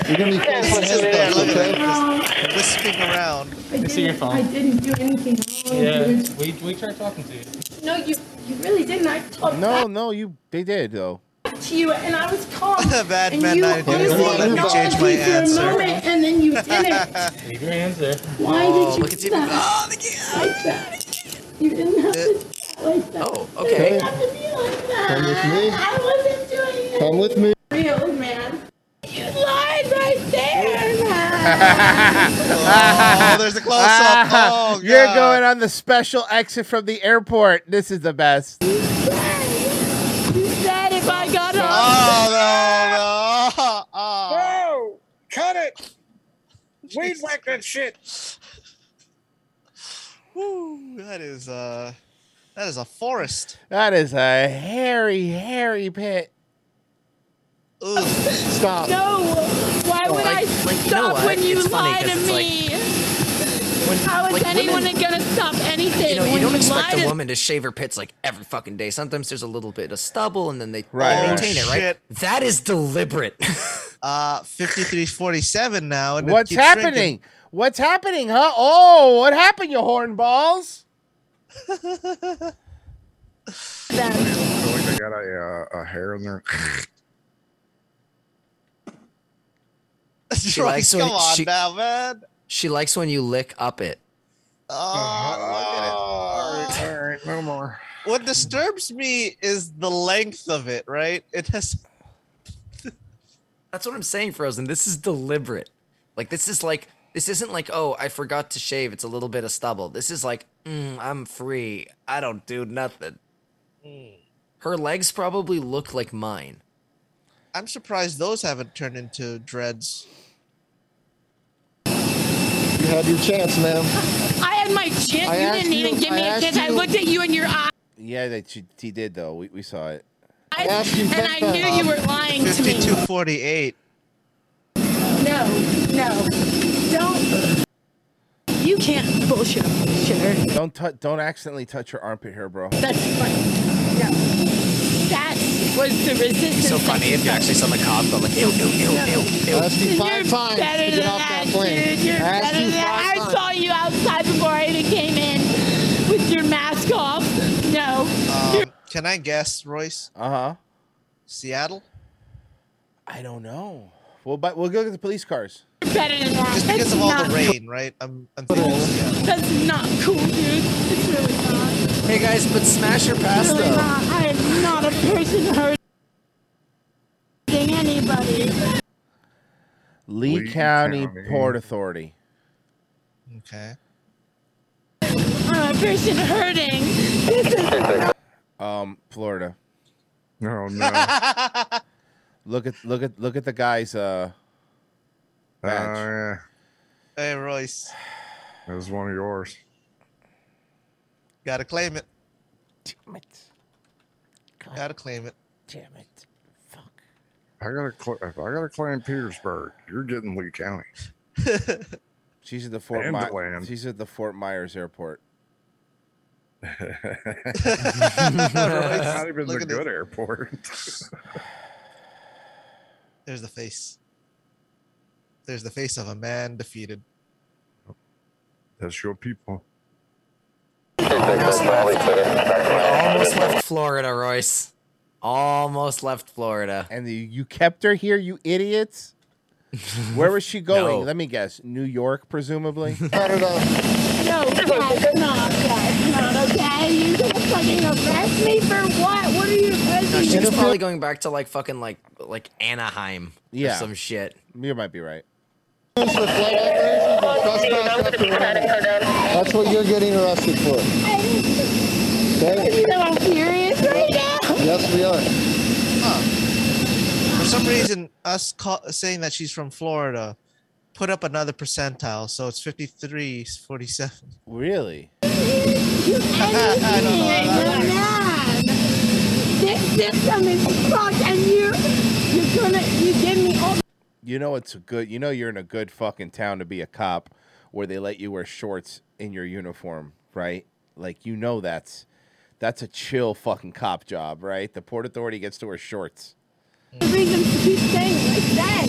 [SPEAKER 9] You're going to be facing handcuffs, okay?
[SPEAKER 3] wisping around.
[SPEAKER 1] I didn't,
[SPEAKER 10] see your phone.
[SPEAKER 1] I didn't do anything wrong.
[SPEAKER 10] Yeah,
[SPEAKER 1] dude.
[SPEAKER 10] we, we tried talking to you.
[SPEAKER 1] No, you, you really didn't. I talked
[SPEAKER 2] No, no, you. They did though.
[SPEAKER 1] back to you, and I was calm.
[SPEAKER 3] Bad
[SPEAKER 1] and
[SPEAKER 3] man,
[SPEAKER 1] you
[SPEAKER 3] I didn't
[SPEAKER 1] honestly
[SPEAKER 3] wanna let me
[SPEAKER 1] acknowledged
[SPEAKER 3] change my
[SPEAKER 1] me for
[SPEAKER 3] answer.
[SPEAKER 1] a moment, and then you didn't.
[SPEAKER 10] Leave your hands there.
[SPEAKER 1] Why
[SPEAKER 5] Oh,
[SPEAKER 1] did you
[SPEAKER 5] look at
[SPEAKER 1] do
[SPEAKER 5] you.
[SPEAKER 1] that? Like that. You didn't have to do that like that.
[SPEAKER 5] Oh,
[SPEAKER 1] You
[SPEAKER 5] okay.
[SPEAKER 1] didn't have to be like that.
[SPEAKER 9] Come with me.
[SPEAKER 1] I wasn't doing it.
[SPEAKER 9] Come with me.
[SPEAKER 1] Real man. You lied right there, man.
[SPEAKER 3] Oh, there's a close up. Oh,
[SPEAKER 2] Ah, You're
[SPEAKER 3] God.
[SPEAKER 2] going on the special exit from the airport. This is the best.
[SPEAKER 1] you said if I got off.
[SPEAKER 3] Oh no, no.
[SPEAKER 22] No! Cut it! Weed whack that shit!
[SPEAKER 3] Woo, that is uh that is a forest.
[SPEAKER 2] That is a hairy, hairy pit.
[SPEAKER 3] Ugh.
[SPEAKER 9] Stop.
[SPEAKER 1] No. Why would I
[SPEAKER 5] Oh, Like- like, you know
[SPEAKER 1] stop
[SPEAKER 5] what?
[SPEAKER 1] when you
[SPEAKER 5] It's funny
[SPEAKER 1] lie
[SPEAKER 5] 'cause
[SPEAKER 1] to
[SPEAKER 5] it's like-
[SPEAKER 1] me? How is
[SPEAKER 5] like,
[SPEAKER 1] anyone
[SPEAKER 5] women-
[SPEAKER 1] gonna stop anything
[SPEAKER 5] You know,
[SPEAKER 1] when
[SPEAKER 5] you don't
[SPEAKER 1] lie
[SPEAKER 5] expect
[SPEAKER 1] to
[SPEAKER 5] a woman to shave her pits like every fucking day. Sometimes there's a little bit of stubble, and then they
[SPEAKER 2] Right, Oh,
[SPEAKER 5] they
[SPEAKER 2] right.
[SPEAKER 5] maintain it, right?
[SPEAKER 3] Oh, Shit.
[SPEAKER 5] That is deliberate.
[SPEAKER 3] Uh 5347 now and it
[SPEAKER 2] What's
[SPEAKER 3] keeps shrinking.
[SPEAKER 2] happening? What's happening, huh? Oh, what happened, you horn balls?
[SPEAKER 1] them?
[SPEAKER 4] I feel like they got a, uh, a hair in there.
[SPEAKER 5] She
[SPEAKER 3] Troy,
[SPEAKER 5] likes when
[SPEAKER 3] come on
[SPEAKER 5] she-
[SPEAKER 3] now, man.
[SPEAKER 5] She likes when you lick up it.
[SPEAKER 3] Oh, look at it.
[SPEAKER 4] All right, no more.
[SPEAKER 3] What disturbs me is the length of it, right? It has
[SPEAKER 5] That's what I'm saying, Frozen. This is deliberate. Like this is like this isn't like oh I forgot to shave. It's a little bit of stubble. This is like mm, I'm free. I don't do nothing. Her legs probably look like mine.
[SPEAKER 3] I'm surprised those haven't turned into dreads.
[SPEAKER 9] You had your chance, ma'am.
[SPEAKER 1] I had my chance.
[SPEAKER 2] I
[SPEAKER 1] You
[SPEAKER 2] asked
[SPEAKER 1] didn't even
[SPEAKER 2] you-
[SPEAKER 1] give
[SPEAKER 2] I
[SPEAKER 1] me a
[SPEAKER 2] asked
[SPEAKER 1] chance. I
[SPEAKER 2] you-
[SPEAKER 1] looked at you in your eyes,
[SPEAKER 2] Yeah, that she, she did though. We, we saw it.
[SPEAKER 1] I asked you and I ten knew times. you were lying to me.
[SPEAKER 3] 5248.
[SPEAKER 1] No, no, don't. You can't bullshit, shitter.
[SPEAKER 2] Don't tou- don't accidentally touch her armpit hair, bro.
[SPEAKER 1] That's funny. No, that was the resistance.
[SPEAKER 5] So funny if you actually saw the cob, but like ew ew ew ew ew.
[SPEAKER 9] I asked you five times to
[SPEAKER 1] Better
[SPEAKER 9] get
[SPEAKER 1] than
[SPEAKER 9] off that
[SPEAKER 1] that,
[SPEAKER 9] plane.
[SPEAKER 1] dude. You're
[SPEAKER 9] I asked
[SPEAKER 1] better
[SPEAKER 9] you
[SPEAKER 1] than that.
[SPEAKER 9] five
[SPEAKER 1] I
[SPEAKER 9] times.
[SPEAKER 1] saw you outside before I even came in with your mask off. No.
[SPEAKER 3] Um, can I guess, Royce?
[SPEAKER 2] Uh huh.
[SPEAKER 3] Seattle?
[SPEAKER 2] I don't know. Well, but we'll go look at the police cars.
[SPEAKER 1] You're better than that.
[SPEAKER 3] Just because
[SPEAKER 1] That's
[SPEAKER 3] of all
[SPEAKER 1] not
[SPEAKER 3] the rain, right? I'm, I'm thinking Seattle.
[SPEAKER 1] cool. That's not cool, dude. It's really not.
[SPEAKER 5] Hey guys, but smash your
[SPEAKER 1] It's
[SPEAKER 5] pasta.
[SPEAKER 1] really not. I am not a person hurting anybody.
[SPEAKER 2] Lee,
[SPEAKER 4] Lee
[SPEAKER 2] County,
[SPEAKER 4] County.
[SPEAKER 2] Port Authority.
[SPEAKER 3] Okay.
[SPEAKER 1] I'm a person hurting. This is
[SPEAKER 2] Um, Florida.
[SPEAKER 4] Oh no.
[SPEAKER 2] Look at look at look at the guy's uh
[SPEAKER 4] Oh
[SPEAKER 2] badge.
[SPEAKER 4] yeah,
[SPEAKER 3] Hey, Royce.
[SPEAKER 4] that was one of yours.
[SPEAKER 3] Gotta claim it.
[SPEAKER 2] Damn it.
[SPEAKER 3] Gotta claim it.
[SPEAKER 2] Damn it.
[SPEAKER 4] I gotta, cl- I gotta claim Petersburg. You're getting Lee County.
[SPEAKER 2] She's at the Fort
[SPEAKER 4] And the
[SPEAKER 2] Myers.
[SPEAKER 4] land.
[SPEAKER 2] She's at the Fort Myers Airport.
[SPEAKER 4] It's
[SPEAKER 3] Royce,
[SPEAKER 4] not even
[SPEAKER 3] look
[SPEAKER 4] the
[SPEAKER 3] at this.
[SPEAKER 4] good airport.
[SPEAKER 3] There's the face. There's the face of a man defeated.
[SPEAKER 4] That's your people.
[SPEAKER 5] Almost left Florida, Royce. Almost left Florida.
[SPEAKER 2] And you, you kept her here, you idiots. Where was she going?
[SPEAKER 5] No.
[SPEAKER 2] Let me guess. New York, presumably.
[SPEAKER 1] No, that's not, that's not okay. You're gonna fucking arrest me for what? What are you
[SPEAKER 5] No,
[SPEAKER 1] arresting
[SPEAKER 5] she
[SPEAKER 1] me
[SPEAKER 5] was
[SPEAKER 1] for?
[SPEAKER 5] probably going back to like fucking like like Anaheim
[SPEAKER 2] Yeah.
[SPEAKER 5] or some shit.
[SPEAKER 2] you might be right.
[SPEAKER 9] That's what you're getting arrested for. Okay?
[SPEAKER 1] So I'm furious right now.
[SPEAKER 9] Yes, we are.
[SPEAKER 3] For some reason, us call- saying that she's from Florida put up another percentile, so it's 53 47.
[SPEAKER 2] Really?
[SPEAKER 3] I don't know.
[SPEAKER 1] You're mad. This system is fucked, and you, you're gonna, you give me all.
[SPEAKER 2] You know it's a good. You know you're in a good fucking town to be a cop, where they let you wear shorts in your uniform, right? Like you know that's that's a chill fucking cop job, right? The port authority gets to wear shorts,
[SPEAKER 1] The reason to keep saying it like that,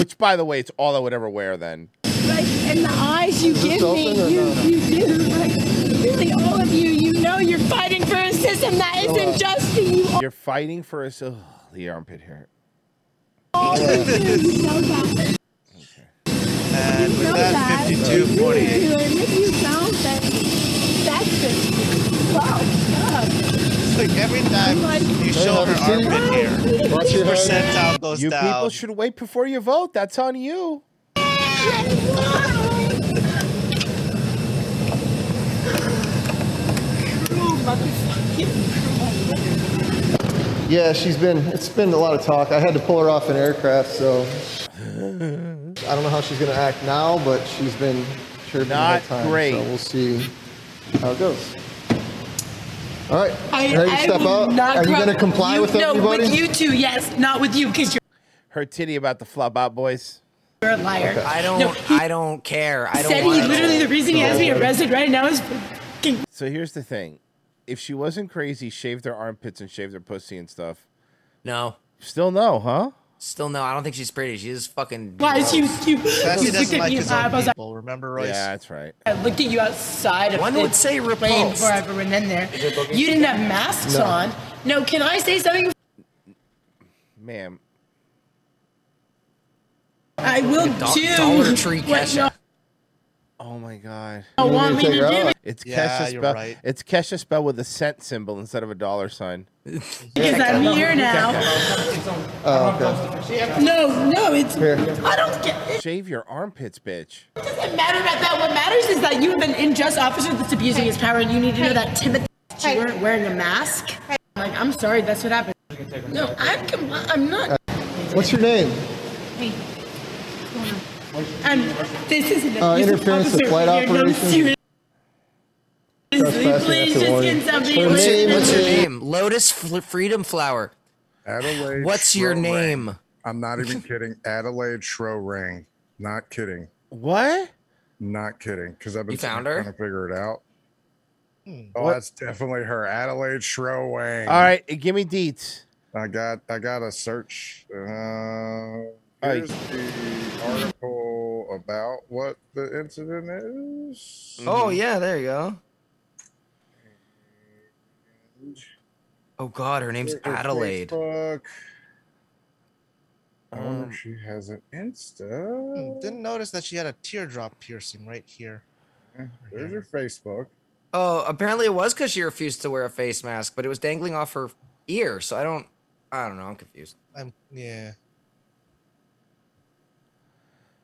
[SPEAKER 2] which by the way, it's all I would ever wear. Then
[SPEAKER 1] like, and the eyes you give me, you, you do, like, really, all of you, you know, you're fighting for a system that isn't just for you.
[SPEAKER 2] you're fighting for us. Oh, the armpit hair.
[SPEAKER 1] All of you, you know that.
[SPEAKER 3] And with
[SPEAKER 1] know
[SPEAKER 3] that,
[SPEAKER 1] that.
[SPEAKER 3] 52 48.
[SPEAKER 1] And if you don't, then that's just fucked up.
[SPEAKER 3] Like every time you show her armpit hair,
[SPEAKER 9] Watch your head.
[SPEAKER 3] percentile goes
[SPEAKER 2] You people
[SPEAKER 3] down.
[SPEAKER 2] should wait before you vote. That's on you.
[SPEAKER 9] Yeah, she's been. It's been a lot of talk. I had to pull her off an aircraft, so I don't know how she's gonna act now, but she's been chirping
[SPEAKER 2] Not
[SPEAKER 9] the whole time.
[SPEAKER 2] great.
[SPEAKER 9] So we'll see how it goes. All right,
[SPEAKER 1] I,
[SPEAKER 9] ready to
[SPEAKER 1] I
[SPEAKER 9] step
[SPEAKER 1] will
[SPEAKER 9] out?
[SPEAKER 1] not
[SPEAKER 9] Are you
[SPEAKER 1] cry-
[SPEAKER 9] gonna comply
[SPEAKER 1] you-
[SPEAKER 9] with
[SPEAKER 1] no,
[SPEAKER 9] everybody?
[SPEAKER 1] with you two, yes. Not with you, because you're,
[SPEAKER 2] Her titty about to flop out, boys.
[SPEAKER 1] you're a liar.
[SPEAKER 5] I don't
[SPEAKER 1] No,
[SPEAKER 5] I don't care. I don't
[SPEAKER 1] Said he
[SPEAKER 5] wanna know.
[SPEAKER 1] literally, the reason he has me arrested right now is
[SPEAKER 2] So here's the thing: if she wasn't crazy, shaved her armpits and shaved her pussy and stuff,
[SPEAKER 5] No.
[SPEAKER 2] still no, huh?
[SPEAKER 5] Still no. I don't think she's pretty. She is fucking
[SPEAKER 1] lies. You, you,
[SPEAKER 3] Bessie
[SPEAKER 1] you looked
[SPEAKER 3] doesn't
[SPEAKER 1] at
[SPEAKER 3] like
[SPEAKER 1] me
[SPEAKER 3] his
[SPEAKER 1] I
[SPEAKER 3] own
[SPEAKER 1] was like,
[SPEAKER 3] people. Remember, Royce?
[SPEAKER 2] Yeah, that's right.
[SPEAKER 1] I looked at you outside of
[SPEAKER 5] One would
[SPEAKER 1] the
[SPEAKER 5] say
[SPEAKER 1] plane
[SPEAKER 5] repulsed.
[SPEAKER 1] before I ever went in there. You didn't have masks
[SPEAKER 9] No.
[SPEAKER 1] on. No, can I say something?
[SPEAKER 2] Ma'am,
[SPEAKER 1] I will
[SPEAKER 5] Do-
[SPEAKER 1] too.
[SPEAKER 5] Dollar Tree
[SPEAKER 1] Wait,
[SPEAKER 5] cash
[SPEAKER 1] no.
[SPEAKER 5] out.
[SPEAKER 2] Oh my god.
[SPEAKER 1] You don't want me to do it?
[SPEAKER 2] It's
[SPEAKER 1] Yeah,
[SPEAKER 2] Kesha
[SPEAKER 1] you're
[SPEAKER 2] spelled
[SPEAKER 1] right.
[SPEAKER 2] it's Kesha spelled with a cent symbol instead of a dollar sign.
[SPEAKER 1] Because I'm here now. Oh, No, no, it's. I don't get.
[SPEAKER 2] Shave your armpits, bitch.
[SPEAKER 1] It doesn't matter about that. What matters is that you have an unjust officer that's abusing his power, and you need to know that Timothy, you weren't wearing a mask. Like, I'm sorry, that's what happened. No, I'm. com- I'm not.
[SPEAKER 9] What's your name?
[SPEAKER 1] Hey, I'm. This is an
[SPEAKER 9] Uh,
[SPEAKER 1] abusive
[SPEAKER 9] interference with
[SPEAKER 1] officer
[SPEAKER 9] flight
[SPEAKER 1] here, and I'm
[SPEAKER 9] operations.
[SPEAKER 1] serious.
[SPEAKER 9] Trespassing,
[SPEAKER 1] Please
[SPEAKER 9] that's a
[SPEAKER 1] just
[SPEAKER 9] warning.
[SPEAKER 1] get somebody.
[SPEAKER 9] Her
[SPEAKER 5] What's your,
[SPEAKER 9] name
[SPEAKER 5] what's your
[SPEAKER 9] is-
[SPEAKER 5] name? Lotus Fl- Freedom Flower.
[SPEAKER 4] Adelaide.
[SPEAKER 5] What's your
[SPEAKER 4] Schroering.
[SPEAKER 5] name?
[SPEAKER 4] I'm not even kidding. Adelaide Schroering. Not kidding.
[SPEAKER 2] What?
[SPEAKER 4] Not kidding. Because I've been
[SPEAKER 5] You found
[SPEAKER 4] trying to
[SPEAKER 5] her?
[SPEAKER 4] figure it out. Oh,
[SPEAKER 2] What?
[SPEAKER 4] that's definitely her. Adelaide Schroering.
[SPEAKER 2] All right, give me deets.
[SPEAKER 4] I got I got a search. Uh, here's
[SPEAKER 2] right.
[SPEAKER 4] the article about what the incident is.
[SPEAKER 2] Mm-hmm.
[SPEAKER 4] Mm-hmm.
[SPEAKER 5] Oh yeah, there you go. Oh God, her name's
[SPEAKER 4] Here's her
[SPEAKER 5] Adelaide.
[SPEAKER 9] Oh,
[SPEAKER 4] Facebook. I wonder
[SPEAKER 3] Um,
[SPEAKER 4] if she has an Insta.
[SPEAKER 3] Didn't notice that she had a teardrop piercing right here.
[SPEAKER 4] There's her Facebook.
[SPEAKER 5] Oh, apparently it was because she refused to wear a face mask, but it was dangling off her ear. So I don't, I don't know. I'm confused.
[SPEAKER 3] I'm yeah.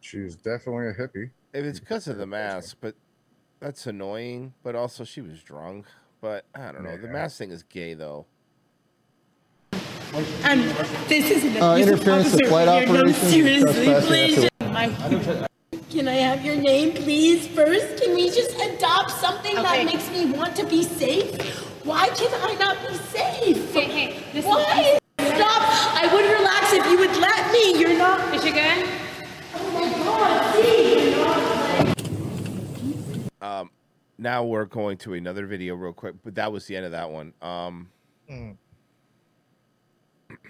[SPEAKER 4] She's definitely a hippie.
[SPEAKER 2] If it's because of the mask, but that's annoying. But also, she was drunk. But I don't know. The mask thing is gay, though.
[SPEAKER 1] I'm. This is an
[SPEAKER 2] Uh,
[SPEAKER 1] abusive
[SPEAKER 2] interference with
[SPEAKER 1] officer
[SPEAKER 2] flight
[SPEAKER 1] here, and I'm
[SPEAKER 2] operations,
[SPEAKER 1] Seriously,
[SPEAKER 2] trespassing,
[SPEAKER 1] please.
[SPEAKER 2] that's
[SPEAKER 1] just- my- Can I have your name, please, first? Can we just adopt something that makes me want to be safe? Why can I not be safe? Why? Stop! I would relax if you would let me. You're not. Is she good? Oh my God! See, you're not.
[SPEAKER 2] Um, now we're going to another video real quick. But that was the end of that one. Um,
[SPEAKER 3] Mm.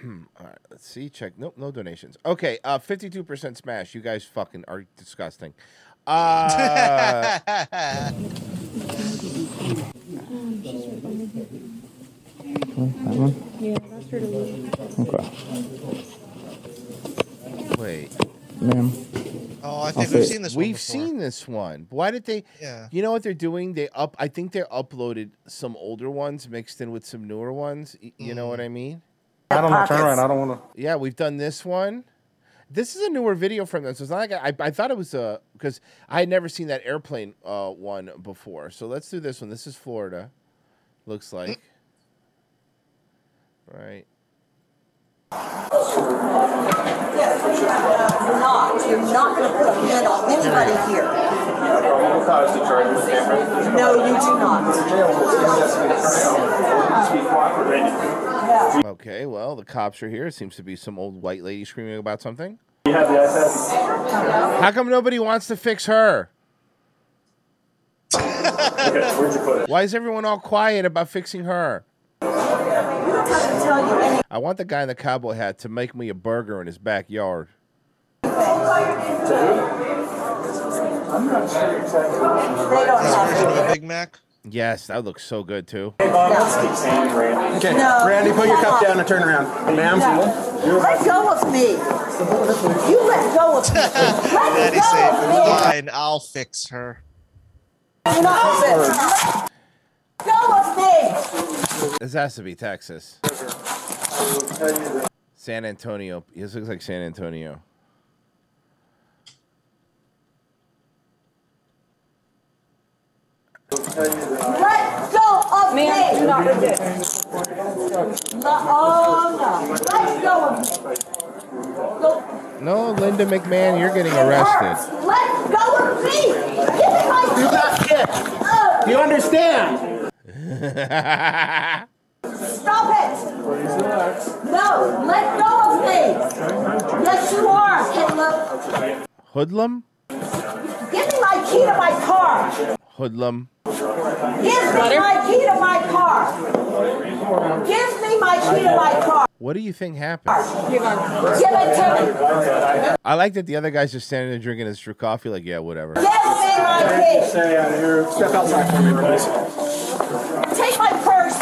[SPEAKER 2] all right, let's see. Check. Nope, no donations. Okay, uh, fifty-two percent smash. You guys fucking are disgusting. Uh,
[SPEAKER 11] Yeah, that's her to leave.
[SPEAKER 2] wait.
[SPEAKER 11] Ma'am.
[SPEAKER 3] Oh, I
[SPEAKER 11] think we've seen
[SPEAKER 3] this
[SPEAKER 2] We've seen this one. Why did they?
[SPEAKER 3] Yeah.
[SPEAKER 2] You know what they're doing? They up. I think they uploaded some older ones mixed in with some newer ones. Y- You know
[SPEAKER 3] Mm.
[SPEAKER 2] what I mean?
[SPEAKER 25] I don't know. Turn around. I don't want to.
[SPEAKER 2] Yeah, we've done this one. This is a newer video from them, so it's not like I, I thought it was a because I had never seen that airplane uh, one before. So let's do this one. This is Florida, looks like. right.
[SPEAKER 26] not. You're not going to put a pin on anybody here. No, you do not.
[SPEAKER 2] Okay. Well, the cops are here. It seems to be some old white lady screaming about something. How come nobody wants to fix her? Why is everyone all quiet about fixing her? I want the guy in the cowboy hat to make me a burger in his backyard.
[SPEAKER 26] I'm not sure exactly. They don't have to.
[SPEAKER 3] Big Mac.
[SPEAKER 2] Yes, that looks so good too.
[SPEAKER 25] Okay, Randy, put your cup down and turn around. Ma'am,
[SPEAKER 26] Let go of me. You let go of me. Let
[SPEAKER 3] Daddy said,
[SPEAKER 26] go of me.
[SPEAKER 3] "Fine, I'll fix her."
[SPEAKER 26] Enough of it. Let Go of me.
[SPEAKER 2] This has to be Texas. San Antonio. This looks like San Antonio.
[SPEAKER 26] Let go of me.
[SPEAKER 1] Ma'am, do not
[SPEAKER 26] resist. Oh, no. Let go of me.
[SPEAKER 2] No, Linda McMahon, you're getting arrested.
[SPEAKER 26] Let go of me. Give me my Do not
[SPEAKER 25] Do you understand?
[SPEAKER 26] Stop it! No, let go of me! Yes, you are, Hitler!
[SPEAKER 2] Hoodlum?
[SPEAKER 26] Give me my key to my car!
[SPEAKER 2] Hoodlum.
[SPEAKER 26] Give me my key to my car! Give me my key to my car!
[SPEAKER 2] What do you think happened?
[SPEAKER 26] Give it to me!
[SPEAKER 2] I like that the other guy's just standing there drinking his drink coffee, like, yeah, whatever.
[SPEAKER 25] Stay out of here. Step outside for me, please.
[SPEAKER 26] Take my purse!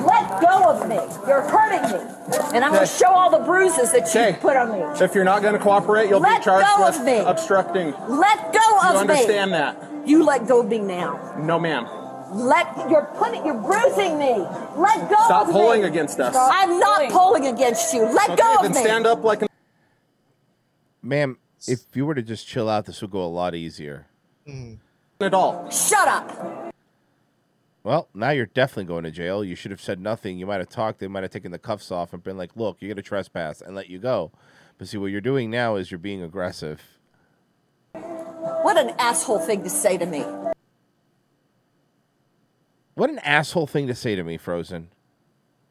[SPEAKER 26] Let go of me. You're hurting me. And I'm going to
[SPEAKER 25] Okay.
[SPEAKER 26] show all the bruises that you put on me.
[SPEAKER 25] If you're not going to cooperate, you'll
[SPEAKER 26] Let
[SPEAKER 25] be charged
[SPEAKER 26] go
[SPEAKER 25] with
[SPEAKER 26] of me.
[SPEAKER 25] obstructing.
[SPEAKER 26] Let go Oh, of
[SPEAKER 25] you
[SPEAKER 26] me.
[SPEAKER 25] understand that?
[SPEAKER 26] You let go of me now.
[SPEAKER 25] No, ma'am.
[SPEAKER 26] Let you're putting you're bruising me. Let go
[SPEAKER 25] Stop
[SPEAKER 26] of me.
[SPEAKER 25] pulling against us. Stop
[SPEAKER 26] I'm not pulling against you. Let
[SPEAKER 25] okay,
[SPEAKER 26] go of
[SPEAKER 25] then
[SPEAKER 26] me.
[SPEAKER 25] stand up like an.
[SPEAKER 2] Ma'am, if you were to just chill out, this would go a lot easier.
[SPEAKER 1] Hmm.
[SPEAKER 25] At all.
[SPEAKER 26] Shut up.
[SPEAKER 2] Well, now you're definitely going to jail. You should have said nothing. You might have talked. They might have taken the cuffs off and been like, look, you're going to trespass and let you go. But see, what you're doing now is you're being aggressive.
[SPEAKER 26] What an asshole thing to say to me.
[SPEAKER 2] What an asshole thing to say to me, Frozen.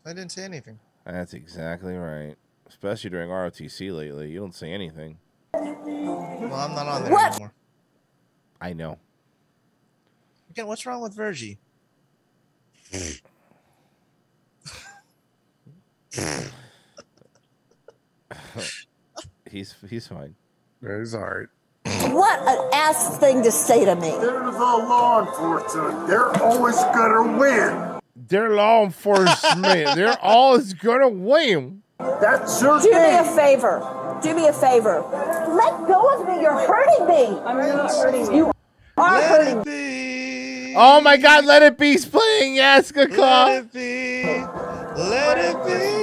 [SPEAKER 3] I didn't say anything.
[SPEAKER 2] That's exactly right. Especially during ROTC lately. You don't say anything.
[SPEAKER 3] Well, I'm not on there
[SPEAKER 26] What?
[SPEAKER 3] anymore.
[SPEAKER 2] I know.
[SPEAKER 3] Again, what's wrong with Virgie?
[SPEAKER 2] he's he's fine.
[SPEAKER 4] he's all right.
[SPEAKER 26] What an ass thing to say to me.
[SPEAKER 22] There's a law enforcement. They're always gonna win.
[SPEAKER 2] They're law enforcement. They're always going to win.
[SPEAKER 26] That's your Do me a favor. Do me a favor. Let go of me. You're hurting me. I'm not hurting you. Are hurting me.
[SPEAKER 2] Oh my God, Let It Be's playing Yaska Claw.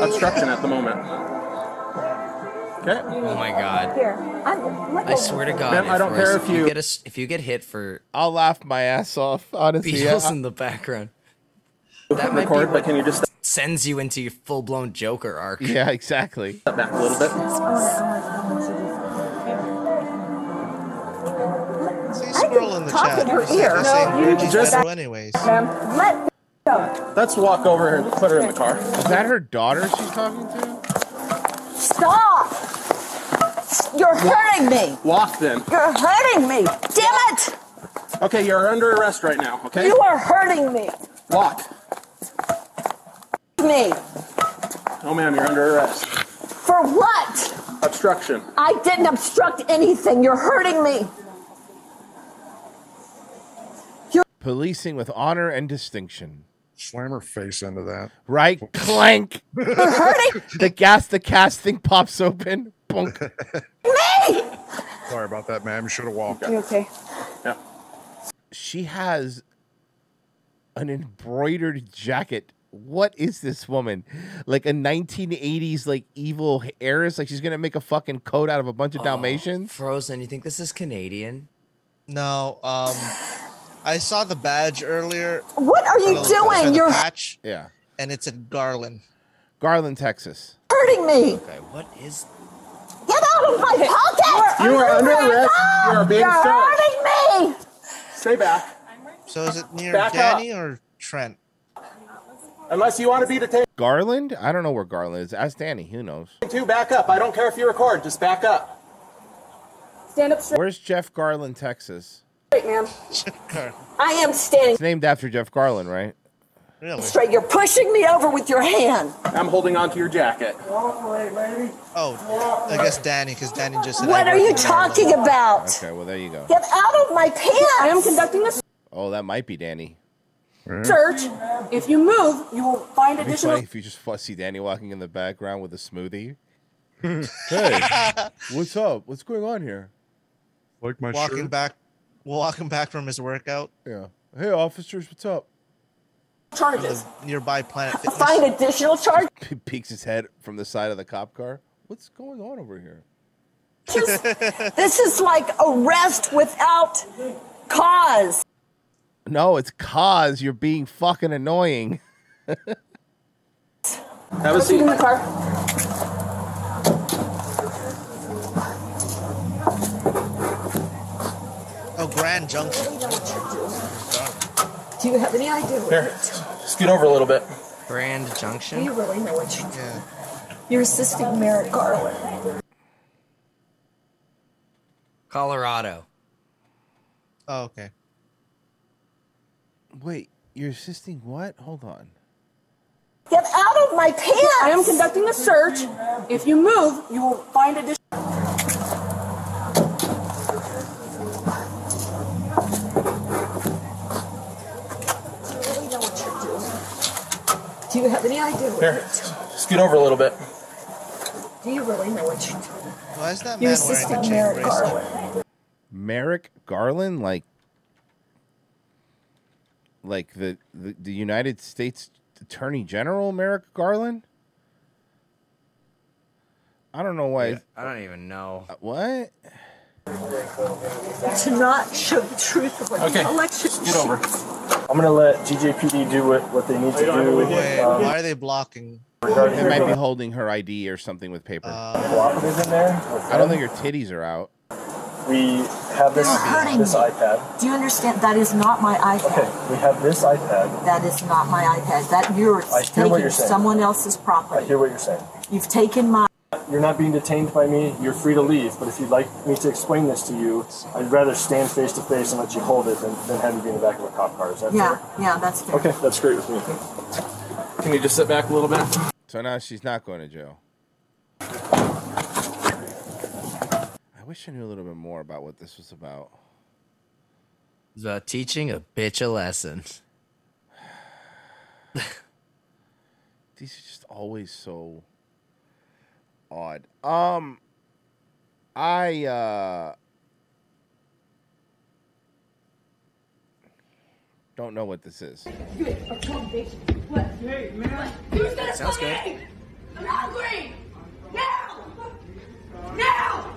[SPEAKER 25] Obstruction at the moment. Okay. Oh
[SPEAKER 5] my god.
[SPEAKER 26] Here. I'm, let go.
[SPEAKER 5] I swear to God,
[SPEAKER 25] Ma'am, I don't care
[SPEAKER 5] Royce-
[SPEAKER 25] if you-
[SPEAKER 5] get us if you get hit for
[SPEAKER 2] I'll laugh my ass off. Honestly,
[SPEAKER 5] Beatles
[SPEAKER 2] I-
[SPEAKER 5] in the background.
[SPEAKER 25] You
[SPEAKER 5] That
[SPEAKER 25] can
[SPEAKER 5] might
[SPEAKER 25] record,
[SPEAKER 5] be
[SPEAKER 25] but
[SPEAKER 5] what
[SPEAKER 25] can you just
[SPEAKER 5] sends you into your full blown Joker arc.
[SPEAKER 2] Yeah, exactly.
[SPEAKER 25] step back a little
[SPEAKER 26] Oh,
[SPEAKER 25] bit?
[SPEAKER 3] Squirrel in the
[SPEAKER 26] talk
[SPEAKER 3] chat.
[SPEAKER 26] in her
[SPEAKER 3] They
[SPEAKER 26] ear.
[SPEAKER 3] say
[SPEAKER 25] No, you
[SPEAKER 3] Virgie's
[SPEAKER 25] just-
[SPEAKER 3] better anyways.
[SPEAKER 26] Ma'am, let go.
[SPEAKER 25] Let's walk over here and put her in the car. Is
[SPEAKER 2] that her daughter she's talking to?
[SPEAKER 26] Stop. You're hurting me.
[SPEAKER 25] Walk then.
[SPEAKER 26] You're hurting me. Damn it.
[SPEAKER 25] Okay, you're under arrest right now, okay?
[SPEAKER 26] You are hurting me.
[SPEAKER 25] Walk.
[SPEAKER 26] Me.
[SPEAKER 25] Oh, ma'am, you're under arrest.
[SPEAKER 26] For what?
[SPEAKER 25] Obstruction.
[SPEAKER 26] I didn't obstruct anything. You're hurting me.
[SPEAKER 2] Policing with honor and distinction.
[SPEAKER 4] Slam her face into that.
[SPEAKER 2] Right? Clank. the gas, the cast thing pops open. Bunk.
[SPEAKER 4] Sorry about that, ma'am. Should have walked.
[SPEAKER 26] okay?
[SPEAKER 2] She has an embroidered jacket. What is this woman? Like a 1980s, like evil heiress? Like she's going to make a fucking coat out of a bunch of Dalmatians?
[SPEAKER 5] Frozen, you think this is Canadian?
[SPEAKER 3] No, um, I saw the badge earlier.
[SPEAKER 26] What are you
[SPEAKER 3] The-
[SPEAKER 26] doing?
[SPEAKER 3] the
[SPEAKER 26] You're-
[SPEAKER 3] patch,
[SPEAKER 2] Yeah.
[SPEAKER 3] and it's in Garland.
[SPEAKER 2] Garland, Texas.
[SPEAKER 26] Hurting me.
[SPEAKER 5] Okay, what is
[SPEAKER 26] Get out of my pocket.
[SPEAKER 25] You are under arrest. You are being
[SPEAKER 26] You're
[SPEAKER 25] searched.
[SPEAKER 26] hurting me.
[SPEAKER 25] Stay back.
[SPEAKER 3] So is it near
[SPEAKER 25] Back up.
[SPEAKER 3] Danny or Trent?
[SPEAKER 25] Unless you want to be detained
[SPEAKER 2] Garland? I don't know where Garland is. Ask Danny. Who knows?
[SPEAKER 25] too, back up. I don't care if you record. Just back up.
[SPEAKER 26] Stand up straight,
[SPEAKER 2] Where's Jeff Garland, Texas?
[SPEAKER 26] ma'am. I am standing
[SPEAKER 2] It's named after Jeff Garland, right?
[SPEAKER 26] straight. You're pushing me over with your hand.
[SPEAKER 25] I'm holding on to your jacket.
[SPEAKER 3] Oh, I guess Danny, because Danny just said. I
[SPEAKER 26] What are
[SPEAKER 3] work
[SPEAKER 26] you
[SPEAKER 3] in Garland.
[SPEAKER 26] talking about?
[SPEAKER 2] Okay, well, there you go.
[SPEAKER 26] Get out of my pants. I am conducting a
[SPEAKER 2] Oh, that might be Danny.
[SPEAKER 26] search. If you move, you will find
[SPEAKER 2] It'd be funny if you just fu- see Danny walking in the background with a smoothie. hey, what's up? What's going on here?
[SPEAKER 4] Like my
[SPEAKER 3] walking
[SPEAKER 4] shirt.
[SPEAKER 3] back, walking back from his workout.
[SPEAKER 2] Yeah. Hey, officers, what's up?
[SPEAKER 3] The nearby Planet Fitness.
[SPEAKER 26] additional charges.
[SPEAKER 2] He peeks his head from the side of the cop car. What's going on over here?
[SPEAKER 26] this is like arrest without cause.
[SPEAKER 2] No, it's cause you're being fucking annoying.
[SPEAKER 25] Have a seat.
[SPEAKER 26] in the car.
[SPEAKER 3] Oh, Grand Junction.
[SPEAKER 26] Do you have any idea what
[SPEAKER 25] Here. Scoot over a little bit.
[SPEAKER 5] Grand Junction?
[SPEAKER 26] you really know what you're
[SPEAKER 3] doing?
[SPEAKER 26] You're assisting Merrick Garland.
[SPEAKER 5] Colorado.
[SPEAKER 3] Oh, okay.
[SPEAKER 2] Wait, you're assisting what? Hold on.
[SPEAKER 26] Get out of my pants! I am conducting a search. If you move, you will find additional. Do you you have any idea what
[SPEAKER 25] Here, scoot over a little bit.
[SPEAKER 26] Do you really know what you're doing?
[SPEAKER 3] Why is that
[SPEAKER 26] Your
[SPEAKER 3] man wearing
[SPEAKER 26] sister
[SPEAKER 3] the chain
[SPEAKER 26] Merrick
[SPEAKER 3] bracelet?
[SPEAKER 26] Garland.
[SPEAKER 2] Merrick Garland, like, like the, the the United States Attorney General Merrick Garland. I don't know why.
[SPEAKER 5] I don't even know.
[SPEAKER 2] What?
[SPEAKER 26] To not show the truth of what the election
[SPEAKER 25] Scoot over. I'm gonna let GJPD do what, what they need to do.
[SPEAKER 3] Wait,
[SPEAKER 25] um,
[SPEAKER 3] why are they blocking?
[SPEAKER 25] regarding-
[SPEAKER 2] They might be holding her ID or something with paper.
[SPEAKER 25] cooperatives in there.
[SPEAKER 2] I don't think her titties are out.
[SPEAKER 25] We have this
[SPEAKER 26] They're hurting
[SPEAKER 25] this
[SPEAKER 26] me.
[SPEAKER 25] iPad.
[SPEAKER 26] Do you understand? That is not my iPad.
[SPEAKER 25] We have this iPad.
[SPEAKER 26] That is not my iPad. That you're
[SPEAKER 25] I hear what
[SPEAKER 26] taking
[SPEAKER 25] you're saying.
[SPEAKER 26] someone else's
[SPEAKER 25] I
[SPEAKER 26] property.
[SPEAKER 25] hear what you're saying.
[SPEAKER 26] You've taken my.
[SPEAKER 25] You're not being detained by me. You're free to leave. But if you'd like me to explain this to you, I'd rather stand face to face and let you hold it than, than have you be in the back of a cop car. Is that
[SPEAKER 26] Yeah, yeah, that's fair.
[SPEAKER 25] fair? Okay, that's great with me. Can you just sit back a little bit?
[SPEAKER 2] So now she's not going to jail. I wish I knew a little bit more about what this was about.
[SPEAKER 5] The teaching a bitch a lesson.
[SPEAKER 2] These are just always so odd. Um I uh don't know what this is.
[SPEAKER 1] What? Hey, man. You said
[SPEAKER 2] Sounds good.
[SPEAKER 1] I'm hungry! Now! Now!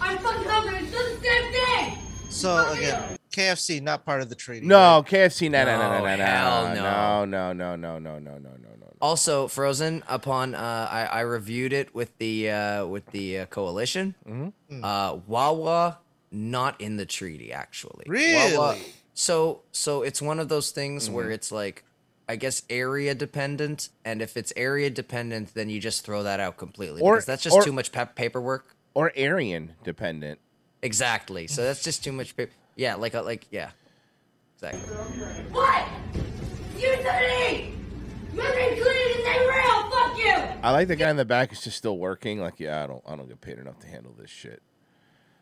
[SPEAKER 1] I'm fucking hungry. It's just the same thing!
[SPEAKER 3] So again, KFC not part of the treaty.
[SPEAKER 2] No, KFC no no no no
[SPEAKER 5] No,
[SPEAKER 2] no
[SPEAKER 5] Oh, hell
[SPEAKER 2] no no no no no no no no no no.
[SPEAKER 5] Also, Frozen. Upon uh, I, I reviewed it with the uh, with the uh, coalition.
[SPEAKER 2] Mm-hmm.
[SPEAKER 5] Uh, Wawa not in the treaty actually. Wawa,
[SPEAKER 3] Really?
[SPEAKER 5] so so it's one of those things where
[SPEAKER 2] Mm-hmm.
[SPEAKER 3] Mhm.
[SPEAKER 5] it's like, I guess area dependent, and if it's area dependent, then you just throw that out completely
[SPEAKER 2] Or-
[SPEAKER 5] because that's just
[SPEAKER 2] or-
[SPEAKER 5] too much pap paperwork.
[SPEAKER 2] Or Aryan dependent.
[SPEAKER 5] Exactly. So that's just too much paper. Yeah, like a, like yeah, exactly.
[SPEAKER 1] What? You dirty! You're included in that rail! Fuck you!
[SPEAKER 2] I like the guy in the back is just still working. Like, yeah, I don't I don't get paid enough to handle this shit.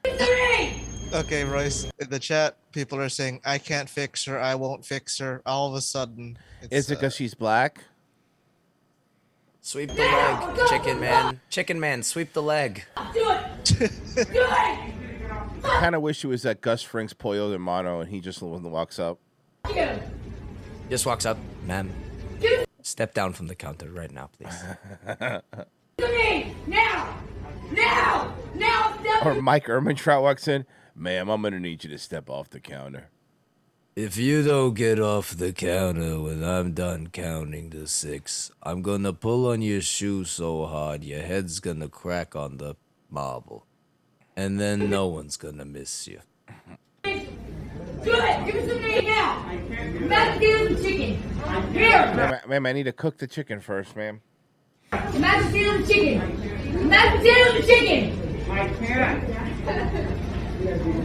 [SPEAKER 3] Okay, Royce. In the chat, people are saying, "I can't fix her. I won't fix her." All of a sudden, uh,
[SPEAKER 2] Is it because she's black?
[SPEAKER 5] Sweep the leg, chicken man. Chicken man, sweep the leg.
[SPEAKER 2] I kind of wish it was that Gus Fring's Pollo de Mano and he just the one that walks up.
[SPEAKER 1] Fuck you!
[SPEAKER 5] Just walks up, ma'am. Step down from the counter right now, please.
[SPEAKER 1] To me! Now! Now! Now! Now!
[SPEAKER 2] Or Mike Ermintrout walks in, ma'am, I'm going to need you to step off the counter.
[SPEAKER 5] If you don't get off the counter when I'm done counting to six, I'm gonna pull on your shoe so hard your head's gonna crack on the marble. And then no one's gonna miss you.
[SPEAKER 1] Do it! Give it to me now! I'm about to steal some chicken. Here!
[SPEAKER 2] Ma'am I, ma'am, I need to cook the chicken first, ma'am.
[SPEAKER 1] I'm about to steal some chicken. I'm about to steal some chicken. I I'm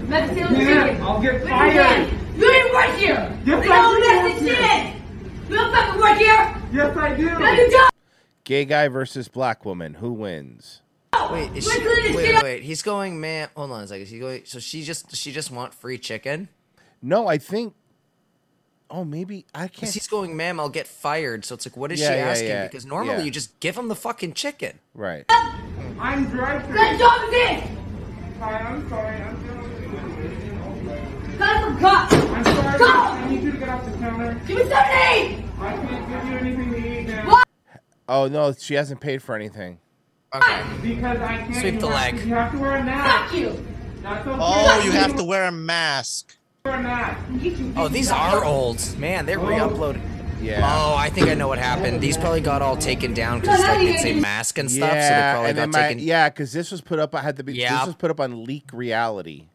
[SPEAKER 1] about to steal some
[SPEAKER 21] Yeah,
[SPEAKER 1] chicken.
[SPEAKER 21] I'll get
[SPEAKER 1] Wait a
[SPEAKER 21] fired.
[SPEAKER 1] minute. You didn't work here.
[SPEAKER 21] Yes,
[SPEAKER 1] you
[SPEAKER 21] I
[SPEAKER 1] know
[SPEAKER 21] did
[SPEAKER 1] that's
[SPEAKER 21] work
[SPEAKER 1] the
[SPEAKER 21] here.
[SPEAKER 1] shit. You don't fucking work here.
[SPEAKER 21] Yes, I do.
[SPEAKER 1] No, you don't.
[SPEAKER 2] Gay guy versus black woman. Who wins?
[SPEAKER 5] Wait, is she, wait, wait, wait, he's going, man. Hold on a second. He's going. So she just, does she just want free chicken.
[SPEAKER 2] No, I think. Oh, maybe I can't.
[SPEAKER 5] Because he's going, ma'am. I'll get fired. So it's like, what is
[SPEAKER 2] Yeah,
[SPEAKER 5] she
[SPEAKER 2] yeah,
[SPEAKER 5] asking?
[SPEAKER 2] yeah,
[SPEAKER 5] because normally
[SPEAKER 2] yeah.
[SPEAKER 5] you just give him the fucking chicken.
[SPEAKER 2] Right.
[SPEAKER 21] I'm driving.
[SPEAKER 1] Let's talk this.
[SPEAKER 21] Hi, I'm sorry. I'm sorry.
[SPEAKER 1] Cut some cops.
[SPEAKER 21] I'm sorry.
[SPEAKER 1] Go.
[SPEAKER 21] I need you to get off the counter.
[SPEAKER 1] Give me something to eat.
[SPEAKER 21] I can't give you anything to eat now.
[SPEAKER 1] What?
[SPEAKER 2] Oh, no, she hasn't paid for anything.
[SPEAKER 21] Because I can't.
[SPEAKER 5] Sweep
[SPEAKER 21] you
[SPEAKER 5] the
[SPEAKER 21] have to-
[SPEAKER 5] leg.
[SPEAKER 21] You have to wear a mask.
[SPEAKER 1] Fuck you.
[SPEAKER 21] That's okay.
[SPEAKER 3] Oh, you have to wear a mask.
[SPEAKER 21] wear a mask.
[SPEAKER 5] Oh, these are old. Man, they're re-uploaded.
[SPEAKER 2] Yeah.
[SPEAKER 5] Oh, I think I know what happened. These probably got all taken down because like it's a mask and stuff, so they
[SPEAKER 2] Yeah,
[SPEAKER 5] probably
[SPEAKER 2] and
[SPEAKER 5] got
[SPEAKER 2] they might-
[SPEAKER 5] taken.
[SPEAKER 2] yeah, because this was put up. I had to be.
[SPEAKER 5] Yep.
[SPEAKER 2] This was put up on Leak Reality.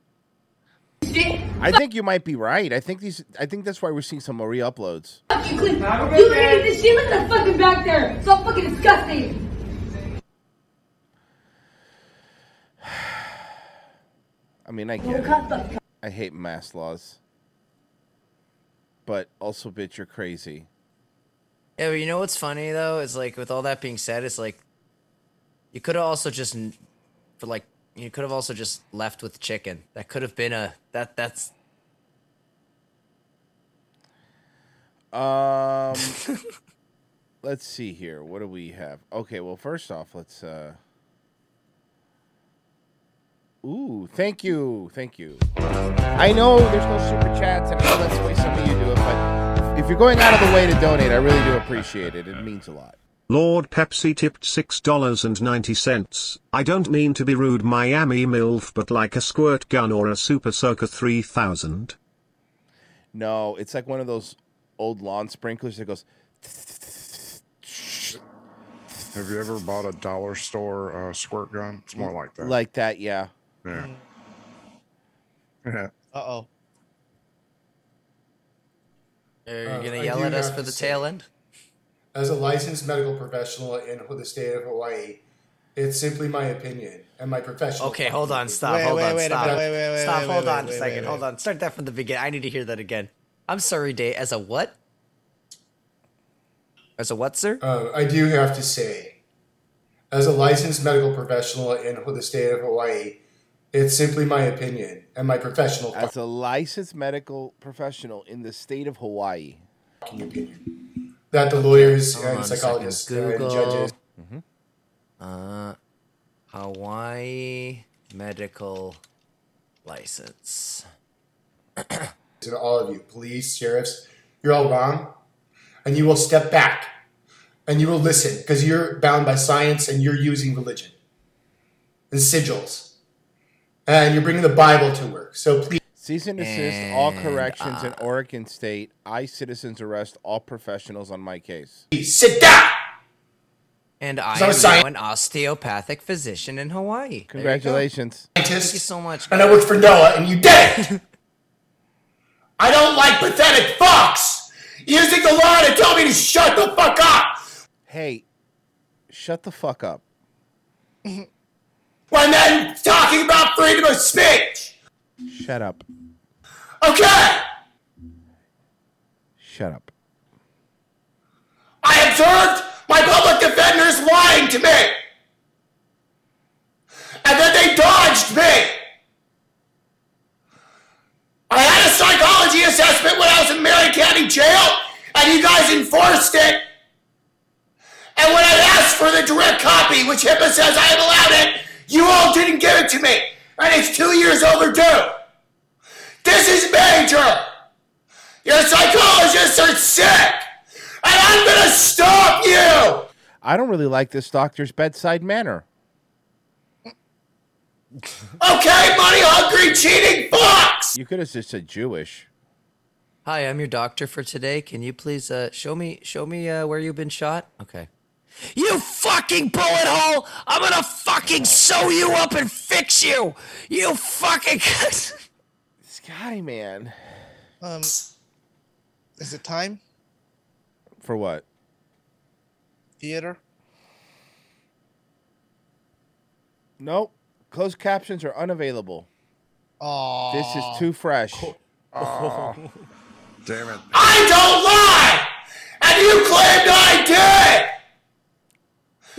[SPEAKER 1] Shit.
[SPEAKER 2] I think you might be right. I think these. I think that's why we're seeing some re-uploads.
[SPEAKER 1] Fuck you, Clint. You created this shit. Look at the fucking back there. It's all fucking disgusting.
[SPEAKER 2] I mean, I get
[SPEAKER 1] cut
[SPEAKER 2] it. I hate mass laws. But also, bitch, you're crazy.
[SPEAKER 5] Yeah, but Oh, you know what's funny though? It's like with all that being said, it's like you could have also just n- for like you could have also just left with chicken. That could have been a that that's
[SPEAKER 2] Um, let's see here. What do we have? Okay, well, first off, let's. uh Ooh, thank you, thank you. I know there's no super chats, and I know that's the way some of you do it, but if you're going out of the way to donate, I really do appreciate it. It means a lot.
[SPEAKER 6] Lord Pepsi tipped $6.90. I don't mean to be rude, Miami MILF, but like a squirt gun or a Super Soaker 3000.
[SPEAKER 2] No, it's like one of those old lawn sprinklers that goes.
[SPEAKER 4] Have you ever bought a dollar store uh, squirt gun? It's more like that.
[SPEAKER 2] Like that, yeah.
[SPEAKER 4] Yeah.
[SPEAKER 5] Mm.
[SPEAKER 4] Yeah.
[SPEAKER 3] Uh oh.
[SPEAKER 5] Are you
[SPEAKER 16] Uh,
[SPEAKER 5] gonna
[SPEAKER 16] I
[SPEAKER 5] yell
[SPEAKER 16] do
[SPEAKER 5] at us
[SPEAKER 16] have
[SPEAKER 5] for
[SPEAKER 16] to
[SPEAKER 5] the
[SPEAKER 16] say-
[SPEAKER 5] tail end?
[SPEAKER 16] As a licensed medical professional in the state of Hawaii, it's simply my opinion and my professional.
[SPEAKER 5] Okay, hold on, stop,
[SPEAKER 16] Wait,
[SPEAKER 5] hold
[SPEAKER 16] wait,
[SPEAKER 5] on,
[SPEAKER 16] wait a
[SPEAKER 5] stop,
[SPEAKER 16] minute, wait, wait, wait,
[SPEAKER 5] stop,
[SPEAKER 16] wait,
[SPEAKER 5] hold
[SPEAKER 16] wait,
[SPEAKER 5] on a
[SPEAKER 16] wait,
[SPEAKER 5] second,
[SPEAKER 16] wait,
[SPEAKER 5] hold on. Start that from the beginning. I need to hear that again. I'm sorry, Dave. As a what? As a what, sir?
[SPEAKER 16] Uh, I do have to say, as a licensed medical professional in the state of Hawaii, it's simply my opinion and my professional
[SPEAKER 2] As a licensed medical professional in the state of Hawaii.
[SPEAKER 16] that the lawyers
[SPEAKER 5] Hold on
[SPEAKER 16] and
[SPEAKER 5] a second,
[SPEAKER 16] psychologists and
[SPEAKER 5] Google.
[SPEAKER 16] judges.
[SPEAKER 5] Uh, Hawaii medical license.
[SPEAKER 16] to all of you, police, sheriffs, you're all wrong. And you will step back and you will listen because you're bound by science and you're using religion and sigils. And you're bringing the Bible to work. So please.
[SPEAKER 2] Cease and desist all corrections
[SPEAKER 5] uh,
[SPEAKER 2] in Oregon State. I citizens arrest all professionals on my case.
[SPEAKER 16] Sit down.
[SPEAKER 5] And I
[SPEAKER 2] So
[SPEAKER 5] am
[SPEAKER 2] sci-
[SPEAKER 5] now an osteopathic physician in Hawaii. There you go.
[SPEAKER 2] Congratulations.
[SPEAKER 5] Thank you so much.
[SPEAKER 16] And I worked for NOAA and you did it. I don't like pathetic fucks using the law to tell me to shut the fuck up.
[SPEAKER 2] Hey, shut the fuck up.
[SPEAKER 16] When then talking about freedom of speech.
[SPEAKER 2] Shut up.
[SPEAKER 16] Okay.
[SPEAKER 2] Shut up.
[SPEAKER 16] I observed my public defenders lying to me. And then they dodged me. I had a psychology assessment when I was in Marion County Jail, and you guys enforced it. And when I asked for the direct copy, which HIPAA says I am allowed it, you all didn't give it to me. And it's two years overdue. This is major. Your psychologists are sick. And I'm going to stop you.
[SPEAKER 2] I don't really like this doctor's bedside manner.
[SPEAKER 16] Okay, money hungry, cheating fucks.
[SPEAKER 2] You could have just said Jewish.
[SPEAKER 5] Hi, I'm your doctor for today. Can you please uh, show me show me uh, where you've been shot? Okay. You fucking bullet hole! I'm gonna fucking sew you up and fix you! You fucking.
[SPEAKER 2] Scotty, man.
[SPEAKER 3] Um, is it time?
[SPEAKER 2] For what?
[SPEAKER 3] Theater?
[SPEAKER 2] Nope. Closed captions are unavailable.
[SPEAKER 3] Aww.
[SPEAKER 2] This is too fresh.
[SPEAKER 4] Aw. Damn it.
[SPEAKER 16] I don't lie, and you claimed I did.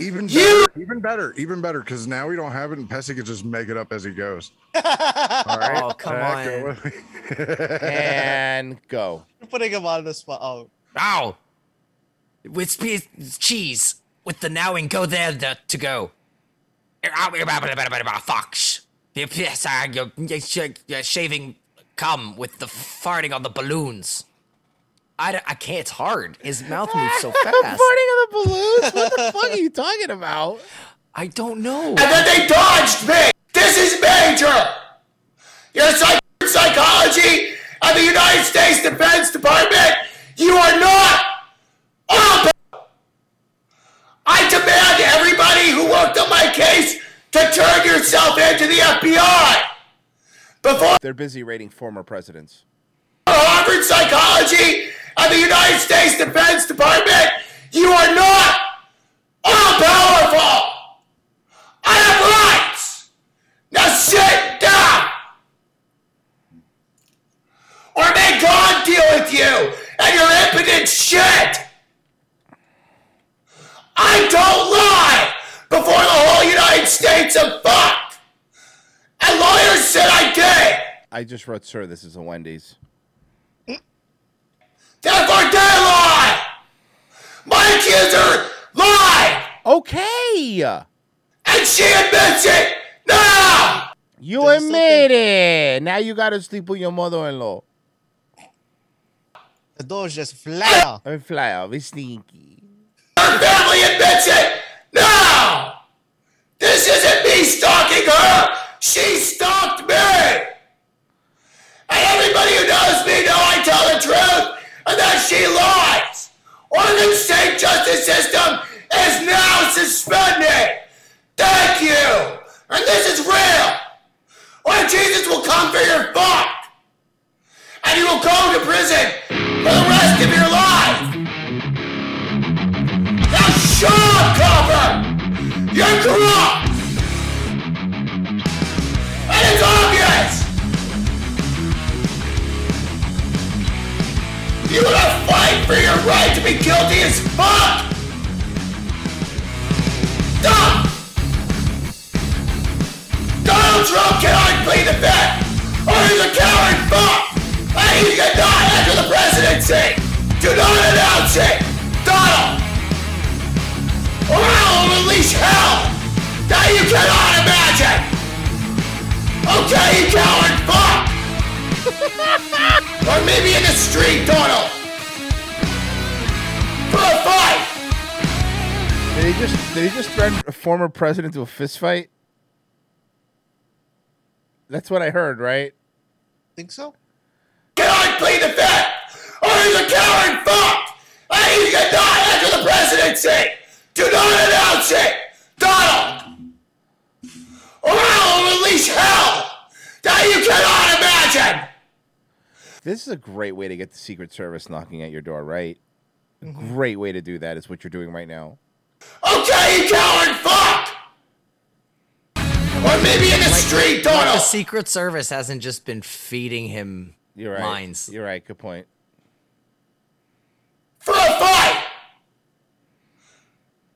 [SPEAKER 4] Even better, even better, even better, because now we don't have it, and Pessy can just make it up as he goes. All right.
[SPEAKER 5] Oh, come
[SPEAKER 4] Back
[SPEAKER 5] on.
[SPEAKER 4] away.
[SPEAKER 2] and go.
[SPEAKER 3] You're putting him on the spot. Oh,
[SPEAKER 5] Ow! With pe- cheese. With the now and go there the, to go. Fox. Yes, I- you're- you're sh- you're shaving cum with the farting on the balloons. I, don't- I can't. It's hard. His mouth moves so fast.
[SPEAKER 2] Farting on the balloons? What the fuck are you talking about?
[SPEAKER 5] I don't know.
[SPEAKER 16] And then they dodged me. This is major. Your psych- psychology and the United States Defense Department, you are not up. I demand everybody who worked on my case to turn yourself into the FBI. Before
[SPEAKER 2] They're busy rating former presidents.
[SPEAKER 16] Harvard Psychology and the United States Defense Department, you are not all powerful. I have rights. Now sit down, or may God deal with you and your impotent shit. I don't lie before the whole United States of fuck. And lawyers said I did.
[SPEAKER 2] I just wrote, sir, this is a Wendy's.
[SPEAKER 16] Therefore, they lie! My accuser
[SPEAKER 2] okay.
[SPEAKER 16] And she admits it. No.
[SPEAKER 2] You admit it. Now you gotta sleep with your mother-in-law.
[SPEAKER 3] The doors just fly out.
[SPEAKER 2] I mean, fly out. It's sneaky.
[SPEAKER 16] Her family admits it. No. This isn't me stalking her. She stalked me. And everybody who knows me know I tell the truth and that she lies. Oregon state justice system is now suspended. Thank you. And this is real. Or Jesus will come for your fuck. And you will go to prison for the rest of your life. Now shut up, Copper! You're corrupt! And it's obvious! You wanna fight for your right to be guilty as fuck! Stop! Donald Trump cannot plead the fifth! Or he's a coward fuck! And he cannot enter the presidency! Do not announce it! Donald! Or I'll unleash hell! That you cannot imagine! Okay, you coward fuck! or maybe in the street, Donald! For a fight!
[SPEAKER 2] Did he just did he just threaten a former president to a fist fight? That's what I heard, right?
[SPEAKER 3] Think so?
[SPEAKER 16] cannot plead the fifth, or he's a coward fuck, and he cannot enter the presidency. Do not announce it, Donald, or I'll unleash hell that you cannot imagine.
[SPEAKER 2] This is a great way to get the Secret Service knocking at your door, right? A Great way to do that is what you're doing right now.
[SPEAKER 16] Okay, you coward fuck, or maybe in the street,
[SPEAKER 5] Like the
[SPEAKER 16] Donald.
[SPEAKER 5] Secret Service hasn't just been feeding him
[SPEAKER 2] You're right.
[SPEAKER 5] lines.
[SPEAKER 2] You're right. Good point.
[SPEAKER 16] for a fight.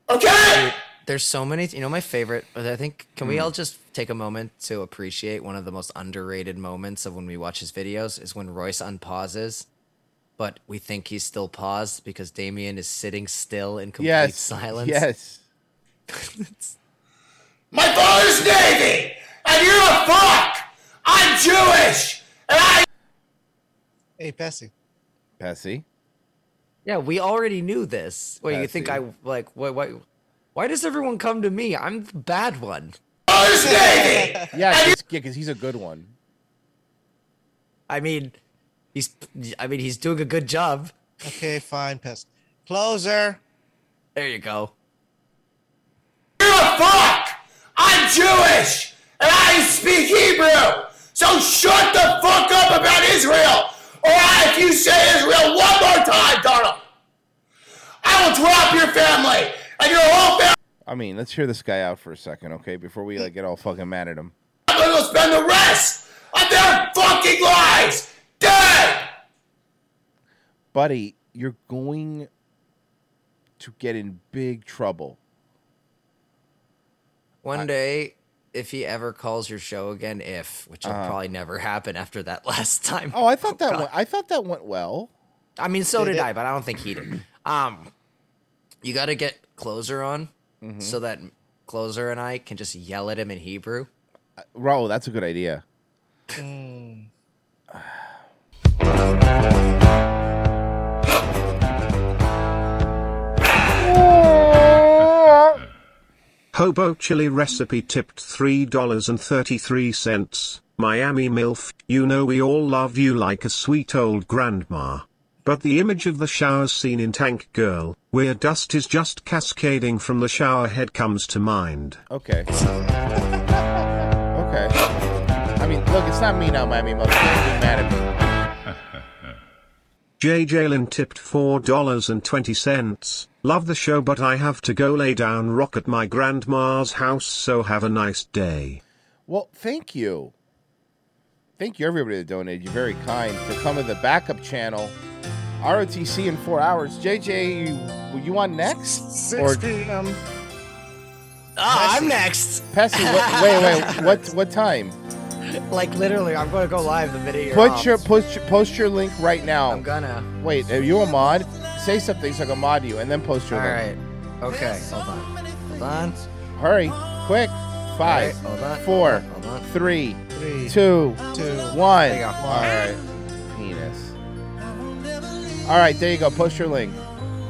[SPEAKER 16] Okay.
[SPEAKER 5] There's so many. You know, my favorite. But I think can we
[SPEAKER 16] Hmm.
[SPEAKER 5] all just take a moment to appreciate one of the most underrated moments of when we watch his videos is when Royce unpauses, but we think he's still paused because Damien is sitting still in complete
[SPEAKER 2] yes.
[SPEAKER 5] silence.
[SPEAKER 2] Yes.
[SPEAKER 16] My father's Navy, and you're a fuck. I'm Jewish, and I.
[SPEAKER 3] Hey, Pessy.
[SPEAKER 2] Pessy.
[SPEAKER 5] Yeah, we already knew this. Well, you think I
[SPEAKER 2] Patsy.
[SPEAKER 5] like why why why does everyone come to me? I'm the bad one.
[SPEAKER 2] Yeah, because he's a good one.
[SPEAKER 5] I mean, he's I mean he's doing a good job.
[SPEAKER 3] Okay, fine, Pessy. Closer.
[SPEAKER 5] There you go.
[SPEAKER 16] You're a fuck! I'm Jewish! And I speak Hebrew! So shut the fuck up about Israel! Or I, if you say Israel one more time, Donald, I will drop your family and your whole family
[SPEAKER 2] I mean, let's hear this guy out for a second, okay? Before we like get all fucking mad at him.
[SPEAKER 16] will spend the rest of their fucking lives dead!
[SPEAKER 2] Buddy, you're going to get in big trouble.
[SPEAKER 5] One day, if he ever calls your show again, if which will
[SPEAKER 2] Uh-huh.
[SPEAKER 5] probably never happen after that last time.
[SPEAKER 2] Oh, I thought that
[SPEAKER 5] God.
[SPEAKER 2] went, I thought that went well.
[SPEAKER 5] I mean, so
[SPEAKER 2] Did
[SPEAKER 5] did
[SPEAKER 2] it?
[SPEAKER 5] I, but I don't think he did. Um, you got to get closer on
[SPEAKER 2] Mm-hmm.
[SPEAKER 5] so that closer and I can just yell at him in Hebrew.
[SPEAKER 2] Raul, that's a good idea.
[SPEAKER 6] Hobo chili recipe tipped $3.33. Miami MILF, you know we all love you like a sweet old grandma. But the image of the shower scene in Tank Girl, where dust is just cascading from the shower head comes to mind.
[SPEAKER 2] Okay. okay. I mean, look, it's not me now, Miami motherfucker. Don't be mad at me.
[SPEAKER 6] JJ Lin tipped $4.20. Love the show, but I have to go lay down rock at my grandma's house, so have a nice day.
[SPEAKER 2] Well, thank you. Thank you, everybody that donated. You're very kind. For coming to the backup channel, ROTC in four hours. JJ, you, were you on next?
[SPEAKER 4] 6 p.m.
[SPEAKER 5] Ah, I'm next.
[SPEAKER 2] Pessy, what, wait, wait. What what time?
[SPEAKER 5] Like literally, I'm gonna go live the video. Um,
[SPEAKER 2] Put your, post your post your link right now. I'm
[SPEAKER 5] gonna.
[SPEAKER 2] Wait, are you a mod? Say something so I can mod you, and then post your
[SPEAKER 5] All
[SPEAKER 2] link.
[SPEAKER 5] right. Okay, hold on.
[SPEAKER 2] on. Hurry, quick. Five, four, three,
[SPEAKER 3] Three,
[SPEAKER 2] two,
[SPEAKER 3] two,
[SPEAKER 2] one.
[SPEAKER 3] there you go.
[SPEAKER 2] All right. Penis. All right, there you go. Post your link.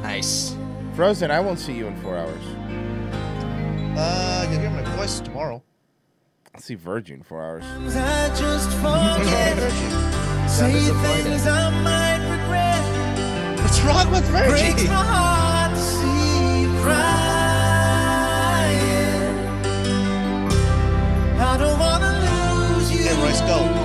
[SPEAKER 2] Nice. Frozen, I won't see you in four hours.
[SPEAKER 3] Uh, you'll hear my voice tomorrow.
[SPEAKER 2] I'll see Virgin in four hours.
[SPEAKER 1] I just forget. See things I might regret.
[SPEAKER 3] What's wrong with Virgie?
[SPEAKER 1] Breaks my heart to see you crying. I don't wanna lose you.
[SPEAKER 3] Hey, Royce, go.